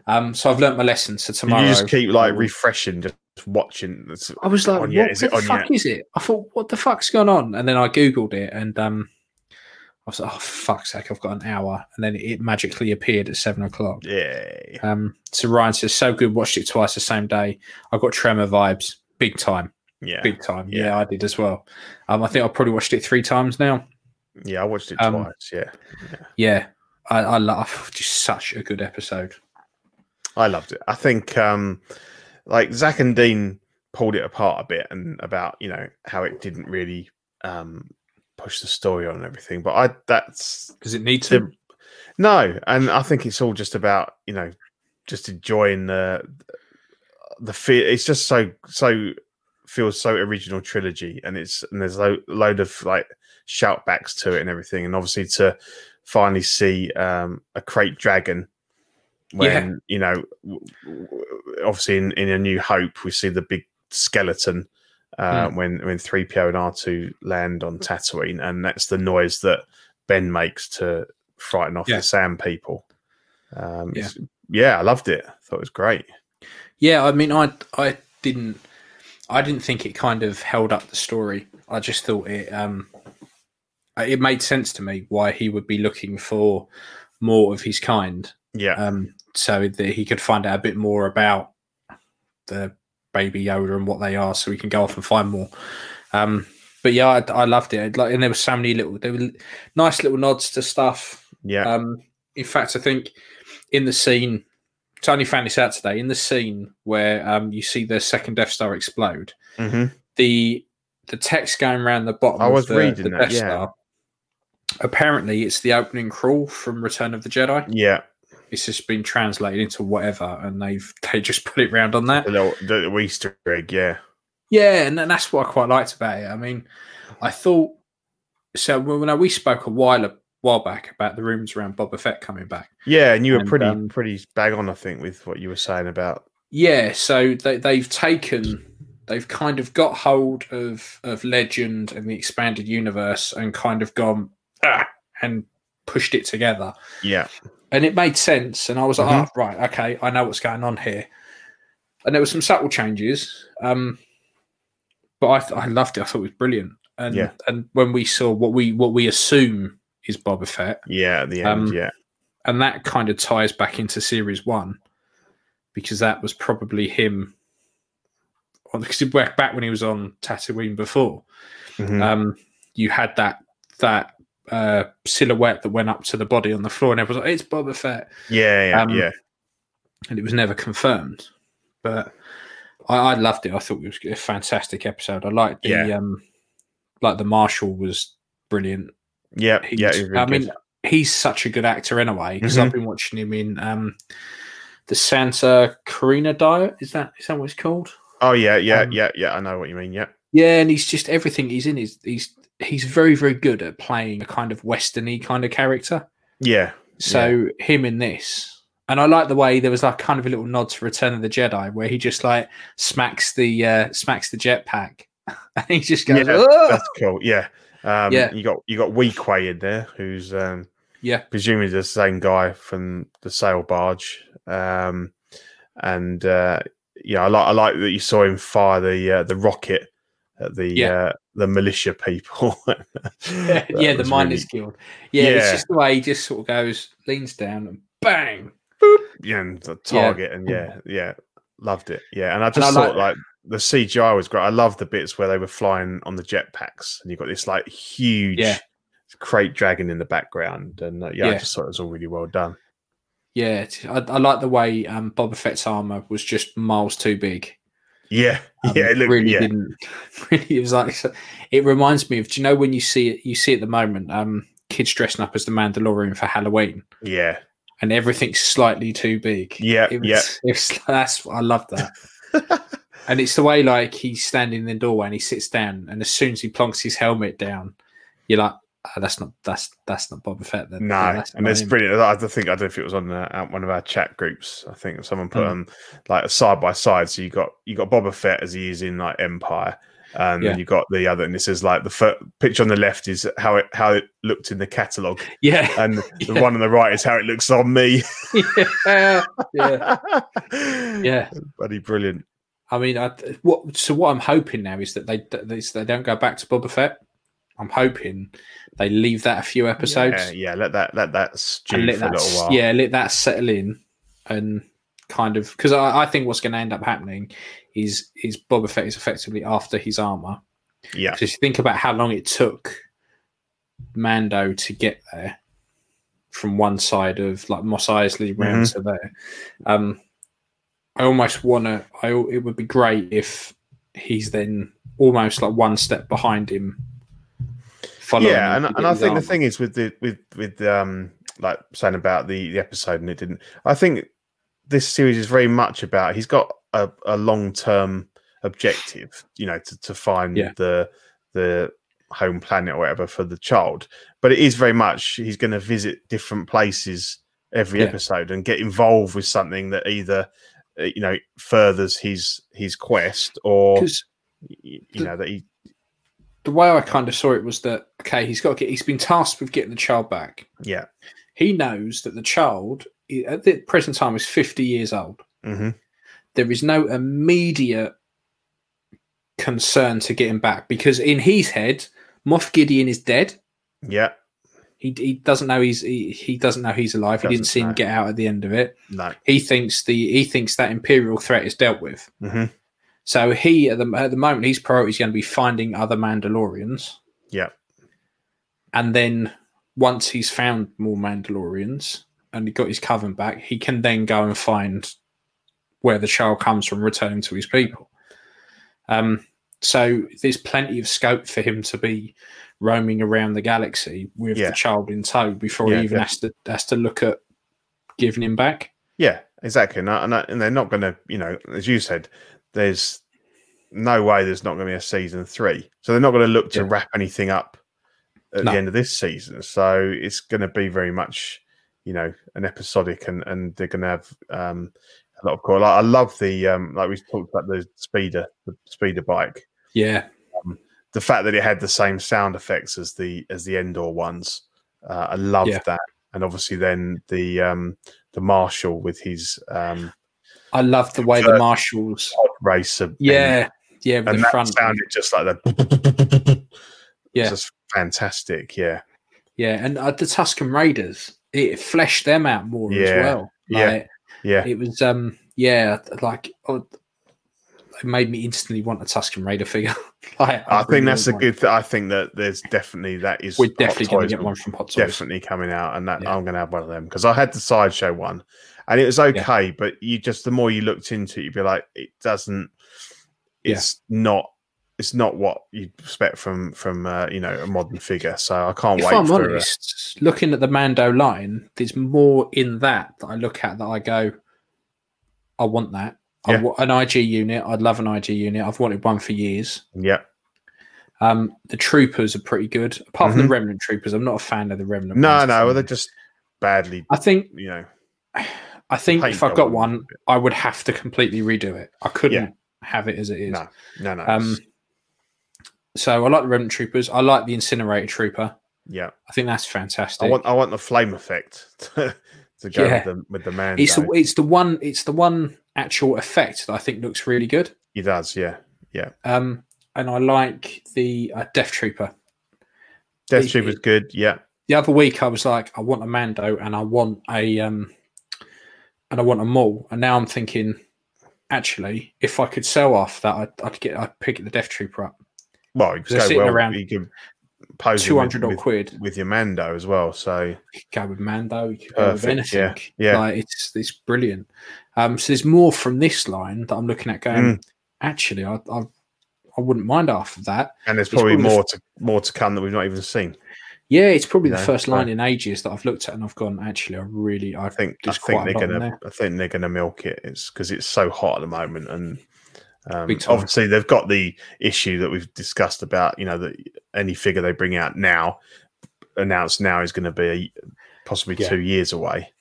E: Um, so I've learnt my lesson. So
F: Did
E: tomorrow,
F: You just keep like
E: I will-
F: refreshing, just watching. It's-
E: I was like,
F: on
E: what
F: yet? Is
E: the
F: it on
E: fuck
F: yet?
E: is it? I thought, what the fuck's going on? And then I Googled it and um, I was like, oh, fuck's sake, I've got an hour. And then it magically appeared at seven o'clock.
F: Yeah.
E: Um, so Ryan says, so good, watched it twice the same day. I got tremor vibes, big time,
F: Yeah.
E: big time. Yeah,
F: Yeah.
E: I did as well. Um, I think I probably watched it three times now.
F: Yeah. I watched it
E: Um,
F: twice. Yeah.
E: Yeah, I, I love just such a good episode.
F: I loved it. I think um like Zach and Dean pulled it apart a bit and about, you know, how it didn't really um push the story on and everything. But I that's
E: Does it need to?
F: no, and I think it's all just about you know just enjoying the the feel. It's just so so feels so original trilogy, and it's and there's a load of like shout backs to it and everything, and obviously to finally see um, a crate dragon. When you know, w- w- obviously in, in A New Hope, we see the big skeleton uh, when when three PO and R two land on Tatooine, and that's the noise that Ben makes to frighten off
E: Yeah.
F: the Sam people. Um,
E: Yeah.
F: yeah. yeah, I loved it. I thought it was great.
E: Yeah, I mean, I I didn't I didn't think it kind of held up the story. I just thought it um it made sense to me why he would be looking for more of his kind,
F: Yeah,
E: um, so that he could find out a bit more about the baby Yoda and what they are, so we can go off and find more. Um, but yeah, I, I loved it. Like, and there were so many little, there were nice little nods to stuff
F: yeah,
E: um, in fact, I think in the scene, Tony found this out today. In the scene where um, you see the second Death Star explode,
F: hmm
E: the the text going around the bottom.
F: I was
E: of the,
F: reading
E: the
F: that,
E: Death
F: yeah.
E: Star. Apparently, it's the opening crawl from Return of the Jedi.
F: yeah.
E: It's just been translated into whatever, and they've they just put it round on that.
F: The little the, little Easter egg. Yeah,
E: Yeah, and, and that's what I quite liked about it. I mean, I thought so. Well, no, we spoke a while a while back about the rumors around Boba Fett coming back.
F: yeah. And you were
E: And,
F: pretty
E: um,
F: pretty bang on, I think, with what you were saying about.
E: Yeah, so they, they've taken, they've kind of got hold of of Legend and the expanded universe, and kind of gone ah, and pushed it together,
F: Yeah,
E: and it made sense. And I was like,
F: Mhm.
E: "Ah, right, okay, I know what's going on here. And there were some subtle changes, um, but I, th- I loved it. I thought it was brilliant. And
F: Yeah.
E: and when we saw what we what we assume is Boba Fett,
F: yeah. At the end,
E: Um,
F: yeah,
E: and that kind of ties back into series one because that was probably him on because it went back when he was on Tatooine before.
F: Mhm.
E: Um, you had that that uh, silhouette that went up to the body on the floor, and everyone was like, "It's Boba Fett,"
F: yeah, yeah,
E: um,
F: yeah.
E: and it was never confirmed. But I, I loved it. I thought it was a fantastic episode. I liked the
F: Yeah.
E: um, like the Marshall was brilliant.
F: Yeah,
E: He's,
F: yeah, it was really
E: I mean,
F: good. Mm-hmm.
E: he's such a good actor anyway because I've been watching him in um, the Santa Carina Diet. Is that is that what it's called?
F: oh yeah, yeah,
E: um,
F: yeah, yeah. I know what you mean. Yeah,
E: Yeah, and he's just everything he's in. He's he's he's very very good at playing a kind of westerny kind of character.
F: yeah,
E: So him in this, and I like the way there was like kind of a little nod to Return of the Jedi where he just like smacks the uh, smacks the jetpack, and he just goes,
F: Yeah,
E: "Oh!"
F: that's cool. Yeah, um,
E: Yeah.
F: You got you got Weequay in there, who's um,
E: yeah,
F: presumably the same guy from the sail barge. Um, and uh, yeah, I like I like that you saw him fire the uh, the rocket at the
E: Yeah.
F: uh, the militia people.
E: yeah,
F: That
E: yeah, the
F: was
E: miners
F: really-
E: guild. Yeah, it's
F: Yeah.
E: just the way he just sort of goes, leans down, and bang.
F: yeah, and the target, and yeah, yeah, loved it. Yeah, and I just
E: I like-
F: thought like the CGI was great. I love the bits where they were flying on the jetpacks, and you got this like huge.
E: Yeah.
F: Crate dragon in the background, and uh, yeah, I
E: Yeah.
F: just thought it was all really well done.
E: Yeah, it's- I, I like the way um, Boba Fett's armor was just miles too big.
F: Yeah,
E: Um,
F: yeah, it looked,
E: really
F: yeah,
E: didn't. Really, it was like it reminds me of. Do you know when you see it? You see at the moment, um, kids dressing up as the Mandalorian for Halloween,
F: yeah,
E: and everything's slightly too big.
F: Yeah,
E: it was,
F: yeah.
E: It was, that's I love that. and it's the way like he's standing in the doorway and he sits down, and as soon as he plonks his helmet down, you're like, "Ah, that's not that's that's not Boba Fett. Then.
F: No,
E: Yeah, that's
F: and
E: not
F: it's
E: him."
F: brilliant. I don't think I don't know if it was on uh, out one of our chat groups. I think someone
E: Hmm.
F: put on like a side by side. So you got you got Boba Fett as he is in like Empire, and
E: Yeah.
F: then you got the other. And this is like the fir- picture on the left is how it how it looked in the catalog,
E: Yeah,
F: and the one on the right is how it looks on me.
E: yeah, yeah, yeah.
F: bloody brilliant.
E: I mean, I, what? So what I'm hoping now is that they they, they don't go back to Boba Fett. I'm hoping they leave that a few episodes
F: Yeah, yeah, let that let that stew
E: and
F: for
E: let
F: a
E: that
F: little while.
E: yeah let that settle in and kind of because I, I think what's going to end up happening is is Boba Fett is effectively after his armor
F: yeah,
E: because if you think about how long it took Mando to get
F: Mm-hmm.
E: there from one side of like Moss Isley round to there, um, I almost want to. I al- it would be great if he's then almost like one step behind him. following
F: yeah,
E: him
F: and,
E: to get
F: and I
E: his
F: think the
E: arm.
F: thing is with the with with um like saying about the the episode and it didn't. I think this series is very much about he's got a, a long term objective, you know, to, to find
E: Yeah.
F: the the home planet or whatever for the child. But it is very much he's going to visit different places every
E: Yeah.
F: episode and get involved with something that either uh, you know furthers his his quest or
E: 'Cause
F: y-
E: the-
F: you know that he
E: the way I kind of saw it was that okay, he's got to get, he's been tasked with getting the child back.
F: yeah
E: He knows that the child i- at the present time is fifty years old.
F: hmm
E: There is no immediate concern to get him back because in his head, Moff Gideon is dead.
F: yeah
E: He, he doesn't know he's he, he doesn't know he's alive. he
F: Doesn't
E: didn't see him
F: know.
E: get out at the end of it.
F: no
E: He thinks the he thinks that imperial threat is dealt with.
F: hmm
E: So he at the at the moment his priority is going to be finding other Mandalorians.
F: Yeah.
E: And then once he's found more Mandalorians and he got his coven back, he can then go and find where the child comes from, returning to his people. Um. So there's plenty of scope for him to be roaming around the galaxy with
F: Yeah.
E: the child in tow before
F: Yeah,
E: he even has to has to look at giving him back.
F: Yeah, exactly. And, I- and, I- and they're not going to, you know, as you said, there's no way there's not going to be a season three. So they're not going to look to
E: Yeah.
F: wrap anything up at
E: No.
F: the end of this season. So it's going to be very much, you know, an episodic and, and they're going to have um, a lot of cool. Like, I love the, um, like we talked about the speeder, the speeder bike.
E: Yeah.
F: The fact that it had the same sound effects as the as the Endor ones, uh, I loved
E: Yeah.
F: that. And obviously, then the um, the marshal with his um,
E: I love the way
F: Uh,
E: the marshals
F: pod racer. thing.
E: Yeah, yeah, with
F: and
E: the
F: that
E: front.
F: sounded just like that.
E: Yeah.
F: just fantastic. Yeah,
E: Yeah, and uh, the Tuscan Raiders, it fleshed them out more
F: Yeah,
E: as well.
F: yeah.
E: Like,
F: yeah,
E: It was, um, yeah, like oh, it made me instantly want a Tuscan Raider figure. like,
F: I think
E: really
F: that's a
E: want-
F: good. Th- I think that there's definitely that is
E: We're
F: Hot
E: definitely going
F: Toys
E: to get
F: will
E: one from Hot Toys.
F: definitely coming out, and that
E: Yeah.
F: I'm going to have one of them because I had the sideshow one, and it was okay, but you just the more you looked into it, you'd be like, it doesn't.
E: Yeah.
F: It's not. It's not what you'd expect from from uh, you know a modern figure. So I can't
E: If
F: wait.
E: I'm
F: for uh,
E: honest, looking at the Mando line, there's more in that that I look at that I go, I want that. I
F: Yeah.
E: want an IG unit. I'd love an IG unit. I've wanted one for years.
F: yeah,
E: Um, the troopers are pretty good, apart from the remnant troopers. I'm not a fan of the remnant.
F: Mm-hmm. no,
E: ones.
F: no, well, they're just badly.
E: I think
F: You know,
E: I think
F: Paint
E: if I
F: that
E: got
F: one.
E: one, I would have to completely redo it. I couldn't have it as it is.
F: No, no, no.
E: Um, so I like the remnant troopers. I like the incinerator trooper.
F: yeah.
E: I think that's fantastic.
F: I want I want the flame effect to, to go
E: Yeah.
F: with the with the man.
E: it's the, it's the one it's the one actual effect that I think looks really good.
F: he does, yeah.
E: Um, and I like the uh, death trooper.
F: Death
E: It-
F: Troop was
E: it-
F: good, yeah.
E: The other week I was like, I want a Mando and I want a um, and I want a Maul. And now I'm thinking, actually, if I could sell off that, I'd, I'd get I'd pick the death trooper up.
F: Well,
E: They're
F: you could go
E: sitting
F: well.
E: around
F: you could pose him
E: Two hundred
F: with,
E: odd
F: with,
E: quid.
F: with your Mando as well. So
E: You could go with Mando. You could go with
F: Perfect,
E: anything.
F: yeah, yeah.
E: Like, it's it's brilliant. Um, so there's more from this line that I'm looking at.
F: Mm.
E: Going, actually, I, I I wouldn't mind half of that.
F: and there's
E: It's
F: probably
E: probably the-
F: more to more to come that we've not even seen.
E: Yeah, it's probably
F: No,
E: the first
F: no.
E: line in ages that I've looked at and I've gone. Actually, I really I
F: I think I
E: There's
F: think
E: quite a
F: they're
E: lot in
F: gonna
E: there.
F: I think they're gonna milk it. It's because it's so hot at the moment and um,
E: Big time.
F: obviously they've got the issue that we've discussed about, you know, that any figure they bring out now announced now is gonna be possibly
E: Yeah.
F: two years away.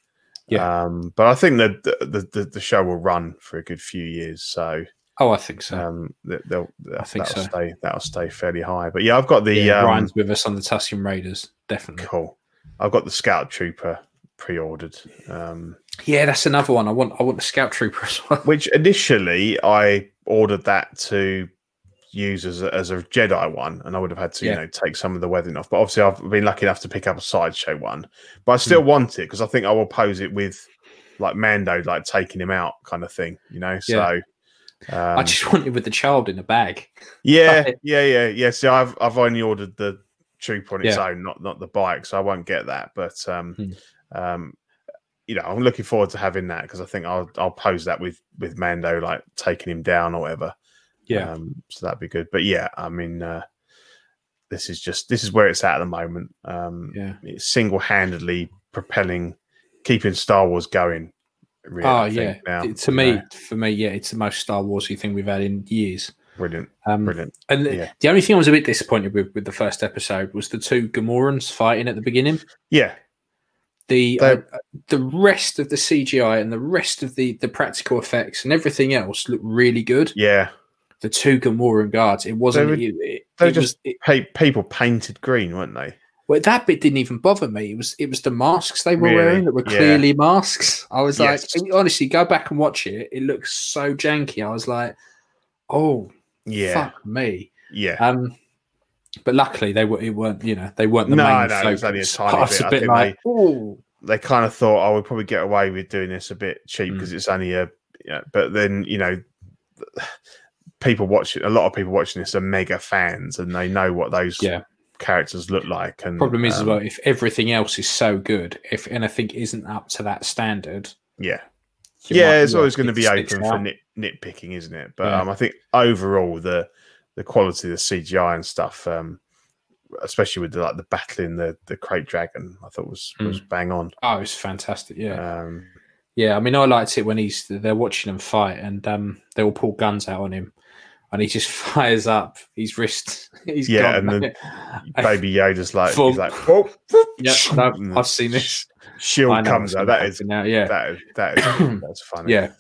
E: Yeah.
F: Um, but I think that the, the, the, the show will run for a good few years, so
E: oh I think so.
F: um, that they'll, that,
E: I think
F: that'll
E: so.
F: stay that'll stay fairly high. But yeah, I've got the
E: yeah,
F: um,
E: Ryan's with us on the Tuscan Raiders, definitely.
F: cool. I've got the Scout Trooper pre-ordered. Um,
E: Yeah, that's another one. I want I want the Scout Trooper as well.
F: which initially I ordered that to use as a, as a Jedi one, and I would have had to you
E: Yeah.
F: know take some of the weathering off. But obviously, I've been lucky enough to pick up a sideshow one, but
E: Hmm.
F: I still want it because I think I will pose it with like Mando, like taking him out kind of thing, you know. So. Um,
E: I just want it with the child in a bag.
F: yeah,
E: Right.
F: yeah, yeah, yeah. So I've I've only ordered the trooper on its
E: Yeah.
F: own, not not the bike, so I won't get that. But um,
E: Hmm.
F: um, you know, I'm looking forward to having that because I think I'll I'll pose that with with Mando like taking him down or whatever.
E: Yeah.
F: Um, so that'd be good. But yeah, I mean, uh, this is just this is where it's at at the moment. Um,
E: Yeah.
F: It's single handedly propelling, keeping Star Wars going. Really,
E: oh
F: I
E: yeah.
F: think, now.
E: It- to
F: You
E: me,
F: know,
E: for me, yeah, it's the most Star Warsy thing we've had in years.
F: brilliant,
E: Um,
F: brilliant.
E: and the-
F: yeah.
E: the only thing I was a bit disappointed with with the first episode was the two Gamorans fighting at the beginning.
F: Yeah,
E: the
F: They-
E: uh, the rest of the CGI and the rest of the the practical effects and everything else looked really good.
F: yeah.
E: The two Gamoran guards, it wasn't. e,
F: They were-
E: it, it-
F: they were
E: it was-
F: just-
E: it-
F: Hey, people painted green, weren't they?
E: well, that bit didn't even bother me. It was it was the masks they were
F: Really?
E: wearing that were
F: Yeah.
E: clearly masks. I was
F: Yes.
E: like, and honestly, go back and watch it. It looks so janky. I was like, oh
F: Yeah,
E: fuck me.
F: yeah.
E: Um, but luckily they were. It weren't. You know, they weren't the
F: No,
E: main.
F: no, it was only a
E: focus.
F: tiny
E: I was
F: bit. I
E: a bit
F: think
E: like, oh,
F: they kind of thought, oh, we'll probably get away with doing this a bit cheap
E: Mm.
F: because it's only a. Yeah, but then you know, people watching a lot of people watching this are mega fans and they know what those
E: Yeah.
F: characters look like. And
E: Problem is as
F: um,
E: well if everything else is so good, if anything isn't up to that standard,
F: yeah,
E: you
F: yeah,
E: might-
F: it's
E: yeah,
F: always going to
E: it
F: be
E: sticks
F: open
E: out.
F: for nit, nitpicking, isn't it? But
E: Yeah.
F: um, I think overall the the quality of the CGI and stuff, um, especially with the, like the battling the the crate dragon, I thought was was bang on.
E: oh, it's fantastic. Yeah,
F: Um,
E: yeah. I mean, I liked it when he's they're watching him fight, and um, they all pull guns out on him, and he just fires up his wrist. He's
F: Yeah,
E: gone,
F: and
E: mate.
F: Baby Yoda's like,
E: Thump.
F: he's like, whoop,
E: yeah,
F: Mm.
E: no, I've seen this. I
F: shield
E: know
F: comes
E: what's
F: out.
E: gonna
F: That is
E: happen now. Yeah,
F: that is that is that's funny.
E: yeah,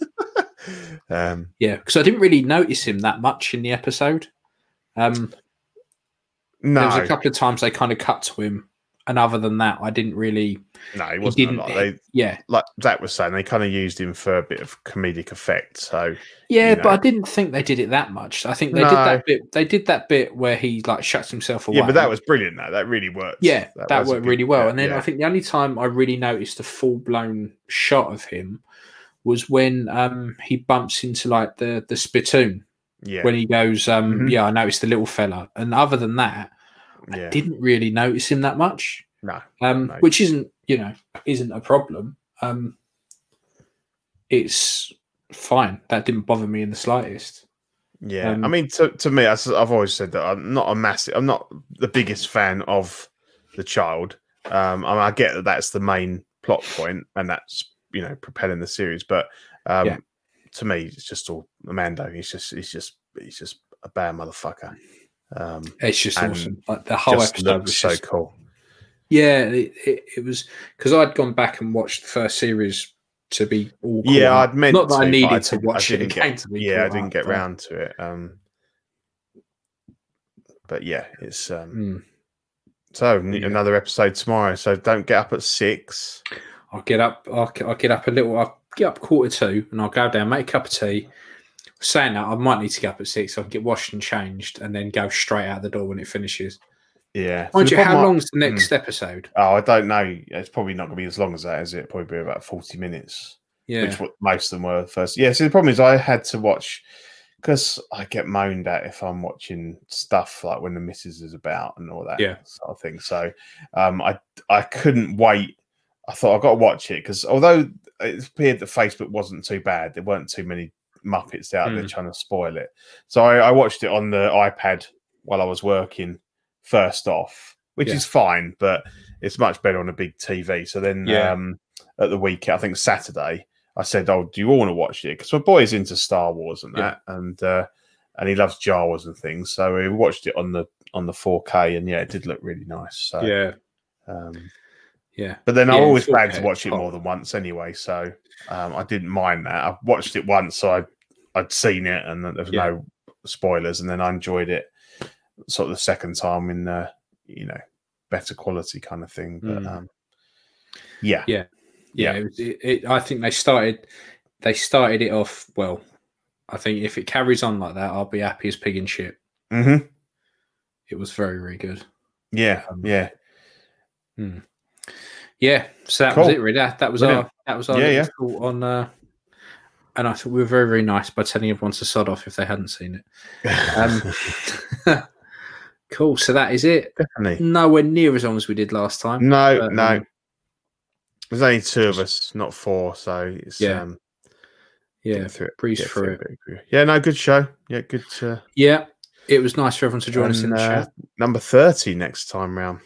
F: Um,
E: yeah. Because I didn't really notice him that much in the episode. Um, There
F: no,
E: was a couple of times they kind of cut to him, and other than that, I didn't really.
F: no, it
E: he
F: wasn't
E: didn't-
F: a lot. They
E: Yeah,
F: like Zach was saying, they kind of used him for a bit of comedic effect. So
E: Yeah,
F: you know.
E: but I didn't think they did it that much. I think they did
F: No.
E: that bit. They did that bit where he like shuts himself away.
F: yeah, but that was brilliant. Though that really worked.
E: yeah, that,
F: was a
E: worked
F: good-
E: really well.
F: yeah,
E: and then
F: yeah.
E: I think the only time I really noticed a full blown shot of him was when um he bumps into like the the spittoon
F: yeah,
E: when he goes um
F: Mhm.
E: yeah I noticed the little fella and other than that
F: yeah,
E: didn't really notice him that much
F: no,
E: um
F: No.
E: which isn't you know isn't a problem um it's fine that didn't bother me in the slightest
F: yeah.
E: um,
F: I mean, to, to me, I, have always said that I'm not a massive, I'm not the biggest fan of the child. Um, I, mean, I get that that's the main plot point, and that's you know propelling the series. But um,
E: Yeah.
F: to me, it's just all Mando. He's just, he's just, he's just a bad motherfucker. Um,
E: It's just
F: and
E: awesome. Like the whole
F: just
E: episode
F: looks
E: was
F: so
E: just,
F: cool.
E: yeah, it, it, it was because I'd gone back and watched the first series to be all caught
F: Yeah,
E: up.
F: I'd meant
E: not that I
F: to, but
E: needed to
F: didn't-
E: watch it. It
F: didn't
E: came
F: get-
E: to me
F: yeah, I
E: caught
F: didn't
E: up,
F: get
E: but-
F: round to it. Um, but yeah, it's um,
E: Mm.
F: so n-
E: Yeah.
F: another episode tomorrow. So don't get up at six.
E: I'll get up. I'll, get- I'll get up a little. I'll get up quarter two, and I'll go down, make a cup of tea. Saying that, I might need to get up at six. so I can get washed and changed, and then go straight out the door when it finishes. Hmm.
F: Yeah. So
E: Mind
F: the
E: you, how
F: problem I-
E: long's the next episode?
F: Oh, I don't know. It's probably not going to be as long as that, is it? Probably be about forty minutes,
E: Yeah,
F: which what most of them were first. Yeah. So the problem is, I had to watch because I get moaned at if I'm watching stuff like when the missus is about and all that
E: Yeah.
F: sort of thing. So um, I I couldn't wait. I thought I got to watch it because although it appeared that Facebook wasn't too bad, there weren't too many Muppets out there
E: Mm.
F: trying to spoil it. So I, I watched it on the iPad while I was working first off, which
E: Yeah.
F: is fine, but it's much better on a big TV. So then
E: Yeah.
F: um, at the weekend, I think Saturday, I said, "Oh, do you all want to watch it?" Because my boy's into Star Wars and
E: Yeah.
F: that, and uh, and he loves Jawas and things. So we watched it on the on the 4K, and yeah, it did look really nice. So
E: yeah,
F: um,
E: yeah.
F: but then I
E: Yeah,
F: always
E: it's
F: plan to
E: okay.
F: watch it more than once anyway, so um, I didn't mind that. I watched it once, so I, I'd seen it, and there was
E: Yeah.
F: no spoilers, and then I enjoyed it sort of the second time in uh, you know better quality kind of thing. But
E: Mm.
F: um, yeah,
E: Yeah. yeah,
F: Yeah.
E: It, was- it, it, I think they started they started it off well. I think if it carries on like that, I'll be happy as pig in shit.
F: hmm
E: It was very very good.
F: yeah,
E: Um,
F: yeah,
E: Yeah, so that
F: Cool.
E: was it really. That, that was
F: Brilliant.
E: our that was our
F: Yeah,
E: little
F: yeah.
E: thought on. Uh, and I thought we were very very nice by telling everyone to sod off if they hadn't seen it. Um, cool. So that is it.
F: definitely.
E: Nowhere near as long as we did last time.
F: No,
E: but,
F: no,
E: um,
F: There's only two of us, not four. So it's
E: Yeah.
F: um,
E: Yeah,
F: through it.
E: breeze
F: get
E: through it.
F: through it. Yeah, no, good show. Yeah, good. Uh,
E: Yeah, it was nice for everyone to join us in
F: and,
E: the
F: uh,
E: chat.
F: Number thirty next time round.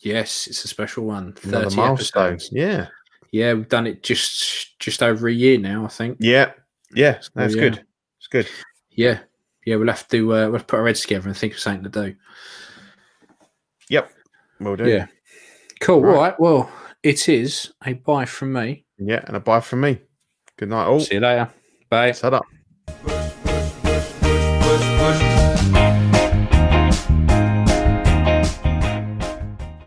E: Yes, it's a special one.
F: Another
E: Thirty
F: milestone.
E: episodes.
F: Yeah,
E: Yeah, we've done it just just over a year now, I think.
F: yeah, yeah. That's
E: Oh, yeah.
F: good. It's good.
E: Yeah, yeah, we'll have to uh, we'll put our heads together and think of something to do.
F: Yep, will do.
E: Yeah, cool.
F: Right.
E: All right. Well, it is a bye from me.
F: yeah, and a bye from me. Good night, all.
E: See you later. Bye.
F: Set up.